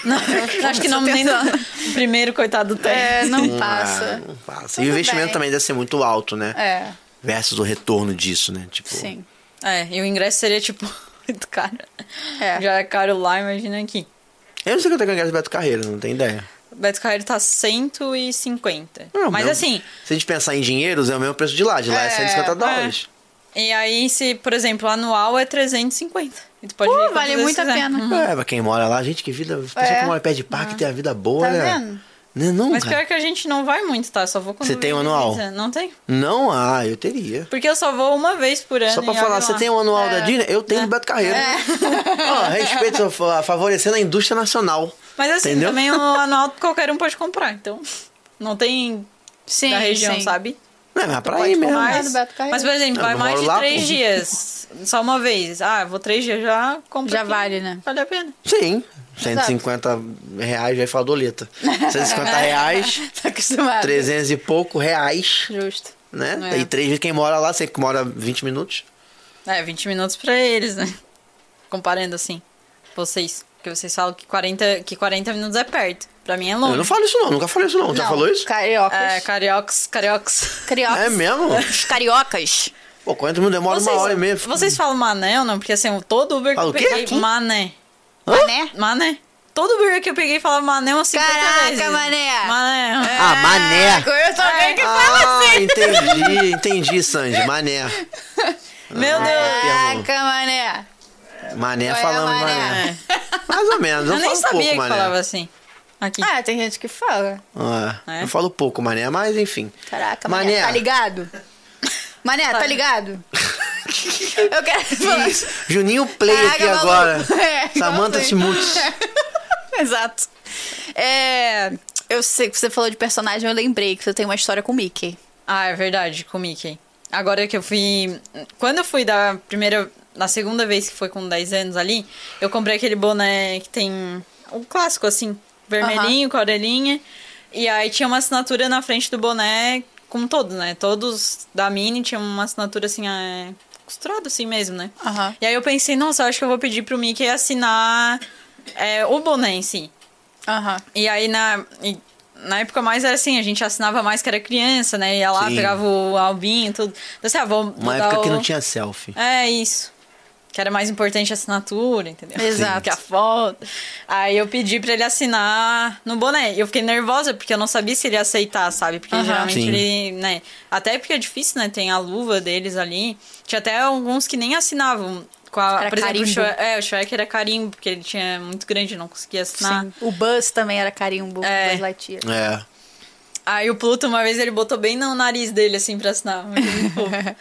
C: Não, acho que não nem no, o primeiro, coitado, tem.
A: É, não
B: Ah,
A: passa.
B: não passa.
A: Tudo
B: E o investimento
A: bem.
B: também deve ser muito alto, né?
A: É,
B: Versus o retorno disso, né? Tipo,
A: sim.
C: É, e o ingresso seria, tipo, muito caro.
A: É.
C: Já é caro lá, imagina aqui.
B: Eu não sei quanto é que eu ingresso do Beto Carreiro, não tem ideia.
C: O Beto Carreiro tá 150.
B: Não,
C: Mas
B: mesmo-
C: assim,
B: Se a gente pensar em dinheiros, é o mesmo preço de lá. De lá é,
A: É,
B: 150 dólares.
C: e aí se, por exemplo, anual é 350. E tu pode
A: Pô,
C: ir quantas
A: Uh, vale
C: vezes
A: muito a
C: quiser.
A: pena.
B: É, pra quem mora lá, gente, que vida. Pessoa
A: É.
B: que mora perto de parque tem a vida boa,
A: Tá
B: né?
A: vendo?
B: Né, Não,
C: Ah. Mas
B: cara?
C: pior que a gente não vai muito, tá? Só vou quando...
B: Você tem
C: vem
B: o anual?
C: visita. Não tem.
B: Não, ah, eu teria.
C: Porque eu só vou uma vez por ano.
B: Só pra
C: e
B: falar,
C: olha
B: você
C: lá. É.
B: tem um anual da Disney? Eu tenho do Beto Carreiro. Ó, respeito, eu fa- favorecendo a indústria nacional.
C: Mas assim,
B: Entendeu?
C: também o anual qualquer um pode comprar, então... Não tem
A: Sim,
C: da região,
A: sim.
C: sabe?
B: Não, é pra ir mesmo.
A: comprar.
C: Mas,
A: do Beto Carreiro.
C: mas, por exemplo,
B: Eu
C: vai
B: não
C: mais
B: moro
C: de
B: lá,
C: três
B: pô.
C: dias. Só uma vez. Ah, vou três dias já compro.
A: Já
C: aqui.
A: vale, né?
C: Vale a pena.
B: Sim. 150 reais, vai falar doleta. 150 reais,
A: Tá acostumado.
B: 300 e pouco reais,
A: Justo.
B: né?
C: É.
B: E três vezes quem mora lá, sempre que mora 20 minutos.
C: É, 20 minutos pra eles, né? Comparando assim, vocês. Porque vocês falam que 40, que 40 minutos é perto. Pra mim é longe.
B: Eu não falo isso não, nunca falei isso não. Já
A: Não,
B: falou isso?
A: Cariocas.
C: É, cariocas, cariocas.
A: Cariocas.
B: É mesmo?
A: Os cariocas.
B: Pô, 40 minutos demora uma hora e meia.
C: vocês falam mané ou não? Porque assim, todo Uber que
B: Fala
C: eu
B: o quê?
C: peguei,
B: Quem?
C: mané.
A: Mané?
C: Mané. Todo Uber que eu peguei falava mané umas 50
A: Caraca,
C: vezes.
A: mané.
C: Mané.
B: Ah, mané!
A: Eu também que fala
B: Ah, entendi, entendi, Sandy. Mané.
C: Meu Deus.
B: É.
A: Caraca, mané.
B: Mané
A: Qual é,
B: falamos,
A: mané?
B: mané. Mais ou menos. Eu,
C: Eu nem
B: falo
C: sabia
B: pouco,
C: que
B: mané.
C: falava assim. Aqui.
A: Ah, tem gente que fala.
B: É,
C: É?
B: Eu falo pouco, mané, mas enfim.
A: Caraca, mané, tá ligado? Mané, tá ligado? Eu quero falar.
B: Isso. Juninho Play
A: Caraca,
B: aqui
A: maluco.
B: agora.
A: É,
B: Samantha
A: igualzinho.
B: Schmutz.
A: Exato. É, eu sei que você falou de personagem, eu lembrei que você tem uma história com o Mickey.
C: Ah, é verdade, com o Mickey. Agora que eu fui. Quando eu fui da primeira. Na segunda vez que foi com 10 anos ali, eu comprei aquele boné que tem. Um clássico, assim. Vermelhinho, com a orelhinha. E aí tinha uma assinatura na frente do boné, como todo, né? Todos da Mini tinham uma assinatura assim, é, costurada assim mesmo, né?
A: Aham.
C: E aí eu pensei, nossa, eu acho que eu vou pedir pro Mickey assinar é, o boné em si.
A: Aham.
C: E aí na, e na época mais era assim, a gente assinava mais que era criança, né? Ia lá,
B: Sim.
C: pegava o albinho e tudo. Então, assim, ah, vou
B: Uma
C: botar
B: época que
C: o-
B: não tinha selfie.
C: É, isso. Que era mais importante a assinatura, entendeu?
A: Exato.
C: Que a foto. Aí eu pedi pra ele assinar no boné. E Eu fiquei nervosa porque eu não sabia se ele ia aceitar, sabe? Porque
A: Aham.
C: geralmente
B: Sim.
C: ele, né? Até porque é difícil, né? Tem a luva deles ali. Tinha até alguns que nem assinavam. Com a,
A: Era
C: por exemplo, o
A: carimbo.
C: Shrek, é, o Shrek era carimbo, porque ele tinha muito grande, não conseguia assinar.
A: Sim. O Buzz também era carimbo,
C: É.
A: o Buzz Lightyear.
B: É.
C: Aí o Pluto, uma vez, ele botou bem no nariz dele, assim, pra assinar. Muito fofo.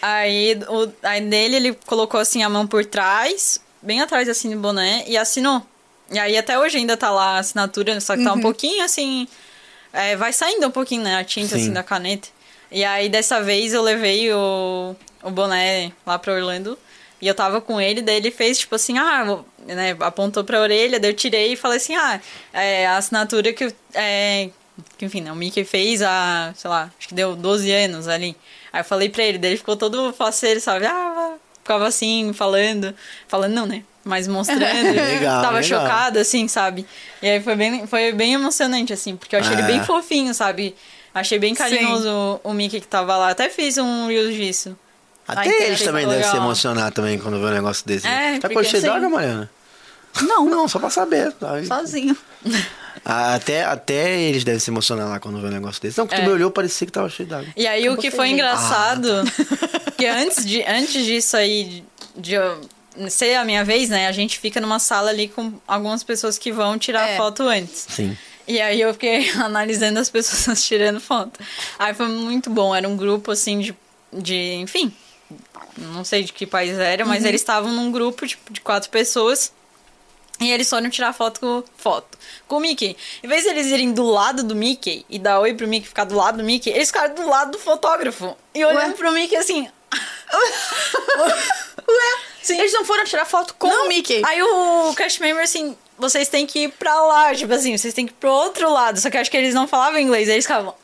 C: aí, o, aí nele, ele colocou, assim, a mão por trás, bem atrás, assim, do boné, e assinou. E aí, até hoje ainda tá lá a assinatura, só que tá um pouquinho, assim... é, vai saindo um pouquinho, né, a tinta,
B: Sim.
C: assim, da caneta. E aí, dessa vez, eu levei o, o boné lá pra Orlando... E eu tava com ele, daí ele fez tipo assim, ah, vou- né, apontou pra orelha, daí eu tirei e falei assim, ah, é a assinatura que, eu- é, que enfim, né, o Mickey fez há, sei lá, acho que deu 12 anos ali. Aí eu falei pra ele, daí ele ficou todo faceiro, sabe, ah, vá", ficava assim, falando, falando não, né, mas mostrando,
B: Legal,
C: tava
B: legal.
C: chocado, assim, sabe. E aí foi bem, foi bem emocionante, assim, porque eu achei ele
B: É.
C: bem fofinho, sabe. Achei bem carinhoso o, o Mickey que tava lá, até fiz um Reels disso.
B: Até
C: Ai, que
B: eles
C: legal.
B: também devem se
C: Legal.
B: emocionar também quando vê um negócio desse.
C: É,
B: tá
C: porque
B: com cheio
C: assim-
B: d'água, Mariana?
A: Não.
B: Não, só pra saber. tá?
A: Sozinho.
B: Ah, Até, até eles devem se emocionar lá quando vê um negócio desse. Não, porque tu
C: É.
B: me olhou parecia que tava cheio d'água.
C: E aí o que foi engraçado, que antes, de, antes disso aí, de eu ser a minha vez, né? A gente fica numa sala ali com algumas pessoas que vão tirar
A: É.
C: foto antes.
B: Sim.
C: E aí eu fiquei analisando as pessoas tirando foto. Aí foi muito bom, era um grupo assim de. de enfim, não sei de que país era,
A: Uhum.
C: mas eles estavam num grupo tipo, de quatro pessoas. E eles foram tirar foto com, foto com o Mickey. Em vez de eles irem do lado do Mickey e dar oi pro Mickey ficar do lado do Mickey, eles ficaram do lado do fotógrafo. E olhando pro Mickey assim.
A: Ué, eles não foram tirar foto com o Mickey.
C: Aí o cast member assim, vocês têm que ir pra lá, tipo assim, vocês têm que ir pro outro lado. Só que eu acho que eles não falavam inglês, aí eles ficavam.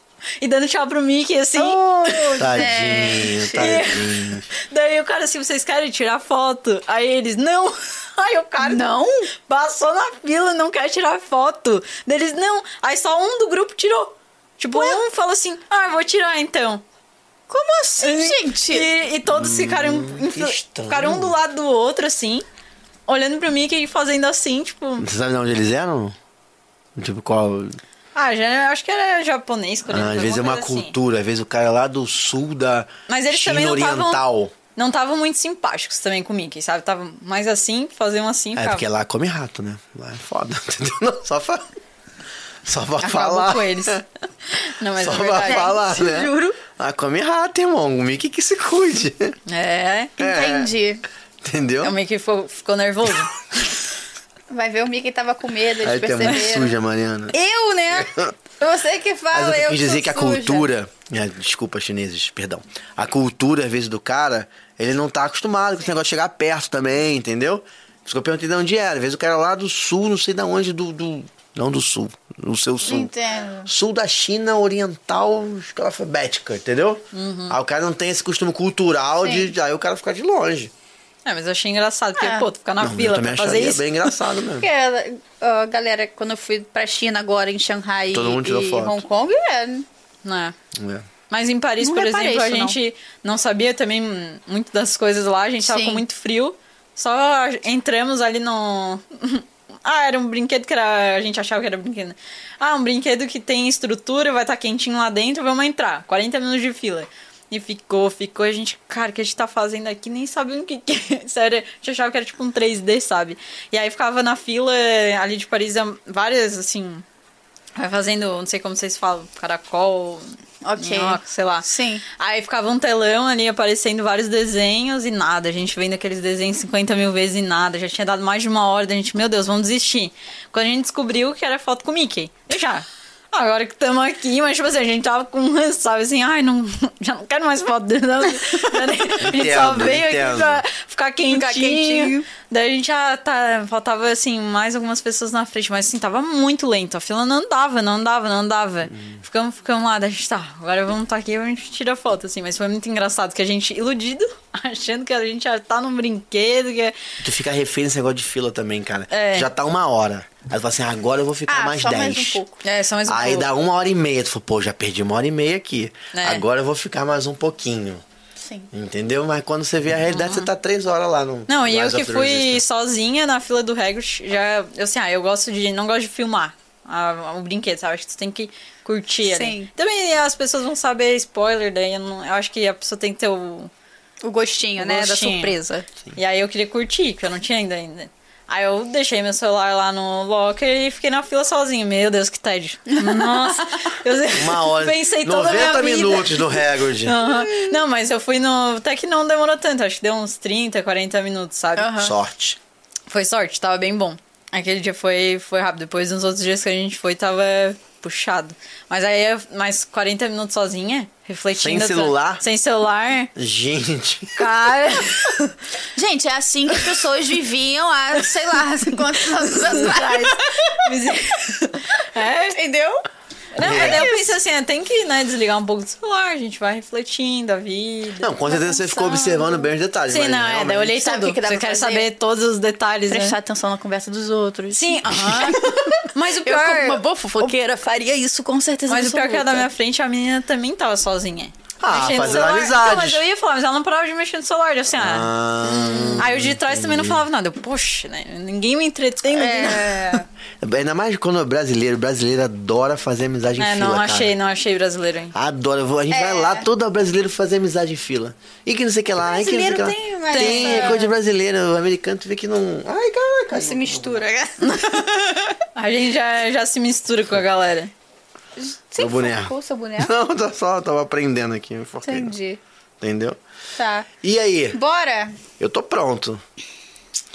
C: E dando tchau pro Mickey, assim.
A: Oh.
B: Tadinho, tadinho.
C: Daí o cara, assim, vocês querem tirar foto? Aí eles, não. Aí o cara.
A: Não?
C: Passou na fila e não quer tirar foto. Daí eles, não. Aí só um do grupo tirou. Tipo, um falou assim, ah, eu vou tirar então.
A: Como assim,
C: E-
A: gente?
C: E, e todos ficaram,
B: Hum, que
C: influ-
B: estranho.
C: ficaram um do lado do outro, assim, olhando pro Mickey e fazendo assim, tipo.
B: Você sabe de onde eles eram? Tipo, qual.
C: Ah, já, acho que era japonês, coreano.
B: Ah, às
C: alguma
B: vezes é uma
C: coisa assim.
B: cultura, às vezes o cara é lá do sul da
C: Mas eles
B: China
C: também não tavam-
B: Oriental.
C: Não estavam muito simpáticos também com o Mickey, sabe? Estavam mais assim, faziam assim.
B: É,
C: ficava.
B: porque lá come rato, né? Lá é foda, entendeu? Não, só pra, só pra
C: Acabou
B: falar.
C: com eles. Não, mas
B: Só
C: é
B: pra
C: verdade.
B: falar, né?
C: Juro.
B: Lá come rato, irmão. O Mickey que se cuide.
C: É.
A: Entendi.
B: Entendeu?
C: O Mickey ficou, ficou nervoso.
A: Vai ver, o Mickey tava com medo, eles
B: Aí tem muito
A: perceberam.
B: suja, Mariana.
A: Eu, né? Você que
B: Mas
A: fala,
B: eu
A: eu
B: quis dizer
A: sou
B: que a
A: suja.
B: cultura. né, Desculpa, chineses, perdão. A cultura, às vezes, do cara, ele não tá acostumado com esse negócio de chegar perto também, entendeu? Por isso que eu perguntei de onde era. Às vezes o cara é lá do sul, não sei de onde, do. do- não do sul, do seu sul.
A: Entendo.
B: Sul da China Oriental Escalafabética, entendeu?
A: Uhum.
B: Aí o cara não tem esse costume cultural de. Aí o cara fica de longe.
C: é, mas eu achei engraçado, porque,
A: Ah.
C: pô, tu ficar na
B: Não, eu
C: fila
B: também
C: pra fazer
B: acharia
C: isso.
B: bem engraçado mesmo.
A: Porque, ó, galera, quando eu fui pra China agora, em Xangai
B: Todo mundo tirou
A: e
B: foto.
A: Hong Kong, é.
C: Não é.
B: É.
C: Mas em Paris,
A: Não
C: por
A: reparei
C: exemplo, a
A: isso, não.
C: gente não. sabia também hum, muito das coisas lá, a gente tava
A: Sim.
C: com muito frio. Só entramos ali no. Ah, era um brinquedo que era. A gente achava que era brinquedo. tá Ah, um brinquedo que tem estrutura, vai estar quentinho lá dentro, vamos entrar. 40 minutos de fila. E ficou, ficou. E a gente, cara, o que a gente tá fazendo aqui? Nem sabia o que, que é. Sério, a gente achava que era tipo um 3D, sabe? E aí ficava na fila ali de Paris, várias, assim. Vai fazendo, não sei como vocês falam, caracol,
A: Ok.
C: minhoca, sei lá.
A: Sim.
C: Aí ficava um telão ali aparecendo vários desenhos e nada. A gente vendo aqueles desenhos 50 mil vezes e nada. Já tinha dado mais de uma hora, daí a gente, meu Deus, vamos desistir. Quando a gente descobriu que era foto com o Mickey. Eu já. Agora que estamos aqui, mas tipo assim, a gente tava com um sabe assim, ai, não, já não quero mais foto dele, não. a gente só
B: Entendo,
C: veio
B: entendo.
C: aqui pra ficar quentinho.
A: quentinho.
C: Daí a gente já tá, faltava assim, mais algumas pessoas na frente, mas assim, tava muito lento. A fila não andava, não andava, não andava. Ficamos, ficamos lá, daí a gente tá, agora vamos estar tá aqui, a gente tira foto, assim, mas foi muito engraçado que a gente, iludido, achando que a gente já tá num brinquedo, que é-
B: Tu fica refém nesse negócio de fila também, cara.
C: É.
B: Já tá uma hora. Aí tu fala assim, agora eu vou ficar
A: Ah,
B: mais
A: só
B: 10.
A: mais um pouco.
C: É, só mais um
B: Aí
C: pouco.
B: dá uma hora e meia. Tu fala, pô, já perdi uma hora e meia aqui.
C: É.
B: Agora eu vou ficar mais um pouquinho.
A: Sim.
B: Entendeu? Mas quando você vê a realidade, você tá três horas lá no.
C: Não, e eu
B: Rise
C: que
B: of the
C: fui
B: Resistance.
C: sozinha na fila do Hagrid, já. Eu assim, ah, eu gosto de. Não gosto de filmar a- o brinquedo, sabe? Acho que você tem que curtir ali.
A: Sim.
C: Também as pessoas vão saber spoiler, daí eu, não- eu acho que a pessoa tem que ter o.
A: O gostinho,
C: O
A: né?
C: gostinho.
A: Da surpresa.
C: E aí eu queria curtir, porque eu não tinha ainda ainda. Aí eu deixei meu celular lá no locker e fiquei na fila sozinha. Meu Deus, que tédio. Nossa. Eu
B: Uma hora.
C: pensei toda a
B: 90
C: minha vida.
B: minutos no recorde.
C: Aham. Não, mas eu fui no. Até que não demorou tanto, acho que deu uns 30, 40 minutos, sabe?
A: Aham.
B: Sorte.
C: Foi sorte, tava bem bom. Aquele dia foi, foi rápido. Depois, nos outros dias que a gente foi, tava puxado. Mas aí, eu- mais 40 minutos sozinha, refletindo.
B: Sem celular?
C: Sem celular.
B: Gente.
C: Cara.
A: Gente, é assim que as pessoas viviam há, sei lá, quantos anos atrás.
C: é.
A: Entendeu?
C: Não, mas daí eu pensei assim, é, tem que né, desligar um pouco do celular, a gente vai refletindo a vida.
B: Não, com certeza você ficou observando bem os detalhes.
C: Sim,
B: mas
C: não, é,
B: realmente...
C: daí eu olhei
A: Sabe o
C: tudo.
A: que que dá
C: Você
A: pra
C: quer
A: fazer?
C: saber todos os detalhes, né?
A: Prestar atenção na conversa dos outros.
C: Sim, aham. mas o
A: Eu,
C: pior...
A: como uma boa fofoqueira, faria isso com certeza.
C: Mas o pior é que era da minha
A: absoluta.
C: frente, a menina também tava sozinha.
B: Ah,
C: Mexendo no
B: fazendo
C: celular.
B: amizades.
C: Não, então, mas eu ia falar, mas ela não parava de mexer no celular. eu assim, ah.
B: Ah,
C: Aí o de trás também não falava nada. Eu, poxa, né? Ninguém me entretém. É,
B: ainda mais quando é brasileiro. O brasileiro adora fazer amizade em
C: é
B: fila.
C: não
B: cara.
C: achei, não achei brasileiro, hein?
B: Adora. eu vou- A gente vai
A: É.
B: lá, todo brasileiro fazer amizade em fila. E que não sei o que lá. ai, que não sei o que lá.
A: Brasileiro tem, mas-
B: Tem, é coisa de brasileiro. O americano tu vê que não. Ai, caraca.
A: Se mistura. né?
C: A gente já, já se mistura com a galera.
A: Você
B: boneco.
A: focou seu boneco?
B: Não, tô só, tava aprendendo aqui. Me foquei.
A: Entendi.
B: Entendeu?
A: Tá.
B: E aí?
A: Bora.
B: Eu tô pronto.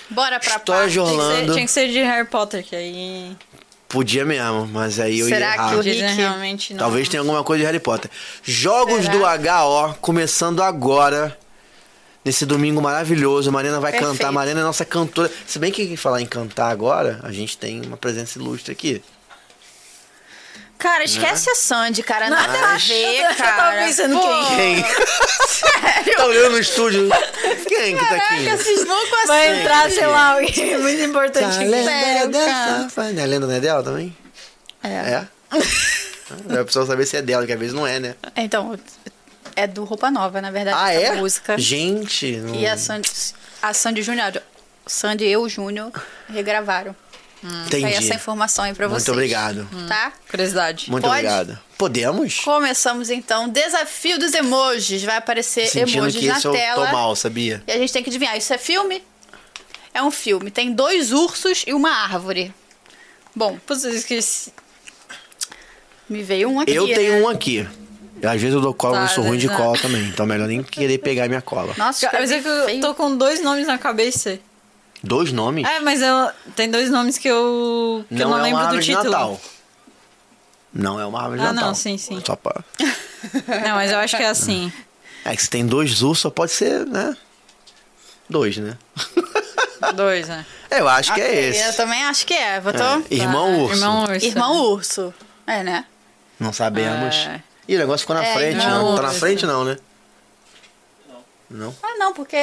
A: Bora pra
B: História de
A: parte.
C: Tinha que, ser,
B: Orlando.
C: É, tinha que ser de Harry Potter, que aí.
B: Podia mesmo, mas aí eu
A: Será
B: ia
A: que
B: errar.
A: o Rick-
C: Dizem realmente não.
B: Talvez tenha alguma coisa de Harry Potter. Jogos do HO, começando agora. Nesse domingo maravilhoso, Mariana vai
A: Perfeito.
B: cantar. Mariana é nossa cantora. Se bem que falar em cantar agora, a gente tem uma presença ilustre aqui. Né?
A: Cara, esquece a Sandy, cara. Nada a ver,
C: Eu
A: cara.
C: tava pensando
A: Pô,
C: quem.
B: Quem? tá olhando no estúdio. Quem que tá aqui?
A: Vocês
C: é
A: vão com a
C: Vai
A: Sandy.
C: entrar, sei lá, alguém muito
B: Tá,
C: importante.
B: a lenda
A: Sério,
B: é dela.
A: cara.
B: Fala, né? A lenda não é dela também?
A: É.
B: É? É preciso saber se é dela, que às vezes não é, né?
A: Então, é do Roupa Nova, na verdade,
B: Ah,
A: essa
B: é?
A: música.
B: Gente. não-
A: E a Sandy, a Sandy Júnior, Sandy e eu, Júnior, regravaram. Tá aí
B: Entendi.
A: essa informação aí pra
B: Muito
A: vocês.
B: obrigado.
A: Tá?
C: Curiosidade.
B: Muito
A: Pode?
B: obrigado. Podemos?
A: Começamos então. Desafio dos emojis. Vai aparecer
B: Sentindo
A: emojis
B: que
A: na
B: isso eu
A: tela.
B: tô mal, sabia?
A: E a gente tem que adivinhar. Isso é filme? É um filme. Tem dois ursos e uma árvore. Bom,
C: Putz, eu esqueci.
A: me veio um aqui.
B: Eu
A: né?
B: tenho um aqui. Às vezes eu dou cola,
C: Tá,
B: mas eu sou ruim de
C: não.
B: cola também. Então é melhor nem querer pegar minha cola.
A: Nossa,
C: Mas é que eu tô com dois nomes na cabeça.
B: Dois nomes?
C: É, mas eu, tem dois nomes que eu, que eu não
B: é
C: lembro
B: uma
C: do
B: árvore de
C: título.
B: Natal. Não é uma árvore de
C: Ah, não,
B: Natal.
C: sim, sim.
B: Só pra...
C: Não, mas eu acho que é assim.
B: É que se tem dois ursos, só pode ser, né? Dois, né?
C: Dois, né?
B: Eu acho que é
A: Eu
B: esse.
A: também acho que é. Vou tô...
B: É, Irmão urso.
C: Irmão urso. né?
A: Irmão urso. É, né?
B: Não sabemos.
C: É.
B: Ih, o negócio ficou na
A: É,
B: frente,
C: irmão
B: não. Tá na
C: urso.
B: frente, não, né? Não.
A: Ah, não, porque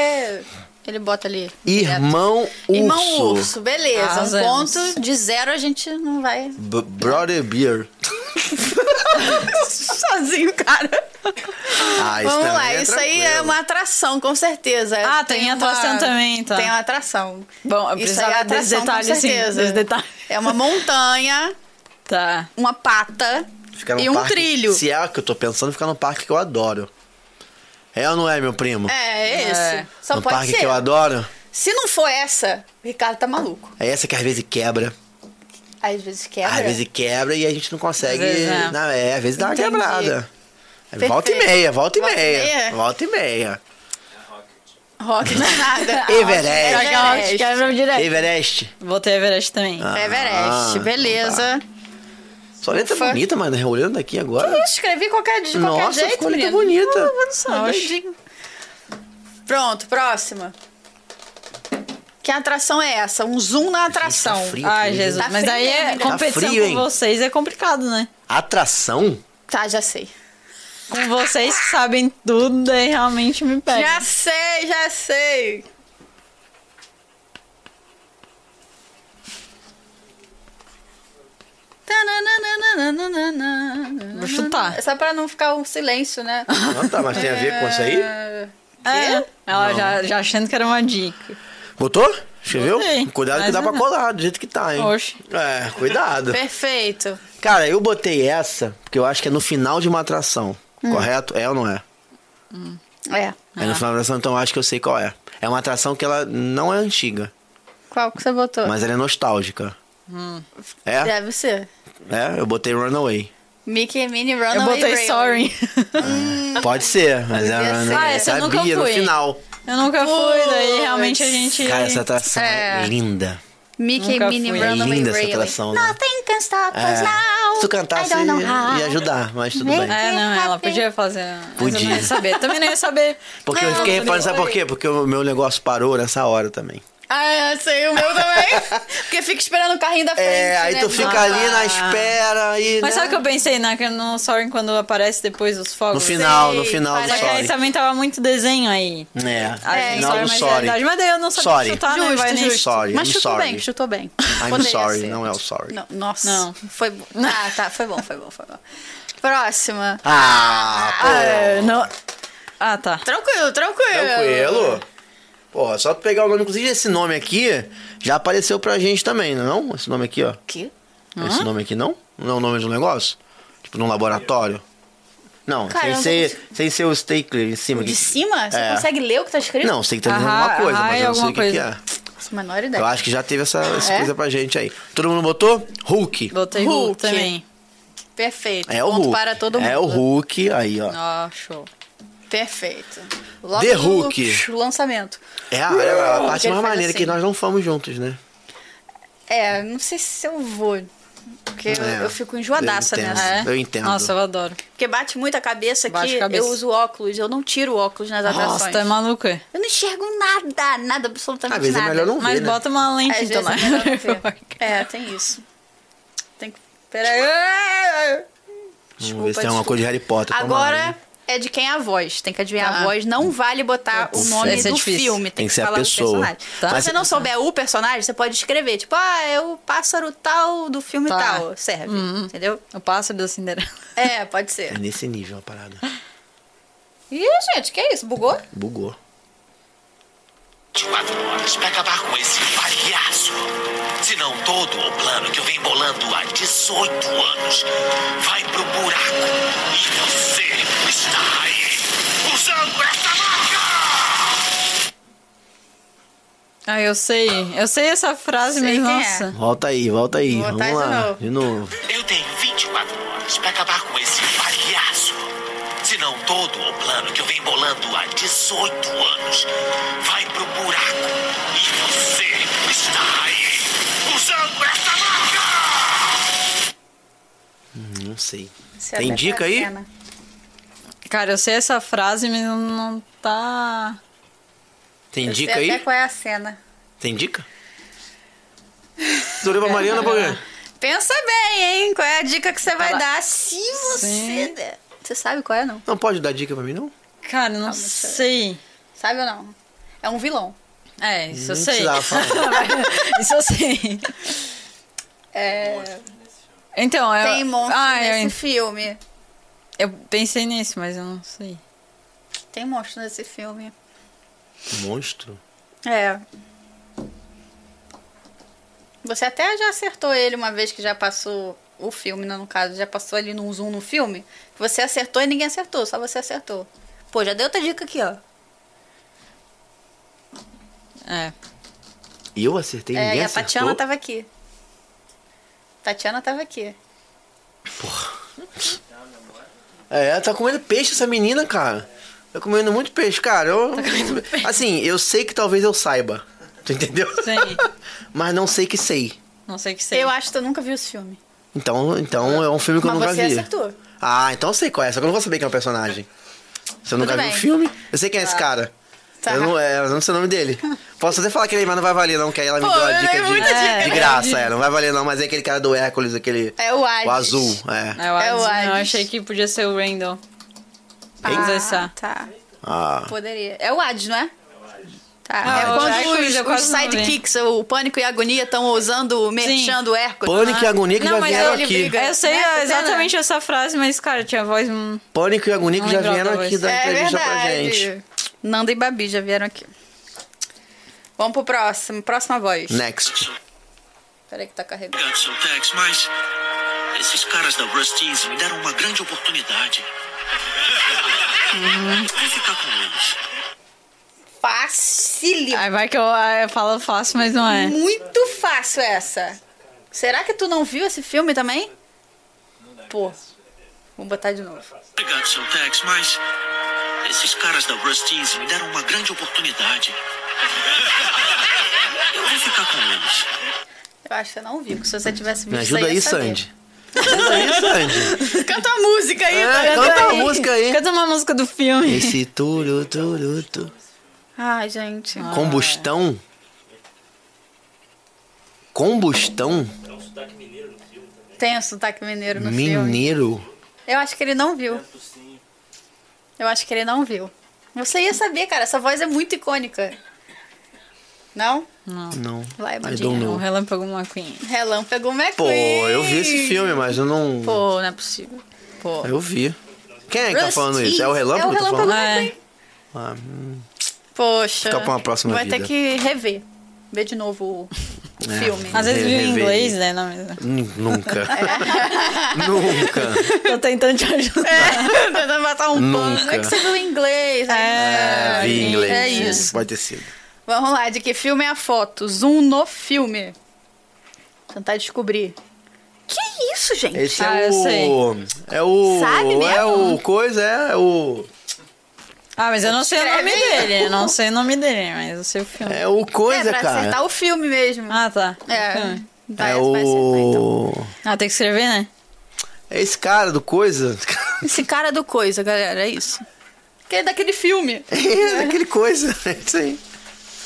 A: ele bota ali.
B: Irmão urso.
A: Irmão urso, beleza. Um
C: Arrasamos.
A: ponto de zero a gente não vai.
B: B- brother Beer.
A: Sozinho, cara.
B: Ah, isso
A: Vamos
B: também
A: lá,
B: é
A: isso aí é
B: tranquilo.
A: uma atração, com certeza.
C: Ah, tem atração também, tá.
A: Tem uma atração.
C: Bom, eu
A: Isso aí
C: precisava
A: é
C: desse
A: atração,
C: detalhe,
A: com
C: sim,
A: certeza.
C: desse detalhe.
A: É uma montanha,
C: Tá.
A: uma pata
B: Ficar num
A: e um
B: parque-
A: trilho.
B: Se é o que eu tô pensando, ficar num parque que eu adoro. É ou não é, meu primo?
A: É, esse.
C: É.
A: Só
B: no
A: pode
B: parque
A: ser.
B: que eu adoro.
A: Se não for essa, o Ricardo tá maluco.
B: É essa que às vezes quebra.
A: Às vezes quebra.
B: Às vezes quebra e a gente não consegue.
C: Às vezes, né?
B: não, é, às vezes dá uma
A: Entendi.
B: quebrada. É, Volta e
A: Perfeito.
B: meia, volta e
A: Volta e
B: meia.
A: meia.
B: Volta e meia.
A: Rock de nada. é um
B: Everest.
A: Everest.
C: Quebra direto.
B: Everest.
C: Vou ter Everest também.
A: Everest,
B: Ah,
A: beleza.
B: Sua letra é
A: Ufa.
B: bonita, mano. Olhando aqui agora.
A: Eu escrevi qualquer, de qualquer
B: Nossa,
A: jeito,
B: ficou letra
A: menino.
B: bonita.
A: Nossa, doidinho. Pronto, próxima. Que atração é essa? Um zoom na atração.
B: tá frio. Tá
C: Ai, Ah, Jesus.
A: frio, né?
C: Mas aí é
A: amiga.
C: competição
B: Tá frio,
C: com
B: hein?
C: vocês é complicado, né?
B: Atração?
A: Tá, já sei.
C: Com vocês que sabem tudo, aí realmente me pega.
A: Já sei, já sei.
C: Vou chutar.
A: É só pra não ficar um silêncio, né?
B: Não, tá, mas tem a ver com isso aí?
C: É. Ela já, já achando que era uma dica.
B: Botou? Escreveu?
C: Botei.
B: Cuidado que
C: Mas
B: dá pra
C: não.
B: colar, do jeito que tá, hein?
C: Oxe.
B: É, cuidado.
A: Perfeito.
B: Cara, eu botei essa, porque eu acho que é no final de uma atração. Correto? É ou não é?
A: É.
B: É no final da atração, então eu acho que eu sei qual é. É uma atração que ela não é antiga,
A: Qual que você botou?
B: mas ela é nostálgica. É?
A: Deve ser.
B: É, eu botei Runaway.
A: Mickey and Minnie Runaway
C: Eu
A: Railway.
C: botei sorry.
A: né?
B: Pode ser, mas é
A: Podia ser.
B: Runaway.
A: Ah,
C: essa eu nunca
B: Sabia, no
C: fui.
B: final.
C: Eu nunca fui, daí
A: Putz.
C: realmente a gente.
B: Cara, essa atração é
A: É.
B: linda.
A: Mickey
C: Nunca
A: and Minnie
C: fui.
B: É
A: Runaway
B: linda essa
A: Railway.
B: atração, né?
A: Nothing can stop
B: É.
A: us now.
B: Se tu cantasse,
A: I don't know
B: ia
A: how.
B: ia ajudar, mas tudo bem.
C: É, não, ela podia fazer. mas eu
B: Podia.
C: não ia saber. Também não ia saber.
B: Porque eu
C: Não,
B: fiquei
C: não
B: reparando, sabe por
C: foi.
B: quê? Porque o meu negócio parou nessa hora também.
A: Ah, eu sei, o meu também. Porque fica esperando o carrinho da frente,
B: É, aí
A: né?
B: tu fica ali na
C: Ah.
B: espera e.
C: Mas
B: né?
C: sabe o que eu pensei, né? Que no Sorry, quando aparece depois os
B: No
C: fogos.
B: final, no
A: Sei,
B: final do
C: Só que aí
B: sorry.
C: também tava muito desenho aí.
B: É,
C: Aí
B: no final
C: Sorry,
B: do
C: mas
B: sorry.
C: realidade. Mas daí eu não sabia
B: Sorry.
A: Ah,
C: chutar, né? Vai nem-
B: justo. Sorry,
A: Mas
B: I'm
A: chutou
B: sorry.
A: bem, chutou bem.
B: I'm
A: Poderia
B: sorry,
A: ser.
B: não é o sorry.
A: Não, nossa.
C: Não.
A: Foi bom. Ah, tá, foi bom, foi bom, foi bom. Próxima.
B: Ah, pô.
C: É, não. Ah, tá.
A: Tranquilo, tranquilo.
B: Tranquilo. É. Pô, só tu pegar o nome. Inclusive, esse nome aqui já apareceu pra gente também, não é? não? Esse nome aqui, ó.
A: Que?
B: Esse nome aqui não? Não é o nome de um negócio? Tipo, num laboratório? Não,
A: Cara, eu não
B: sem, ser, sem ser o stay clear em cima.
A: De
B: aqui.
A: cima? Você
B: É.
A: consegue ler o que tá escrito?
B: Não, sei que tá dizendo
C: Aham,
B: alguma coisa,
C: aham,
B: mas eu não sei
C: alguma
B: o que que,
C: coisa.
B: é.
A: Nossa, menor
B: Eu
A: ideia.
B: acho que já teve essa, essa
A: É?
B: coisa pra gente aí. Todo mundo botou? Hulk.
C: Botei Hulk,
A: Hulk.
C: também.
A: Perfeito.
B: É o
A: Ponto
B: Hulk.
A: para todo mundo.
B: É o Hulk, aí, ó.
C: Ah, show.
A: Perfeito. Logo
B: The
A: no
B: Hulk.
A: lançamento.
B: É a, é a parte
A: Ele faz
B: mais maneira
A: assim.
B: que nós não fomos juntos, né?
A: É, não sei se eu vou. Porque eu-
B: É.
A: eu fico enjoadaça
B: Eu entendo.
A: nessa.
B: Eu entendo.
C: Nossa, eu adoro.
A: Porque bate muito a cabeça aqui,
C: Bate a cabeça.
A: eu uso óculos, eu não tiro óculos nas atrações.
C: Nossa, tu é maluca.
A: Eu não enxergo nada, nada, absolutamente
B: Às vezes é
A: nada.
B: melhor não
C: Mas
B: ver, né?
C: bota uma
A: É,
C: lente,
A: às
C: então.
A: vezes
C: Né?
A: é, melhor não ver. é, tem isso. Tem que. Peraí.
C: Tipo,
B: Vamos ver se tem alguma coisa de Harry Potter. Toma lá,
A: Agora
B: né?
A: é de quem é a voz. Tem que adivinhar
C: Tá.
A: a voz. Não vale botar o
C: Putz,
A: nome
C: esse é
A: do
C: difícil.
A: filme. Tem,
B: Tem que ser a
A: falar o
B: pessoa.
A: personagem.
B: Tá.
A: Se você não souber o personagem, você pode escrever. Tipo, ah, é o pássaro tal do filme
C: Tá.
A: tal. Serve. Entendeu?
C: O pássaro da Cinderela.
A: É, pode ser.
B: É nesse nível a parada.
A: Ih, gente, que isso? Bugou?
B: Bugou.
F: 24 horas pra acabar com esse palhaço. Se não todo o plano que eu venho bolando há 18 anos vai pro buraco. E você está aí usando essa marca!
C: Ah, eu sei. Eu sei essa frase,
A: Sei
C: mas
A: quem é.
C: nossa.
B: Volta aí, volta aí.
A: Vou
B: Vamos
A: botar
B: lá.
A: de
B: De novo.
F: Eu tenho 24 horas pra acabar com esse palhaço. Se não todo o plano que eu venho bolando há 18 anos vai pro buraco. E você está aí usando essa marca!
B: Não sei.
A: Isso é
B: Tem
A: até
B: dica
A: pra
B: aí?
A: cena.
C: Cara, eu sei essa frase, mas não- não tá.
B: Tem
A: Eu sei
B: dica aí?
A: Até qual é a cena.
B: Tem dica? Tu olhou pra Mariana por quê?
A: Pensa bem, hein? Qual é a dica que você vai
C: Ela-
A: dar se você
C: Sim.
A: der. Você sabe qual é, não?
B: Não pode dar dica pra mim, não?
C: Cara, eu não
A: deixa eu
C: sei.
A: Sabe ou não? É um vilão.
C: É, isso eu
B: Não
C: sei.
B: precisava falar.
C: isso eu sei.
A: É,
C: Então, eu.
A: tem monstro
C: ah, eu,
A: nesse filme.
C: eu pensei nisso, mas eu não sei.
A: Tem monstro nesse filme.
B: Monstro?
A: É. Você até já acertou ele uma vez que já passou o filme, né, no caso. Já passou ali num zoom no filme. Você acertou e ninguém acertou, só você acertou. Pô, já dei outra dica aqui, ó.
C: É.
B: E eu acertei,
A: É,
B: ninguém
A: e a
B: acertou.
A: Tatiana tava aqui. Tatiana tava aqui.
B: É, tá comendo peixe essa menina, cara. Tá comendo muito peixe, cara. Eu...
A: Tá
B: Assim, eu sei que talvez eu saiba. Tu entendeu?
C: Sei.
B: Mas não sei que sei.
C: Não sei o que sei.
A: Eu acho que tu nunca viu esse filme.
B: Então, então é um filme que eu
A: Mas
B: nunca
A: você
B: vi.
A: acertou.
B: Ah, então eu sei qual é, só que eu não vou saber quem é o personagem. Se eu nunca vi o
A: bem.
B: filme, eu sei quem é esse cara.
A: Tá.
B: Eu não, é, eu não sei o nome dele. Posso até falar aquele, mas não vai valer, não, que aí ela me
A: Pô,
B: deu a
A: eu
B: dica
A: dei
B: de,
A: muita dica, né?
B: de graça. É, não vai valer, não, mas é aquele cara do Hércules, aquele.
A: É o Hades.
B: O azul, é.
C: É o
A: É o
C: Hades.
A: Hades.
C: Eu achei que podia ser o Randall.
A: Ah,
C: Essa.
A: tá.
B: Ah.
A: Poderia. É o Hades, não é? Tá.
C: Ah,
A: é
C: o
A: quando
C: Hércules,
A: os,
C: eu quase
A: os
C: não vi.
A: sidekicks, o Pânico e a Agonia, estão ousando, merchando o Hércules. é?
B: Pânico e agonia que
C: Não,
B: já
C: mas
B: vieram
C: ele
B: aqui.
A: briga. Né?
C: Eu sei é
A: Nessa cena.
C: exatamente essa frase, mas, cara, tinha voz. hum,
B: Pânico e agonia que
C: Não
B: já
C: lembrava
B: vieram
C: da
B: aqui
C: voz.
B: dar
A: É
B: entrevista pra
A: verdade.
B: gente.
A: Nanda e Babi já vieram aqui. Vamos pro próximo. Próxima voz.
B: Né? Next.
A: Peraí que tá carregando.
F: Obrigado, seu Tex, mas esses caras da Rusty's me deram uma grande oportunidade. Vai ficar com eles.
A: Facílimo.
C: Aí vai que eu, ah, eu falo fácil, mas
A: Ah,
C: não é.
A: Muito fácil essa. Será que tu não viu esse filme também? Pô. Vamos botar de novo.
F: Obrigado, seu Tex, mas esses caras da Rusty's me deram uma grande oportunidade. Eu vou ficar com eles.
A: Eu acho que você não viu, porque se você tivesse visto
B: Me ajuda
A: você ia
B: aí,
A: saber.
B: Sandy. Me ajuda aí, Sandy.
A: Canta a música aí, tá
B: É,
A: vendo?
B: canta a música aí.
C: Canta uma música do filme.
B: Esse turu, turu, tu.
A: Ai, gente.
B: Combustão?
A: Ah.
B: Combustão?
A: Tem o sotaque mineiro no filme.
B: Mineiro?
A: Eu acho que ele não viu. Eu acho que ele não viu. Você ia saber, cara. Essa voz é muito icônica. Não?
B: Não.
A: Vai,
B: I
A: Bandinha.
B: don't
C: O
B: know.
C: Relâmpago McQueen.
A: Relâmpago McQueen.
B: Pô, eu vi esse filme, mas eu não.
A: Pô, não é possível. Pô.
B: Eu vi. Quem é que tá falando isso? É o
A: É
B: relâmpago
A: o
B: que tá
A: Relâmpago
B: falando?
A: McQueen.
B: Ah, hum.
A: Poxa.
B: Fica pra uma próxima
A: Vai ter
B: vida.
A: que rever. Ver de novo o
B: É.
A: filme.
C: Às vezes viu em
B: Reverie.
C: inglês, né? Não, mas-
B: Nun- Nunca. Nunca.
C: Tô tentando te ajudar.
A: É, tentando matar um
B: Nunca.
A: pano. É que você viu em inglês. né?
C: É,
B: Vi em inglês.
A: É isso.
B: Pode ter sido.
A: Vamos lá, de que filme é a foto? Zoom no filme. Tentar descobrir. Que isso, gente?
B: Esse
C: Ah,
B: é
C: eu
B: o. É o.
A: Sabe
B: É
A: mesmo?
B: o coisa, é o.
C: Ah, mas eu não sei o nome
A: Escreve aí.
C: dele. eu Não sei o nome dele, mas eu sei o filme.
B: É o
A: é
B: coisa,
A: pra
B: cara.
A: acertar o filme mesmo.
C: Ah, tá. O
A: é.
C: filme.
A: Vai,
B: É
A: vai acertar, então.
B: o.
C: Ah, tem que escrever, né?
B: É esse cara do coisa.
A: Esse cara do coisa, galera, é isso. Que é daquele filme.
B: É aquele coisa. É isso aí.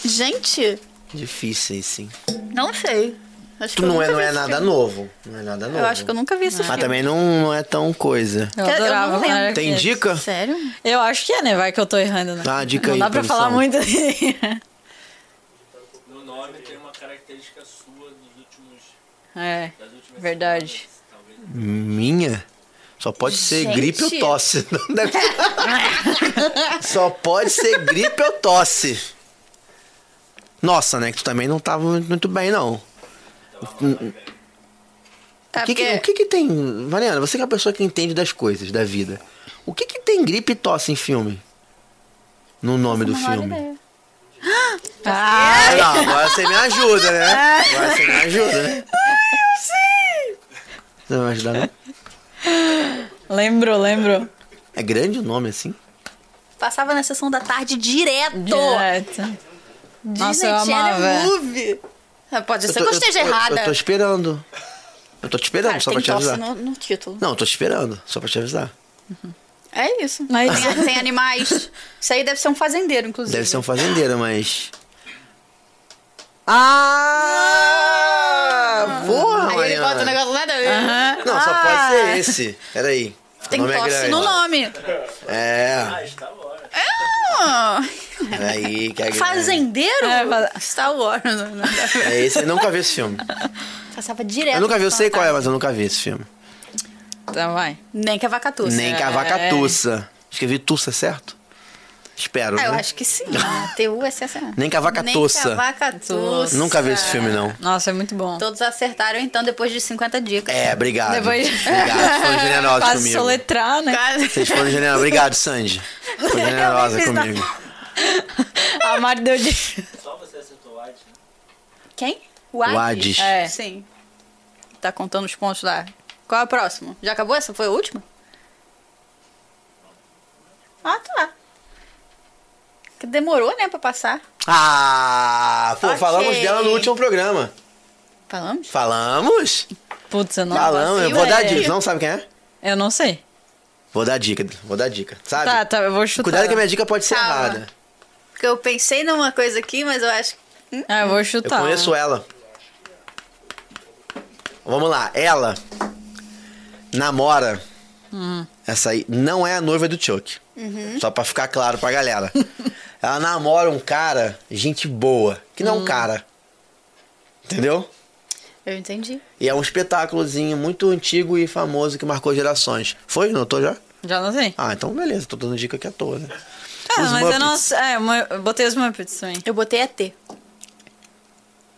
A: Gente,
B: Difícil, hein, sim.
A: não sei. Acho que
B: Tu
A: eu
B: não é,
A: nunca
B: não
A: vi
B: é
A: esse
B: nada
A: filme.
B: novo. Não é nada novo.
A: Eu acho que eu nunca vi esse filme.
B: Mas também não, não é tão coisa.
C: Eu
A: Quer- eu
C: adorava.
A: não
C: quando
A: lembro.
C: era
B: Tem
C: criança.
B: dica?
A: Sério?
C: Eu acho que é, né? Vai que eu tô errando, né?
B: Dá uma dica
C: não
B: aí,
C: dá pra
B: produção.
C: falar muito.
G: No nome tem uma característica sua dos últimos.
C: é, verdade.
B: Minha? Só pode ser
A: Gente.
B: gripe ou tosse. Não deve- Só pode ser gripe ou tosse. Nossa, né? Que tu também não tava muito- muito bem, não.
A: Tá,
B: O que, que-
A: porque-
B: o que que tem. Mariana, você que é a pessoa que entende das coisas, da vida. O que, que tem gripe e tosse em filme? No nome do
A: menor
B: filme.
A: ideia.
B: Ah, não, agora você me ajuda, né? Agora você me ajuda, né? Você não vai ajudar, né? não?
C: Lembro, lembro.
B: É grande o nome assim?
A: Passava na sessão da tarde direto.
C: Direto. Nossa, eu
A: Disney Channel
C: amava.
A: Movie. Ah, Pode ser que eu
B: tô-
A: esteja
B: eu-
A: errada.
B: Eu tô esperando. Eu tô te esperando,
A: Cara,
B: só
A: tem
B: pra te
A: tosse né?
B: avisar.
A: no, no título.
B: Não, eu tô te esperando, só pra te avisar.
A: É isso.
C: Mas-
A: Tem, tem animais. Isso aí deve ser um fazendeiro, inclusive.
B: Deve ser um fazendeiro, mas. Ah! Porra,
A: Aí ele
B: Mariana.
A: bota um negócio nada a ver.
B: Não, só pode ser esse. Peraí.
A: Tem
B: O nome é
A: tosse
B: grande.
A: no nome.
B: É.
A: Ah,
B: Aí, que é grande.
A: fazendeiro?
C: É, fa-
A: Star Wars. né? não- não- não.
B: É esse, eu nunca vi esse filme.
A: Passava direto.
B: Eu nunca vi, eu
A: na
B: sei qual é,
A: tarde.
B: mas eu nunca vi esse filme.
C: Então vai.
A: Nem É. que a vaca tussa.
B: Nem que a vaca tussa. Escrevi tussa, certo? Espero.
A: Ah, eu
B: né?
A: acho que sim. né? TU é sensacional.
B: Nem que a vaca
A: Nem
B: tussa.
A: que a vaca tussa.
B: Nunca vi esse filme, não.
C: Nossa, é muito bom.
A: Todos acertaram, então, depois de 50 dicas.
B: É, obrigado.
C: Depois-
B: Obrigado, vocês foram generosos
C: Quase
B: É comigo.
C: soletrar, né?
A: Quase.
B: É. Vocês foram generosos. Obrigado, Sandy. Foi generosa
C: fiz nada.
B: comigo.
C: A Mari deu de.
G: Só você acertou o Ad, né?
A: Quem? O
B: O Hades.
C: É.
A: Sim. Tá contando os pontos lá. Qual é o próximo? Já acabou? Essa foi a última? Ah, tá. Que demorou, né, pra passar.
B: Ah, pô,
A: Ok.
B: falamos dela no último programa.
A: Falamos?
B: Falamos?
C: Putz, eu não.
B: falamos. Eu
C: consigo,
B: vou dar
C: é.
B: dica. Não sabe quem é?
C: Eu não sei.
B: Vou dar dica. Vou dar dica. Sabe?
C: Tá, tá, eu vou chutar.
B: Cuidado que é a minha dica pode ser
A: Calma.
B: errada.
A: Porque eu pensei numa coisa aqui, mas eu acho que...
C: É, eu vou
B: Eu
C: chutar.
B: conheço ela. Vamos lá. Ela namora.
C: Hum.
B: Essa aí não é a noiva do Chuck.
C: Uhum.
B: Só pra ficar claro pra galera. ela namora um cara, gente boa, que
C: Hum.
B: não é um cara. Entendeu?
A: Eu entendi.
B: E é um espetáculozinho muito antigo e famoso que marcou gerações. Foi? Notou já?
C: Já não sei.
B: Ah, então beleza. Tô dando dica aqui à toa, né?
C: Ah,
B: Os
C: mas eu
B: Muppets.
C: não sei. É, uma- eu botei os Muppets também.
A: Eu botei ET.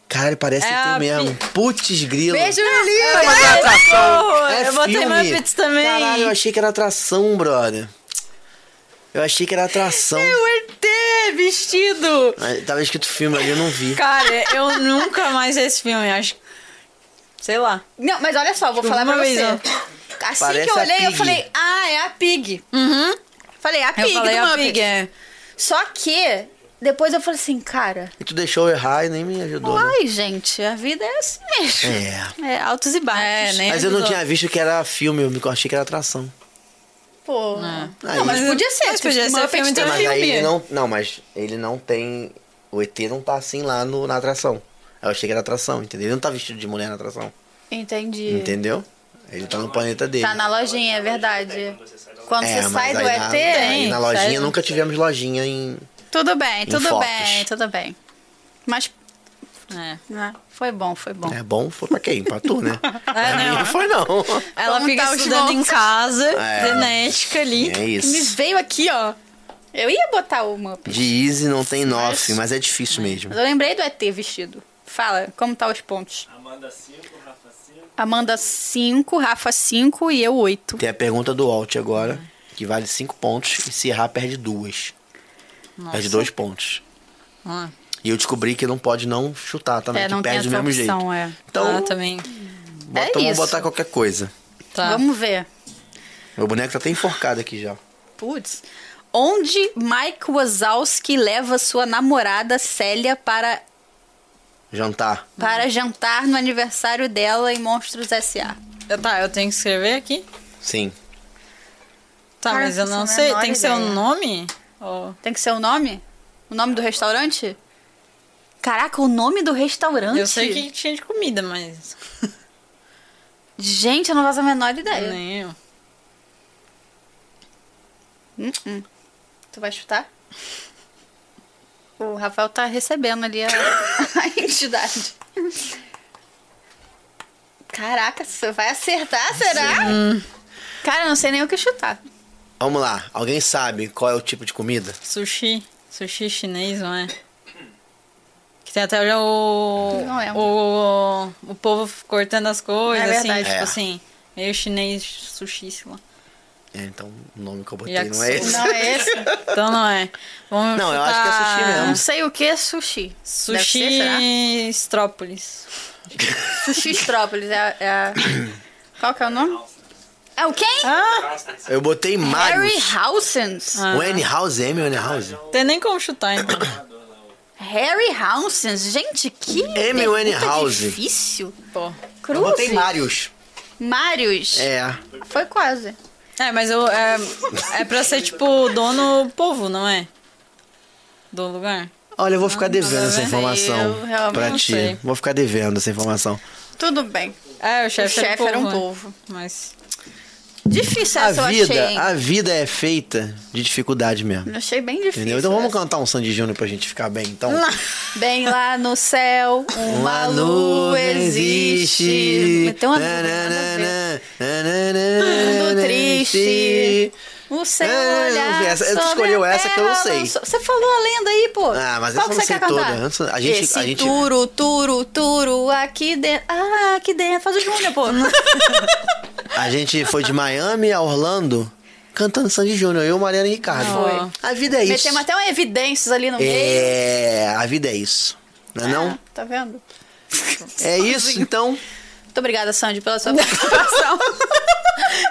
B: Cara, parece
C: É
B: que tem
C: a
B: mesmo. Putz, grilo.
A: Beijo,
B: Ah,
A: Lili!
B: mas é atração.
C: socorro!
B: É
C: Eu botei
B: filme.
C: Muppets também.
B: Caralho, eu achei que era atração, brother. Eu achei que era atração.
C: O ET vestido!
B: Mas Tava escrito filme ali, eu não vi.
C: Cara, eu nunca mais vi esse filme, acho. Sei lá.
A: Não, mas olha só, eu vou falar pra
C: Uma
A: você.
C: vez,
A: Assim
B: Parece
A: que eu
B: a
A: olhei, eu
B: Pig.
A: falei, ah, é a Pig.
C: Uhum.
A: Falei, a
C: Eu
A: Pig
C: falei
A: do
C: a
A: Muppet.
C: Pig, é.
A: Só que depois eu falei assim, cara,
B: E tu deixou eu errar e nem me ajudou. né?
A: ai, gente, a vida é assim mesmo.
B: É.
A: É, né? altos e baixos.
C: É, nem
B: Mas eu não
C: ajudou.
B: tinha visto que era filme, eu achei que era atração.
A: Pô.
B: Aí-
A: Não, mas
C: Mas
A: podia ser.
C: mas podia ser
A: Muppet
C: filme
A: tem
C: de-
B: tipo, mas aí
C: filme.
B: ele não. Não, mas ele não tem. O ET não tá assim lá no, na atração. Eu achei que era atração, entendeu? Ele não tá vestido de mulher na atração.
A: Entendi.
B: Entendeu? Ele tá no planeta dele.
A: É. Tá na lojinha, é verdade. Quando
B: É,
A: você
B: mas
A: sai do
B: aí na- é,
A: ET,
B: aí na
A: hein?
B: lojinha
C: sai-
B: nunca tivemos lojinha em.
A: tudo bem, tudo
B: Focus.
A: bem, tudo bem. Mas
C: É.
A: né, foi bom, foi bom.
B: É bom, foi pra quem? Pra tu, né?
A: Ah,
B: pra mim
C: não.
B: não foi não.
C: Ela
A: Como
C: fica
A: tá os
C: estudando em
A: monstros?
C: casa,
B: É.
C: genética ali.
B: É
A: Me
B: isso.
A: veio aqui, ó. Eu ia botar o Muppet.
B: De Easy não tem nof, mas é difícil mesmo.
A: Mas eu lembrei do ET vestido. Fala, como tá os pontos?
G: Amanda 5, Rafa 5.
A: Amanda 5, Rafa 5 e eu 8.
B: Tem a pergunta do Alt agora, que vale 5 pontos, e se errar, perde duas. Perde dois pontos.
C: Ah.
B: E eu descobri que não pode não chutar também,
A: É,
B: que
A: não tem
B: perde do
A: essa
B: mesmo
A: opção,
B: jeito.
A: é.
B: Então,
C: Ah, também.
B: bota,
A: é
B: vamos
A: isso.
B: botar qualquer coisa.
C: Tá.
A: Vamos ver.
B: Meu boneco tá até enforcado aqui já.
A: Putz. Onde Mike Wazowski leva sua namorada Célia para,
B: Jantar.
A: para jantar no aniversário dela em Monstros S.A.?
C: Eu- Tá, eu tenho que escrever aqui?
B: Sim.
C: Tá,
A: Cara,
C: mas eu
A: faço a
C: não sei.
A: menor
C: Tem que ser o
A: ideia. Oh.
C: nome? Ou-
A: Tem que ser o nome? O nome do restaurante? Caraca, o nome do restaurante?
C: Eu sei que tinha de comida, mas.
A: Gente, eu não faço a menor ideia.
C: Nem eu.
A: Tu vai chutar? O Rafael tá recebendo ali a, a entidade. Caraca, você vai acertar, será? Cara, eu não sei nem o que chutar.
B: Vamos lá. Alguém sabe qual é o tipo de comida?
C: Sushi. Sushi chinês, não é? Que tem até já o.
A: Não lembro.
C: o, o povo cortando as coisas,
A: É
C: assim,
A: verdade.
B: É.
C: tipo assim. Meio chinês sushi, sei lá.
B: É, então, o nome que eu botei não
C: Yakisoba.
B: é esse.
A: Não é esse?
C: Então não é. Vamos
B: Não, eu acho que é
C: chutar um
B: sushi
A: Não
B: mesmo.
A: sei o que é sushi. Deve ser, será?
C: Sushi Estrópolis.
A: Sushi Estrópolis. É, é a- Qual que é o nome? É o quem?
B: Eu botei
A: Harry
B: Marius.
A: Housens.
C: Ah.
B: Wendy House, M. Wendy House.
C: Tem nem como chutar, então.
A: Harry Housens. Gente, que
B: M. Wendy
A: pergunta
B: House.
A: difícil.
C: Pô.
B: Eu
A: Cruz.
B: botei Marius.
A: Marius.
B: É.
A: Foi quase.
C: É, mas eu. É, é pra ser tipo dono povo, não é? Do lugar?
B: Olha, eu vou ficar devendo essa
C: sei,
B: informação
A: eu realmente
B: pra
C: não
B: ti.
C: sei.
B: Vou ficar devendo essa informação.
A: Tudo bem.
C: É, o chefe
A: chefe era um
C: né?
A: povo.
B: É
C: Mas.
A: Difícil
B: A
A: essa, eu É, achei.
B: vida,
A: hein?
B: a vida é feita de dificuldade mesmo.
A: Eu achei bem difícil.
B: Entendeu? Então vamos
A: essa.
B: cantar um Sandy Júnior pra gente ficar bem, então.
A: Bem lá no céu, uma lua existe. Tem uma
B: Na, na, na,
A: lua.
B: na, na, na, na,
A: Mundo
B: na,
A: triste. O seu
B: É,
A: olhar.
B: essa- tu
A: sobre
B: escolheu
A: a
B: essa que eu não
A: terra
B: sei.
A: lançou- Você falou a lenda aí, pô.
B: Ah, mas
A: Qual
B: essa
A: que
B: eu não
A: você
B: sei
A: quer
B: toda.
A: cantar?
B: Essa- a gente-
A: Esse
B: a gente-
A: turo, turo, turo, aqui dentro. Ah, aqui dentro. Faz o Júnior, pô.
B: A gente foi de Miami a Orlando cantando Sandy Júnior, eu, Mariana e Ricardo.
C: Foi.
B: A vida é isso.
A: Metemos até um evidências ali no meio.
B: É, a vida é isso. Não é, não?
A: Tá vendo?
B: É isso, então.
A: Muito obrigada, Sandy, pela sua participação.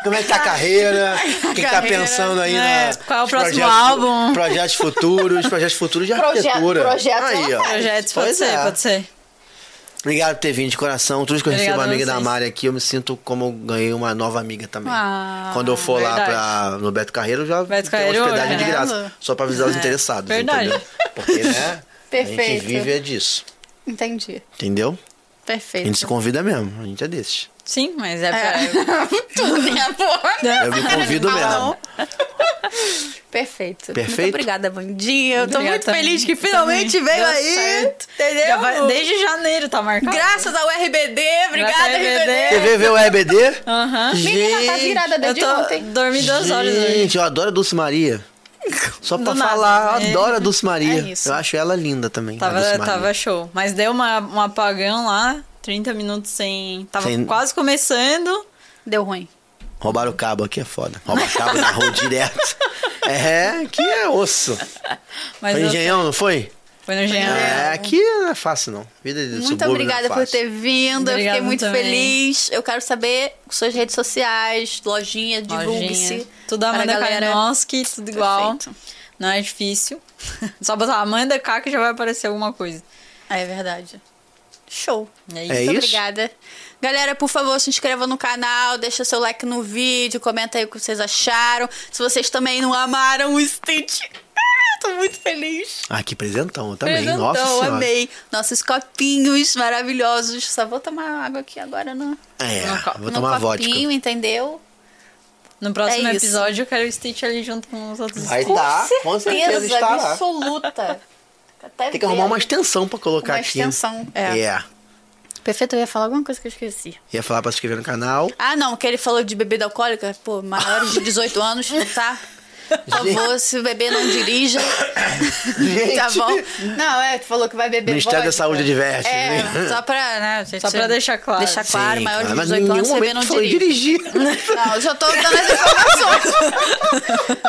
B: Como é que tá a carreira? O que, que tá
A: Carreira,
B: pensando aí
C: né?
B: na.
C: Qual é o
B: os
C: próximo
B: projetos-
C: álbum?
B: Projetos futuros, projetos futuros de
A: Projeto-
B: arquitetura.
A: projetos
B: aí,
A: ela
B: ó.
A: faz.
C: Projetos, pode
B: Pois
C: ser,
B: é.
C: pode ser.
B: Obrigado por ter vindo de coração. Tudo que eu recebo uma
C: Obrigada a
B: amiga da
C: vocês.
B: Mari aqui, eu me sinto como eu ganhei uma nova amiga também.
C: Ah,
B: Quando eu for
C: verdade.
B: lá pra, no Beto Carreiro, eu já
C: Beto
B: tenho
C: Carreiro,
B: hospedagem de
C: né?
B: graça. Só pra avisar os interessados,
C: verdade.
B: entendeu? Porque, né? A gente
A: Perfeito.
B: vive é disso,
A: Entendi.
B: entendeu? A gente se
A: Perfeito.
B: convida mesmo, a gente é desses.
C: Sim, mas é,
A: Tu, né, porra?
B: Eu me convido
C: Ah,
B: mesmo.
A: Perfeito.
B: Perfeito?
A: Muito obrigada, Bandinha. Eu tô
C: Obrigada
A: muito
C: também.
A: feliz que
C: Eu
A: finalmente
C: também.
A: veio
C: Deu
A: aí.
C: certo.
A: Entendeu?
C: pra... Já vai- desde janeiro tá marcado.
A: Graças ao RBD.
C: Graças
A: Obrigada,
C: ao
A: RBD.
B: Você
C: RBD.
B: veio ver o RBD?
C: Aham.
A: Menina, tá virada
C: Eu
A: desde
C: tô...
A: ontem.
C: Dormi duas horas hoje.
B: Gente, eu adoro a Dulce Maria. Só pra
C: Do nada,
B: falar, eu
C: né?
B: adoro a Dulce Maria.
A: É isso.
B: eu acho ela linda também. a Dulce
C: Tava,
B: Maria.
C: tava show. Mas deu uma, um apagão lá, 30 minutos sem... Tava
B: Sem-
C: quase começando.
A: Deu ruim.
B: Roubaram o cabo aqui é foda. Roubaram o cabo na rua direto. É, aqui é osso.
C: Mas
B: foi
C: eu-
B: engenhão, não foi?
C: Foi no Engenhão.
B: É, aqui não é fácil não. Vida de
A: Muito
B: subúrbio
A: obrigada
B: não é
A: por
B: fácil.
A: ter vindo. eu
C: Obrigada
A: fiquei muito
C: também.
A: feliz. Eu quero saber suas redes sociais, lojinha, divulgue-se.
C: Lojinha. Tudo Amanda
A: para a galera.
C: Kalinowski, tudo igual.
A: Perfeito.
C: Não é difícil. Só botar Amanda K que já vai aparecer alguma coisa.
A: É verdade. Show.
C: É
B: É
C: isso.
A: Muito
B: isso?
A: obrigada. Galera, por favor, se inscreva no canal, deixa seu like no vídeo, comenta aí o que vocês acharam. Se vocês também não amaram o Stitch, ah, tô muito feliz.
B: Ah, que presentão eu também.
A: Presentão,
B: Nossa senhora.
A: amei. Nossos copinhos maravilhosos. Só vou tomar água aqui agora no,
B: É,
C: No copo.
B: vou
A: no
B: tomar vodka.
A: copinho, entendeu?
C: No próximo
A: É isso.
C: episódio eu quero o Stitch ali junto com os outros.
A: um
B: Vai dar, com certeza estará.
A: absoluta. Até
B: Tem que arrumar uma
A: vendo.
B: extensão pra colocar
A: Uma
B: aqui.
A: extensão,
B: É.
A: é. Perfeito, eu ia falar alguma coisa que eu esqueci.
B: Ia falar pra se inscrever no canal.
A: Ah, não, que ele falou de bebida alcoólica. Pô, maiores de 18 anos, tá? Por favor, se o bebê não dirija, tá
B: Gente.
A: bom? Não, é, tu falou que vai beber
B: Ministério da
A: vodka.
B: Saúde adverte,
A: É,
B: né?
A: só pra, né, gente,
C: Só pra deixar claro.
A: Deixar claro,
B: Sim,
A: maior de
B: cara, mas
A: 18
B: em
A: anos,
B: nenhum
A: se beber
B: momento
A: não
B: eu falei
A: dirige.
B: dirigir.
A: Não, eu já tô dando as informações.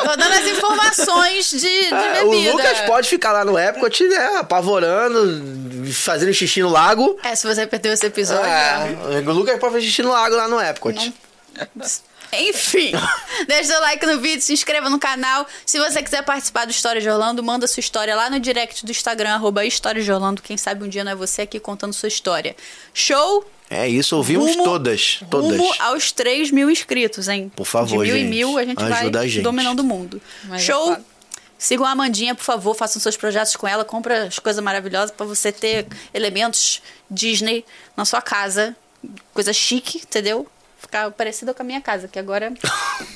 A: tô dando as informações de, de
B: Ah,
A: bebida.
B: o Lucas pode ficar lá no Epcot, né? Apavorando, fazendo xixi no lago.
A: É, se você perdeu esse episódio...
B: É, o Lucas pode fazer xixi no lago lá no Epcot.
A: Enfim, deixa seu like no vídeo, se inscreva no canal. Se você quiser participar do História de Orlando, manda sua história lá no direct do Instagram, arroba História de Orlando. Quem sabe um dia não é você aqui contando sua história. Show?
B: É isso, ouvimos
A: Rumo-
B: todas. Todas.
A: Rumo aos 3 mil inscritos, hein?
B: Por favor,
A: De mil
B: gente.
A: e mil, a gente
B: Ajuda
A: vai
B: a gente.
A: dominando o mundo.
C: Mas é
A: Show?
C: claro.
A: Sigam a Amandinha, por favor, façam seus projetos com ela, compra as coisas maravilhosas pra você ter elementos Disney na sua casa. Coisa chique, entendeu? Ficar parecida com a minha casa, que agora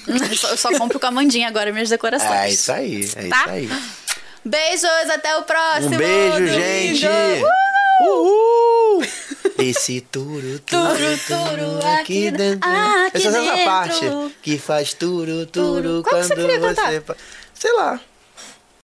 A: eu, só, eu só compro com a Amandinha agora minhas decorações.
B: É isso aí, é
A: Tá?
B: isso aí.
A: Beijos, até o próximo.
B: Um beijo,
A: domingo.
B: gente! Uhul! Esse turu, turu, turu aqui dentro.
A: aqui
B: Essa é essa
A: dentro.
B: parte que faz turu, turu
A: Como
B: quando
A: que você queria cantar?
B: pa- Sei lá.